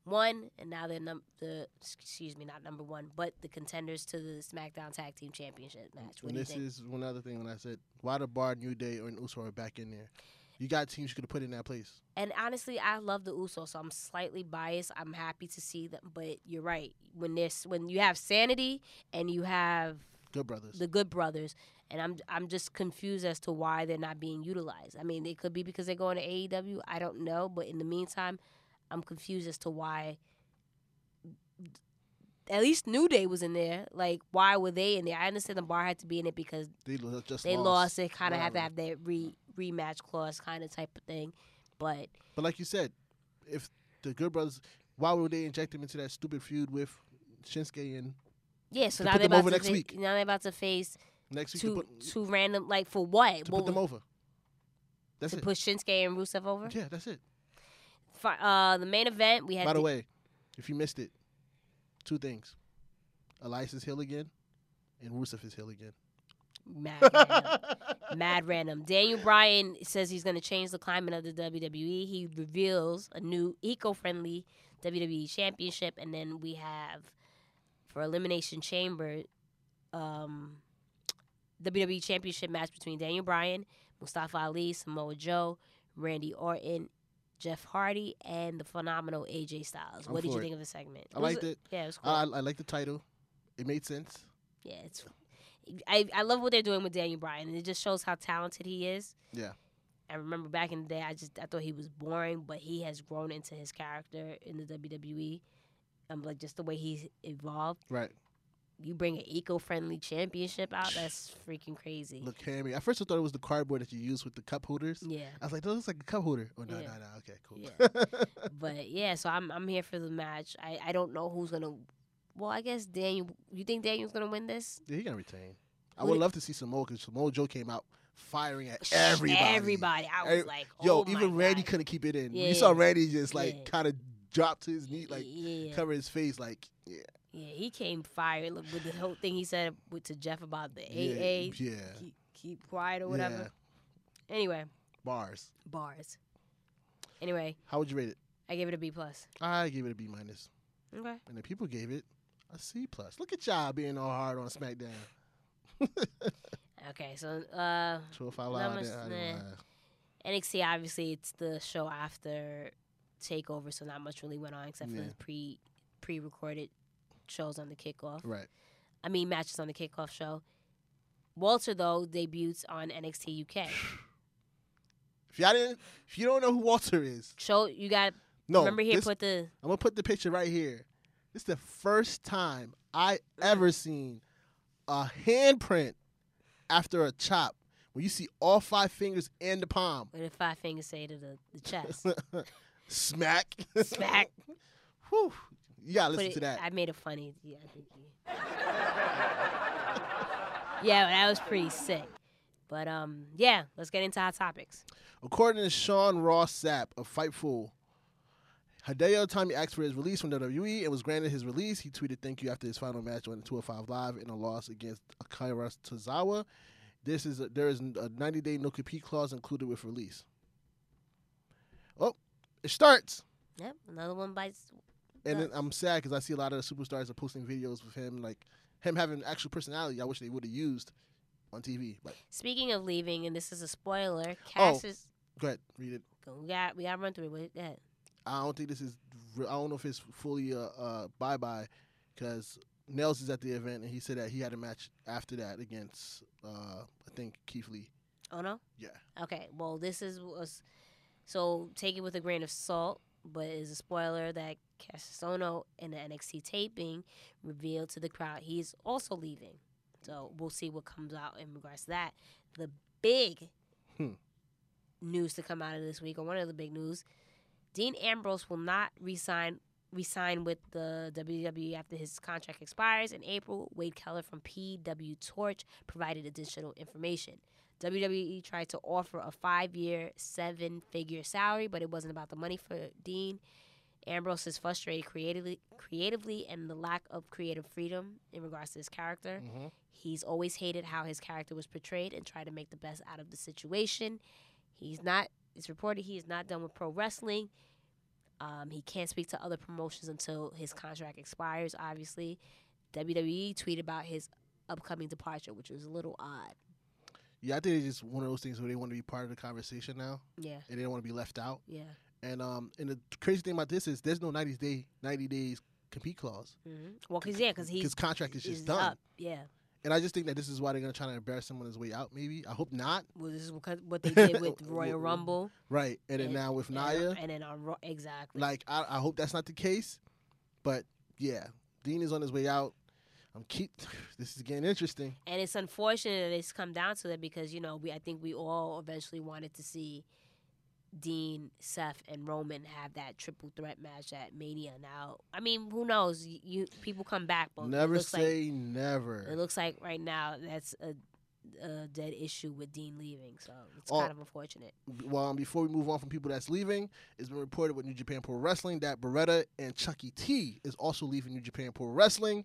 Speaker 4: won, and now they're num- the excuse me, not number one, but the contenders to the SmackDown Tag Team Championship match. What
Speaker 5: and
Speaker 4: do you
Speaker 5: this
Speaker 4: think?
Speaker 5: is one other thing when I said why the Bar, New Day, or an Uso are back in there. You got teams you could have put in that place.
Speaker 4: And honestly, I love the Usos, so I'm slightly biased. I'm happy to see them, but you're right. When there's when you have Sanity and you have
Speaker 5: Good brothers.
Speaker 4: the Good Brothers, and I'm I'm just confused as to why they're not being utilized. I mean, it could be because they're going to AEW. E I don't know, but in the meantime, I'm confused as to why. At least New Day was in there. Like, why were they in there? I understand the bar had to be in it because
Speaker 5: they lo- just
Speaker 4: they lost.
Speaker 5: lost.
Speaker 4: They kind of had to
Speaker 5: Whatever.
Speaker 4: have that re rematch clause kind of type of thing. But
Speaker 5: But like you said, if the Good Brothers, why would they inject them into that stupid feud with Shinsuke and
Speaker 4: Yeah, so
Speaker 5: to
Speaker 4: now
Speaker 5: put
Speaker 4: they're
Speaker 5: them
Speaker 4: about
Speaker 5: over
Speaker 4: to
Speaker 5: next
Speaker 4: fa-
Speaker 5: week.
Speaker 4: now they're about to face
Speaker 5: next week to
Speaker 4: two
Speaker 5: put,
Speaker 4: two random like for what?
Speaker 5: to
Speaker 4: What
Speaker 5: put them
Speaker 4: was-
Speaker 5: over? That's
Speaker 4: to
Speaker 5: it.
Speaker 4: put Shinsuke and Rusev over.
Speaker 5: Yeah, that's it.
Speaker 4: Fi- Uh, the main event we had.
Speaker 5: By the
Speaker 4: the-
Speaker 5: way, if you missed it, two things: Elias is heel again, and Rusev is heel again.
Speaker 4: Mad random.
Speaker 5: [laughs]
Speaker 4: Mad random. Daniel Bryan says he's going to change the climate of the WWE. He reveals a new eco-friendly WWE Championship, and then we have for Elimination Chamber, um, WWE Championship match between Daniel Bryan, Mustafa Ali, Samoa Joe, Randy Orton, Jeff Hardy, and the phenomenal AJ Styles.
Speaker 5: I'm
Speaker 4: what did
Speaker 5: for
Speaker 4: you
Speaker 5: it.
Speaker 4: think of the segment?
Speaker 5: I
Speaker 4: was-
Speaker 5: liked it.
Speaker 4: Yeah, it was cool.
Speaker 5: I, I like the title; it made sense.
Speaker 4: Yeah, it's I, I love what they're doing with Daniel Bryan, and it just shows how talented he is.
Speaker 5: Yeah.
Speaker 4: I remember back in the day, I just I thought he was boring, but he has grown into his character in the WWE. Um, like just the way he's evolved.
Speaker 5: Right.
Speaker 4: You bring an eco-friendly championship out, that's freaking crazy.
Speaker 5: Look, hammy. At first, I thought it was the cardboard that you use with the cup holders. [laughs]
Speaker 4: Yeah,
Speaker 5: I was like, that looks like a cup holder. Oh no,
Speaker 4: Yeah.
Speaker 5: no, no. Okay, cool. [laughs]
Speaker 4: but yeah, so I'm I'm here for the match. I I don't know who's gonna. Well, I guess Daniel. You think Daniel's gonna win this?
Speaker 5: yeah, he gonna retain. I
Speaker 4: Who
Speaker 5: would
Speaker 4: did-
Speaker 5: love to see Samoa because Samoa Joe came out firing at everybody.
Speaker 4: Everybody. I was
Speaker 5: Every-
Speaker 4: like,
Speaker 5: Yo,
Speaker 4: oh my
Speaker 5: even Randy
Speaker 4: God.
Speaker 5: couldn't keep it in.
Speaker 4: Yeah.
Speaker 5: You saw Randy just like
Speaker 4: Yeah.
Speaker 5: kind of drop to his knee, like
Speaker 4: yeah.
Speaker 5: cover his face, like yeah,
Speaker 4: Yeah, he came fire look, with the whole thing he said with, to Jeff about the
Speaker 5: yeah,
Speaker 4: AA,
Speaker 5: yeah,
Speaker 4: keep, keep quiet or whatever. Anyway,
Speaker 5: bars.
Speaker 4: bars. Anyway,
Speaker 5: How would you rate it?
Speaker 4: I gave it a B plus.
Speaker 5: I gave it a B minus,
Speaker 4: Okay.
Speaker 5: and the people gave it a C plus. Look at y'all being all hard on SmackDown.
Speaker 4: Okay, so uh,
Speaker 5: True if I lied,
Speaker 4: Numbers,
Speaker 5: then I didn't
Speaker 4: nah.
Speaker 5: lie.
Speaker 4: NXT obviously it's the show after Takeover, so not much really went on except for
Speaker 5: Yeah.
Speaker 4: the pre pre recorded shows on the kickoff.
Speaker 5: Right.
Speaker 4: I mean matches on the kickoff show. Walter though debuts on NXT UK.
Speaker 5: [sighs] If y'all didn't, if you don't know who Walter is,
Speaker 4: Show you got
Speaker 5: No,
Speaker 4: Remember he
Speaker 5: this-
Speaker 4: put the
Speaker 5: I'm gonna put the picture right here. This is the first time I ever seen a handprint after a chop when you see all five fingers and the palm.
Speaker 4: what did five fingers say to the, the chest?
Speaker 5: Smack.
Speaker 4: Smack.
Speaker 5: [laughs] Whew. You gotta
Speaker 4: Put
Speaker 5: listen
Speaker 4: it-
Speaker 5: to that.
Speaker 4: I made it funny. Yeah, I think you. yeah, that was pretty sick. But um, yeah, let's get into our topics.
Speaker 5: According to Sean Ross Sapp of Fightful, Hideo Tommy asked for his release from WWE and was granted his release. He tweeted thank you after his final match on the 205 Live in a loss against Akira Tozawa. This is a, there is a 90 day no compete clause included with release. Oh, it starts.
Speaker 4: Yep, another one bites.
Speaker 5: And
Speaker 4: Yeah.
Speaker 5: then I'm sad because I see a lot of the superstars are posting videos with him, like him having actual personality. I wish they would have used on TV. But
Speaker 4: Speaking of leaving, and this is a spoiler,
Speaker 5: Oh.
Speaker 4: Cass is.
Speaker 5: go ahead, read it.
Speaker 4: We got we got to run through it. What- Yeah.
Speaker 5: I don't think this is. I don't know if it's fully uh, uh bye bye, because Nels is at the event and he said that he had a match after that against uh I think Keith Lee.
Speaker 4: Oh no.
Speaker 5: Yeah.
Speaker 4: Okay. Well, this is was, so take it with a grain of salt, but it's a spoiler that Cassius Ohno in the NXT taping revealed to the crowd he's also leaving. So we'll see what comes out in regards to that. The big
Speaker 5: Hmm.
Speaker 4: news to come out of this week, or one of the big news, Dean Ambrose will not resign resign with the WWE after his contract expires in April. Wade Keller from PW Torch provided additional information. WWE tried to offer a five year, seven figure salary, but it wasn't about the money for Dean. Ambrose is frustrated creatively, creatively and the lack of creative freedom in regards to his character. He's always hated how his character was portrayed and tried to make the best out of the situation. He's not, it's reported he is not done with pro wrestling. Um, he can't speak to other promotions until his contract expires, obviously. WWE tweeted about his upcoming departure, which was a little odd.
Speaker 5: Yeah, I think it's just one of those things where they want to be part of the conversation now
Speaker 4: Yeah,
Speaker 5: and they don't want to be left out.
Speaker 4: yeah.
Speaker 5: And um and the crazy thing about this is there's no 90 day 90 days compete clause
Speaker 4: Mm-hmm. Well, cause yeah, cause he's
Speaker 5: because contract is
Speaker 4: is
Speaker 5: just done.
Speaker 4: Up. Yeah.
Speaker 5: And I just think that this is why they're gonna try to embarrass him on his way out. Maybe I hope not.
Speaker 4: Well, this is because
Speaker 5: [laughs]
Speaker 4: what they did with Royal
Speaker 5: Well,
Speaker 4: Rumble.
Speaker 5: Right. And then
Speaker 4: And-
Speaker 5: now with
Speaker 4: and-
Speaker 5: Naya.
Speaker 4: And, then on Raw, exactly.
Speaker 5: Like I, I hope that's not the case, but yeah, Dean is on his way out. I'm keep. [sighs] This is getting interesting.
Speaker 4: and it's unfortunate that it's come down to that because you know we I think we all eventually wanted to see Dean, Seth, and Roman have that triple threat match at Mania. Now, I mean, who knows? You, you people come back, but it
Speaker 5: never
Speaker 4: looks
Speaker 5: say
Speaker 4: Like, it
Speaker 5: never.
Speaker 4: looks like right now that's a, a dead issue with Dean leaving, so it's
Speaker 5: Oh.
Speaker 4: kind of unfortunate.
Speaker 5: Well, um, before we move on from people that's leaving, it's been reported with New Japan Pro Wrestling that Beretta and Chucky T is also leaving New Japan Pro Wrestling.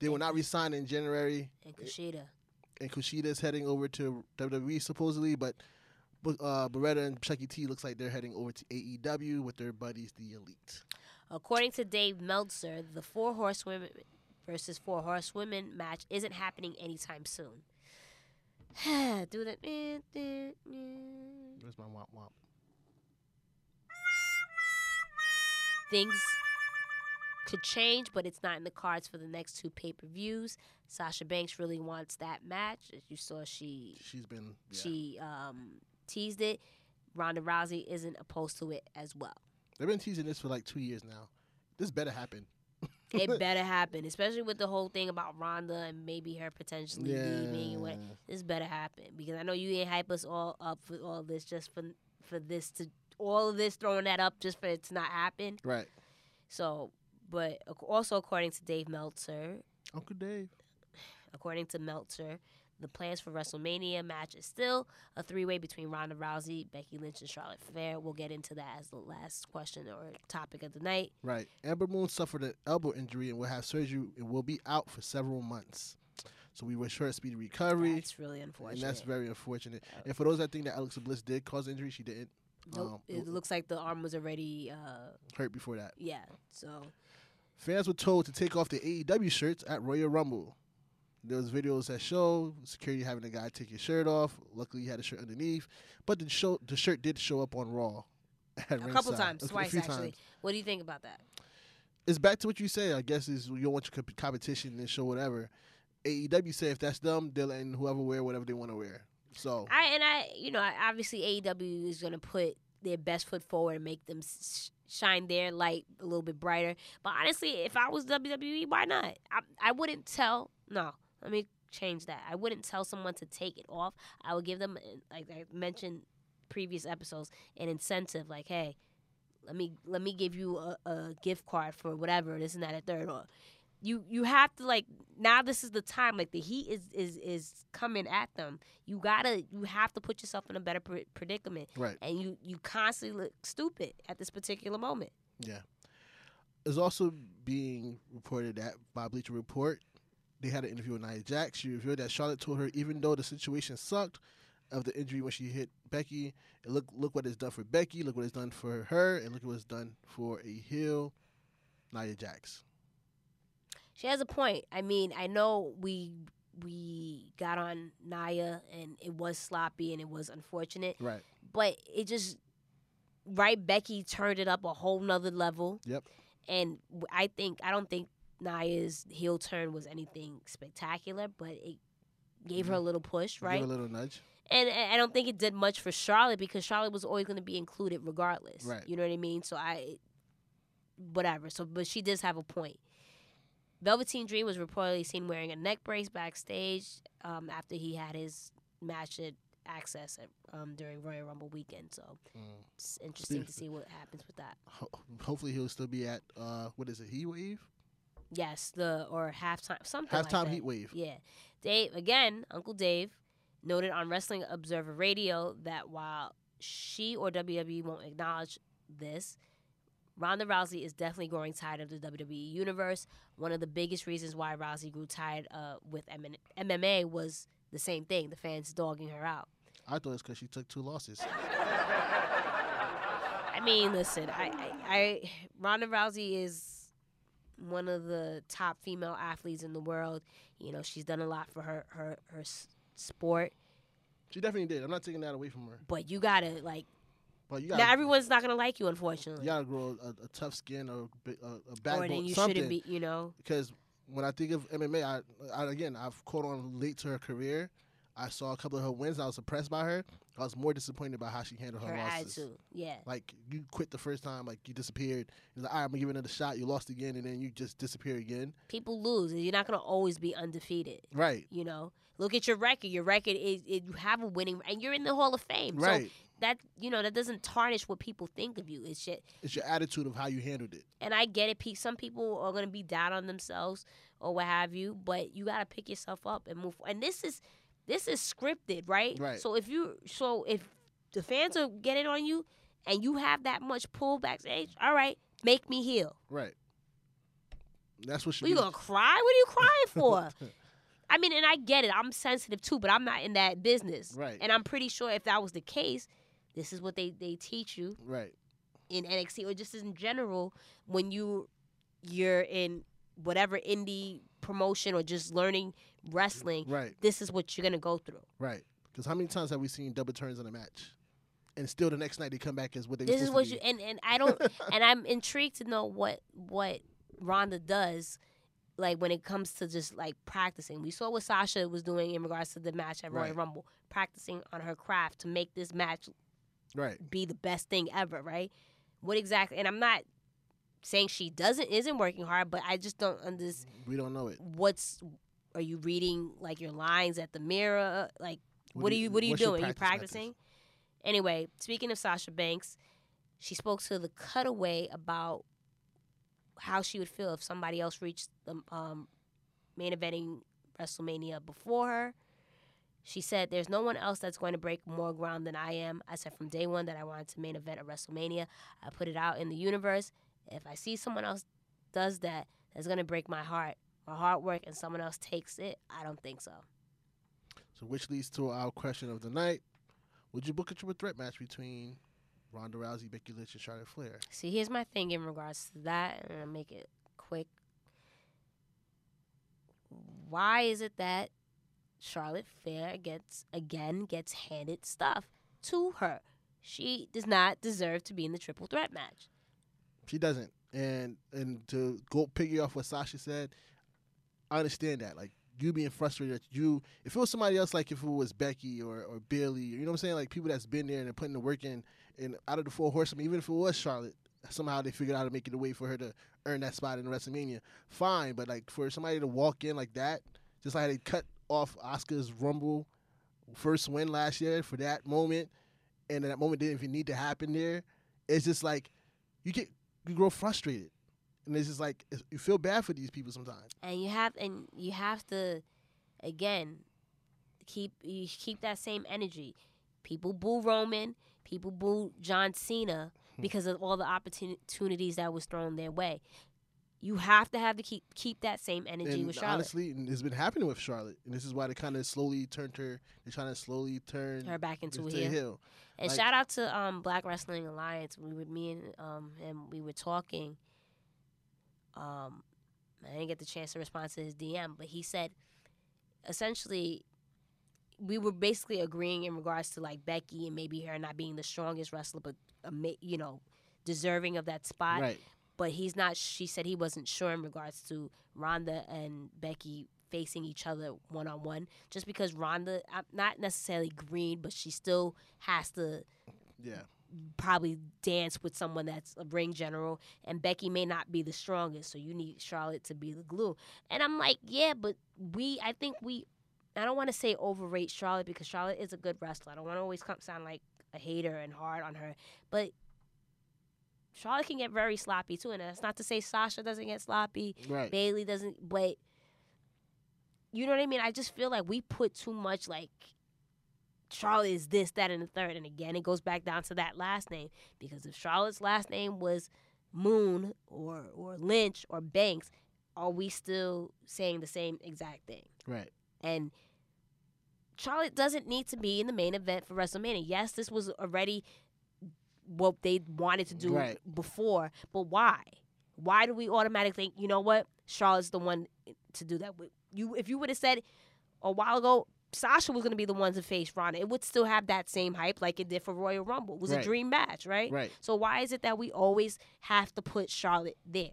Speaker 5: They will not resign in January,
Speaker 4: And Kushida,
Speaker 5: and Kushida is heading over to WWE supposedly, but. but, Uh, Beretta and Chucky T looks like they're heading over to AEW with their buddies, the Elite.
Speaker 4: According to Dave Meltzer, the four horsewomen versus four horsewomen match isn't happening anytime soon. [sighs] Do that.
Speaker 5: Where's my womp womp?
Speaker 4: Things could change, but it's not in the cards for the next two pay per views. Sasha Banks really wants that match. As you saw, she
Speaker 5: She's been. yeah.
Speaker 4: she um, teased it. Ronda Rousey isn't opposed to it as well.
Speaker 5: They've been teasing this for like two years now. This better happen.
Speaker 4: It better happen, especially with the whole thing about Ronda and maybe her potentially leaving and what. this better happen because I know you ain't hype us all up for all this just for for this to all of this throwing that up just for it to not happen.
Speaker 5: Right.
Speaker 4: So, but ac- also according to Dave Meltzer,
Speaker 5: Uncle Dave.
Speaker 4: according to Meltzer, the plans for WrestleMania match is still a three way between Ronda Rousey, Becky Lynch, and Charlotte Flair. We'll get into that as the last question or topic of the night.
Speaker 5: Right. Amber Moon suffered an elbow injury and will have surgery and will be out for several months. So we wish her a speedy recovery.
Speaker 4: That's really
Speaker 5: and
Speaker 4: unfortunate.
Speaker 5: that's very unfortunate. And for those that think that Alexa Bliss did cause injury, she didn't.
Speaker 4: Nope,
Speaker 5: um,
Speaker 4: it looks like the arm was already, uh,
Speaker 5: Hurt before that.
Speaker 4: yeah. So
Speaker 5: Fans were told to take off the AEW shirts at Royal Rumble. There was videos that show security having the guy take his shirt off. Luckily, he had a shirt underneath, but the show the shirt did show up on Raw. [laughs] at
Speaker 4: a couple
Speaker 5: ringside.
Speaker 4: times,
Speaker 5: A- a
Speaker 4: twice
Speaker 5: few
Speaker 4: actually.
Speaker 5: times.
Speaker 4: What do you think about that?
Speaker 5: it's back to what you say. I guess is you don't want your comp- competition and show whatever. AEW say if that's them, they'll and whoever wear whatever they want to wear. So
Speaker 4: I and I, you know, I- obviously AEW E is gonna put their best foot forward and make them sh- shine their light a little bit brighter. But honestly, if I was WWE, why not? I, I wouldn't tell. No, let me change that. I wouldn't tell someone to take it off. I would give them, uh, like I mentioned previous episodes, an incentive. Like, hey, let me let me give you a, a gift card for whatever this and that and third or you you have to like now this is the time like the heat is is is coming at them you gotta you have to put yourself in a better pre- predicament
Speaker 5: Right.
Speaker 4: and you you constantly look stupid at this particular moment
Speaker 5: It's also being reported that by Bleacher Report, they had an interview with Nia Jax. She revealed that Charlotte told her, even though the situation sucked of the injury when she hit Becky, and look look what it's done for Becky, look what it's done for her, and look what it's done for a heel, Nia Jax.
Speaker 4: she has a point i mean i know we we got on naya and it was sloppy and it was unfortunate
Speaker 5: Right.
Speaker 4: but it just right becky turned it up a whole nother level
Speaker 5: Yep.
Speaker 4: and w- i think i don't think naya's heel turn was anything spectacular but it gave her a little push right
Speaker 5: Mm-hmm. Give her a little nudge.
Speaker 4: and and i don't think it did much for charlotte because charlotte was always going to be included regardless
Speaker 5: Right.
Speaker 4: you know what i mean so i whatever so but she does have a point velveteen dream was reportedly seen wearing a neck brace backstage um, after he had his match at access at, um, during royal rumble weekend so
Speaker 5: Mm.
Speaker 4: it's interesting to see what happens with that.
Speaker 5: Ho- hopefully he'll still be at uh, what is it? Heat wave.
Speaker 4: Yes, the or halftime something. like
Speaker 5: Halftime
Speaker 4: that.
Speaker 5: heat wave.
Speaker 4: Yeah, Dave again. Uncle Dave noted on Wrestling Observer Radio that while she or WWE won't acknowledge this, Ronda Rousey is definitely growing tired of the WWE universe. One of the biggest reasons why Rousey grew tired uh, with M- MMA was the same thing: the fans dogging her out.
Speaker 5: I thought it's because she took two losses.
Speaker 4: I mean, listen, I, I, I Ronda Rousey is one of the top female athletes in the world. You know, she's done a lot for her her her s- sport,
Speaker 5: She definitely did. I'm not taking that away from her.
Speaker 4: but you gotta like
Speaker 5: But you
Speaker 4: now
Speaker 5: got
Speaker 4: everyone's not gonna like you, unfortunately.
Speaker 5: you gotta grow a, a tough skin or a bi- a, a
Speaker 4: or
Speaker 5: backbone,
Speaker 4: then you
Speaker 5: something.
Speaker 4: shouldn't be, you know.
Speaker 5: Because when I think of MMA, I, I again I've caught on late to her career. I saw a couple of her wins. I was impressed by her. I was more disappointed by how she handled her,
Speaker 4: Her
Speaker 5: losses.
Speaker 4: attitude, yeah.
Speaker 5: Like you quit the first time, like you disappeared. You're like, All right, I'm gonna give it another shot. You lost again, and then you just disappear again.
Speaker 4: People lose, and you're not gonna always be undefeated.
Speaker 5: Right,
Speaker 4: You know, look at your record. Your record is it, you have a winning, and you're in the Hall of Fame.
Speaker 5: right.
Speaker 4: So that you know that doesn't tarnish what people think of you. It's just
Speaker 5: it's your attitude of how you handled it.
Speaker 4: and I get it. pe- Some people are gonna be down on themselves or what have you, but you gotta pick yourself up and move. And this is this is scripted, right?
Speaker 5: Right.
Speaker 4: So if you so if the fans are getting on you and you have that much pull backstage, all right, make me heal.
Speaker 5: Right. That's what she.
Speaker 4: What, you
Speaker 5: did. [laughs]
Speaker 4: gonna cry? What are you crying for? I mean, and I get it. I'm sensitive too, but I'm not in that business.
Speaker 5: Right.
Speaker 4: And I'm pretty sure if that was the case, this is what they they teach you
Speaker 5: Right.
Speaker 4: in NXT or just in general when you you're in whatever indie promotion or just learning wrestling,
Speaker 5: Right.
Speaker 4: this is what you're gonna go through.
Speaker 5: Right. Because how many times have we seen double turns in a match, and still the next night they come back as what they.
Speaker 4: this
Speaker 5: were
Speaker 4: is
Speaker 5: supposed
Speaker 4: what
Speaker 5: to
Speaker 4: you
Speaker 5: be?
Speaker 4: and and I don't and I'm intrigued to know what what Ronda does. Like when it comes to just like practicing, we saw what Sasha was doing in regards to the match at Royal
Speaker 5: Right.
Speaker 4: Rumble, practicing on her craft to make this match
Speaker 5: Right.
Speaker 4: be the best thing ever, right? What exactly? And I'm not saying she doesn't isn't working hard, but I just don't understand.
Speaker 5: We don't know it.
Speaker 4: what's are you reading like your lines at the mirror like what, are you what are you
Speaker 5: what's your
Speaker 4: doing you
Speaker 5: practice
Speaker 4: practicing
Speaker 5: methods?
Speaker 4: anyway speaking of sasha banks she spoke to the cutaway about how she would feel if somebody else reached the um, main eventing wrestlemania before her she said there's no one else that's going to break more ground than i am i said from day one that i wanted to main event at wrestlemania i put it out in the universe if i see someone else does that that's going to break my heart my hard work and someone else takes it i don't think so
Speaker 5: So which leads to our question of the night: Would you book a triple threat match between Ronda Rousey, Becky Lynch, and Charlotte Flair?
Speaker 4: See, here's my thing in regards to that, and I'll make it quick. Why is it that Charlotte Fair gets again gets handed stuff to her? She does not deserve to be in the triple threat match.
Speaker 5: She doesn't. And and to go piggy off what Sasha said, I understand that. Like you being frustrated that you if it was somebody else, like if it was Becky or, or Billy, you know what I'm saying? Like people that's been there and they're putting the work in, And out of the four horsemen, even if it was Charlotte, somehow they figured out how to make it a way for her to earn that spot in WrestleMania. Fine, but like for somebody to walk in like that, just like they cut off Oscar's Rumble first win last year for that moment, and that moment didn't even need to happen there. It's just like you get you grow frustrated, and it's just like it's- you feel bad for these people sometimes.
Speaker 4: and you have and you have to again keep you keep that same energy people boo roman people boo john cena
Speaker 5: Hmm.
Speaker 4: because of all the opportunities that was thrown their way you have to have to keep keep that same energy
Speaker 5: and
Speaker 4: with charlotte
Speaker 5: honestly, and it's been happening with Charlotte, and this is why they kind of slowly turned her. They're trying to slowly turn
Speaker 4: her back into a
Speaker 5: to
Speaker 4: heel
Speaker 5: heel.
Speaker 4: And
Speaker 5: Like-
Speaker 4: shout out to um, Black Wrestling Alliance. We were me and um, him. We were talking. Um, I didn't get the chance to respond to his DM, but he said, essentially, we were basically agreeing in regards to like Becky and maybe her not being the strongest wrestler, but ama- you know, deserving of that spot.
Speaker 5: right.
Speaker 4: But he's not. She said he wasn't sure in regards to Ronda and Becky facing each other one on one, just because Ronda, uh, not necessarily green, but she still has to
Speaker 5: Yeah.
Speaker 4: probably dance with someone that's a ring general and Becky may not be the strongest so you need Charlotte to be the glue and I'm like yeah but we I think we I don't want to say overrate Charlotte because Charlotte is a good wrestler I don't want to always come sound like a hater and hard on her but Charlotte can get very sloppy too and that's not to say Sasha doesn't get sloppy
Speaker 5: Right.
Speaker 4: Bailey doesn't but you know what I mean I just feel like we put too much like Charlotte is this, that, and the third. And again, it goes back down to that last name because if Charlotte's last name was Moon or or Lynch or Banks, are we still saying the same exact thing?
Speaker 5: Right.
Speaker 4: And Charlotte doesn't need to be in the main event for WrestleMania. Yes, this was already what they wanted to do
Speaker 5: Right.
Speaker 4: before, but why? Why do we automatically think, you know what, Charlotte's the one to do that? with? You, if you would have said a while ago, Sasha was going to be the one to face Ronda, it would still have that same hype like it did for Royal Rumble. It was
Speaker 5: Right.
Speaker 4: a dream match, right?
Speaker 5: Right.
Speaker 4: So why is it that we always have to put Charlotte there?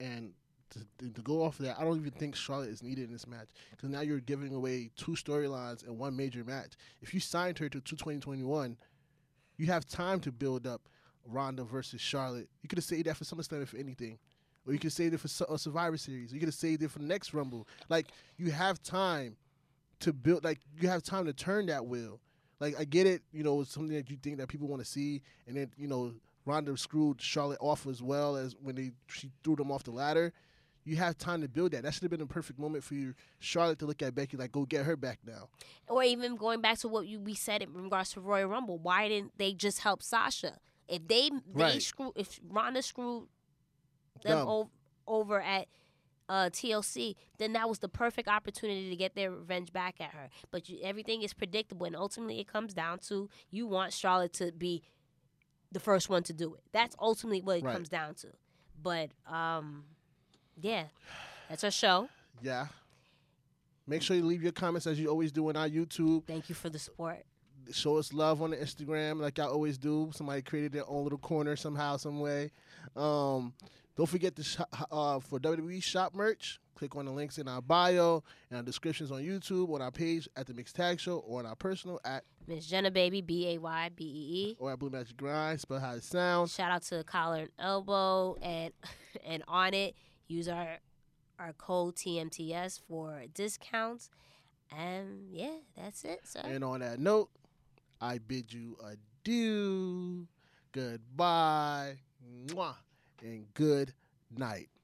Speaker 5: And to, to go off of that, I don't even think Charlotte is needed in this match because now you're giving away two storylines and one major match. If you signed her to 2021, you have time to build up Ronda versus Charlotte. You could have saved that for SummerSlam if anything. Or you could have saved it for Su- uh, Survivor Series. You could have saved it for next Rumble. Like you have time to build. Like you have time to turn that wheel. Like I get it. You know, it's something that you think that people want to see, and then you know Ronda screwed Charlotte off as well as when they she threw them off the ladder. You have time to build that. That should have been a perfect moment for you, Charlotte, to look at Becky like, go get her back now.
Speaker 4: or even going back to what you, we said in regards to Royal Rumble, why didn't they just help Sasha? If they they
Speaker 5: Right.
Speaker 4: screw if Ronda screwed them
Speaker 5: Dumb.
Speaker 4: o- over at uh, TLC, then that was the perfect opportunity to get their revenge back at her. But you, everything is predictable, and ultimately it comes down to you want Charlotte to be the first one to do it. That's ultimately what it
Speaker 5: Right.
Speaker 4: comes down to. But um, yeah, that's our show.
Speaker 5: Yeah. Make sure you leave your comments as you always do on our YouTube.
Speaker 4: Thank you for the support.
Speaker 5: show us love on the Instagram, like I always do. Somebody created their own little corner somehow, some way. Um, don't forget to sh- uh, for WWE shop merch. Click on the links in our bio and our descriptions on YouTube, on our page at the Mixed Tag Show, or on our personal at
Speaker 4: Miss Jenna Baby, B A Y B E E.
Speaker 5: or at Blue Magic Grind. Spell how it sounds.
Speaker 4: Shout out to Collar and Elbow and [laughs] and on it. Use our our code TMTS for discounts. And yeah, that's it, sir.
Speaker 5: And on that note, I bid you adieu, goodbye, mwah, and good night.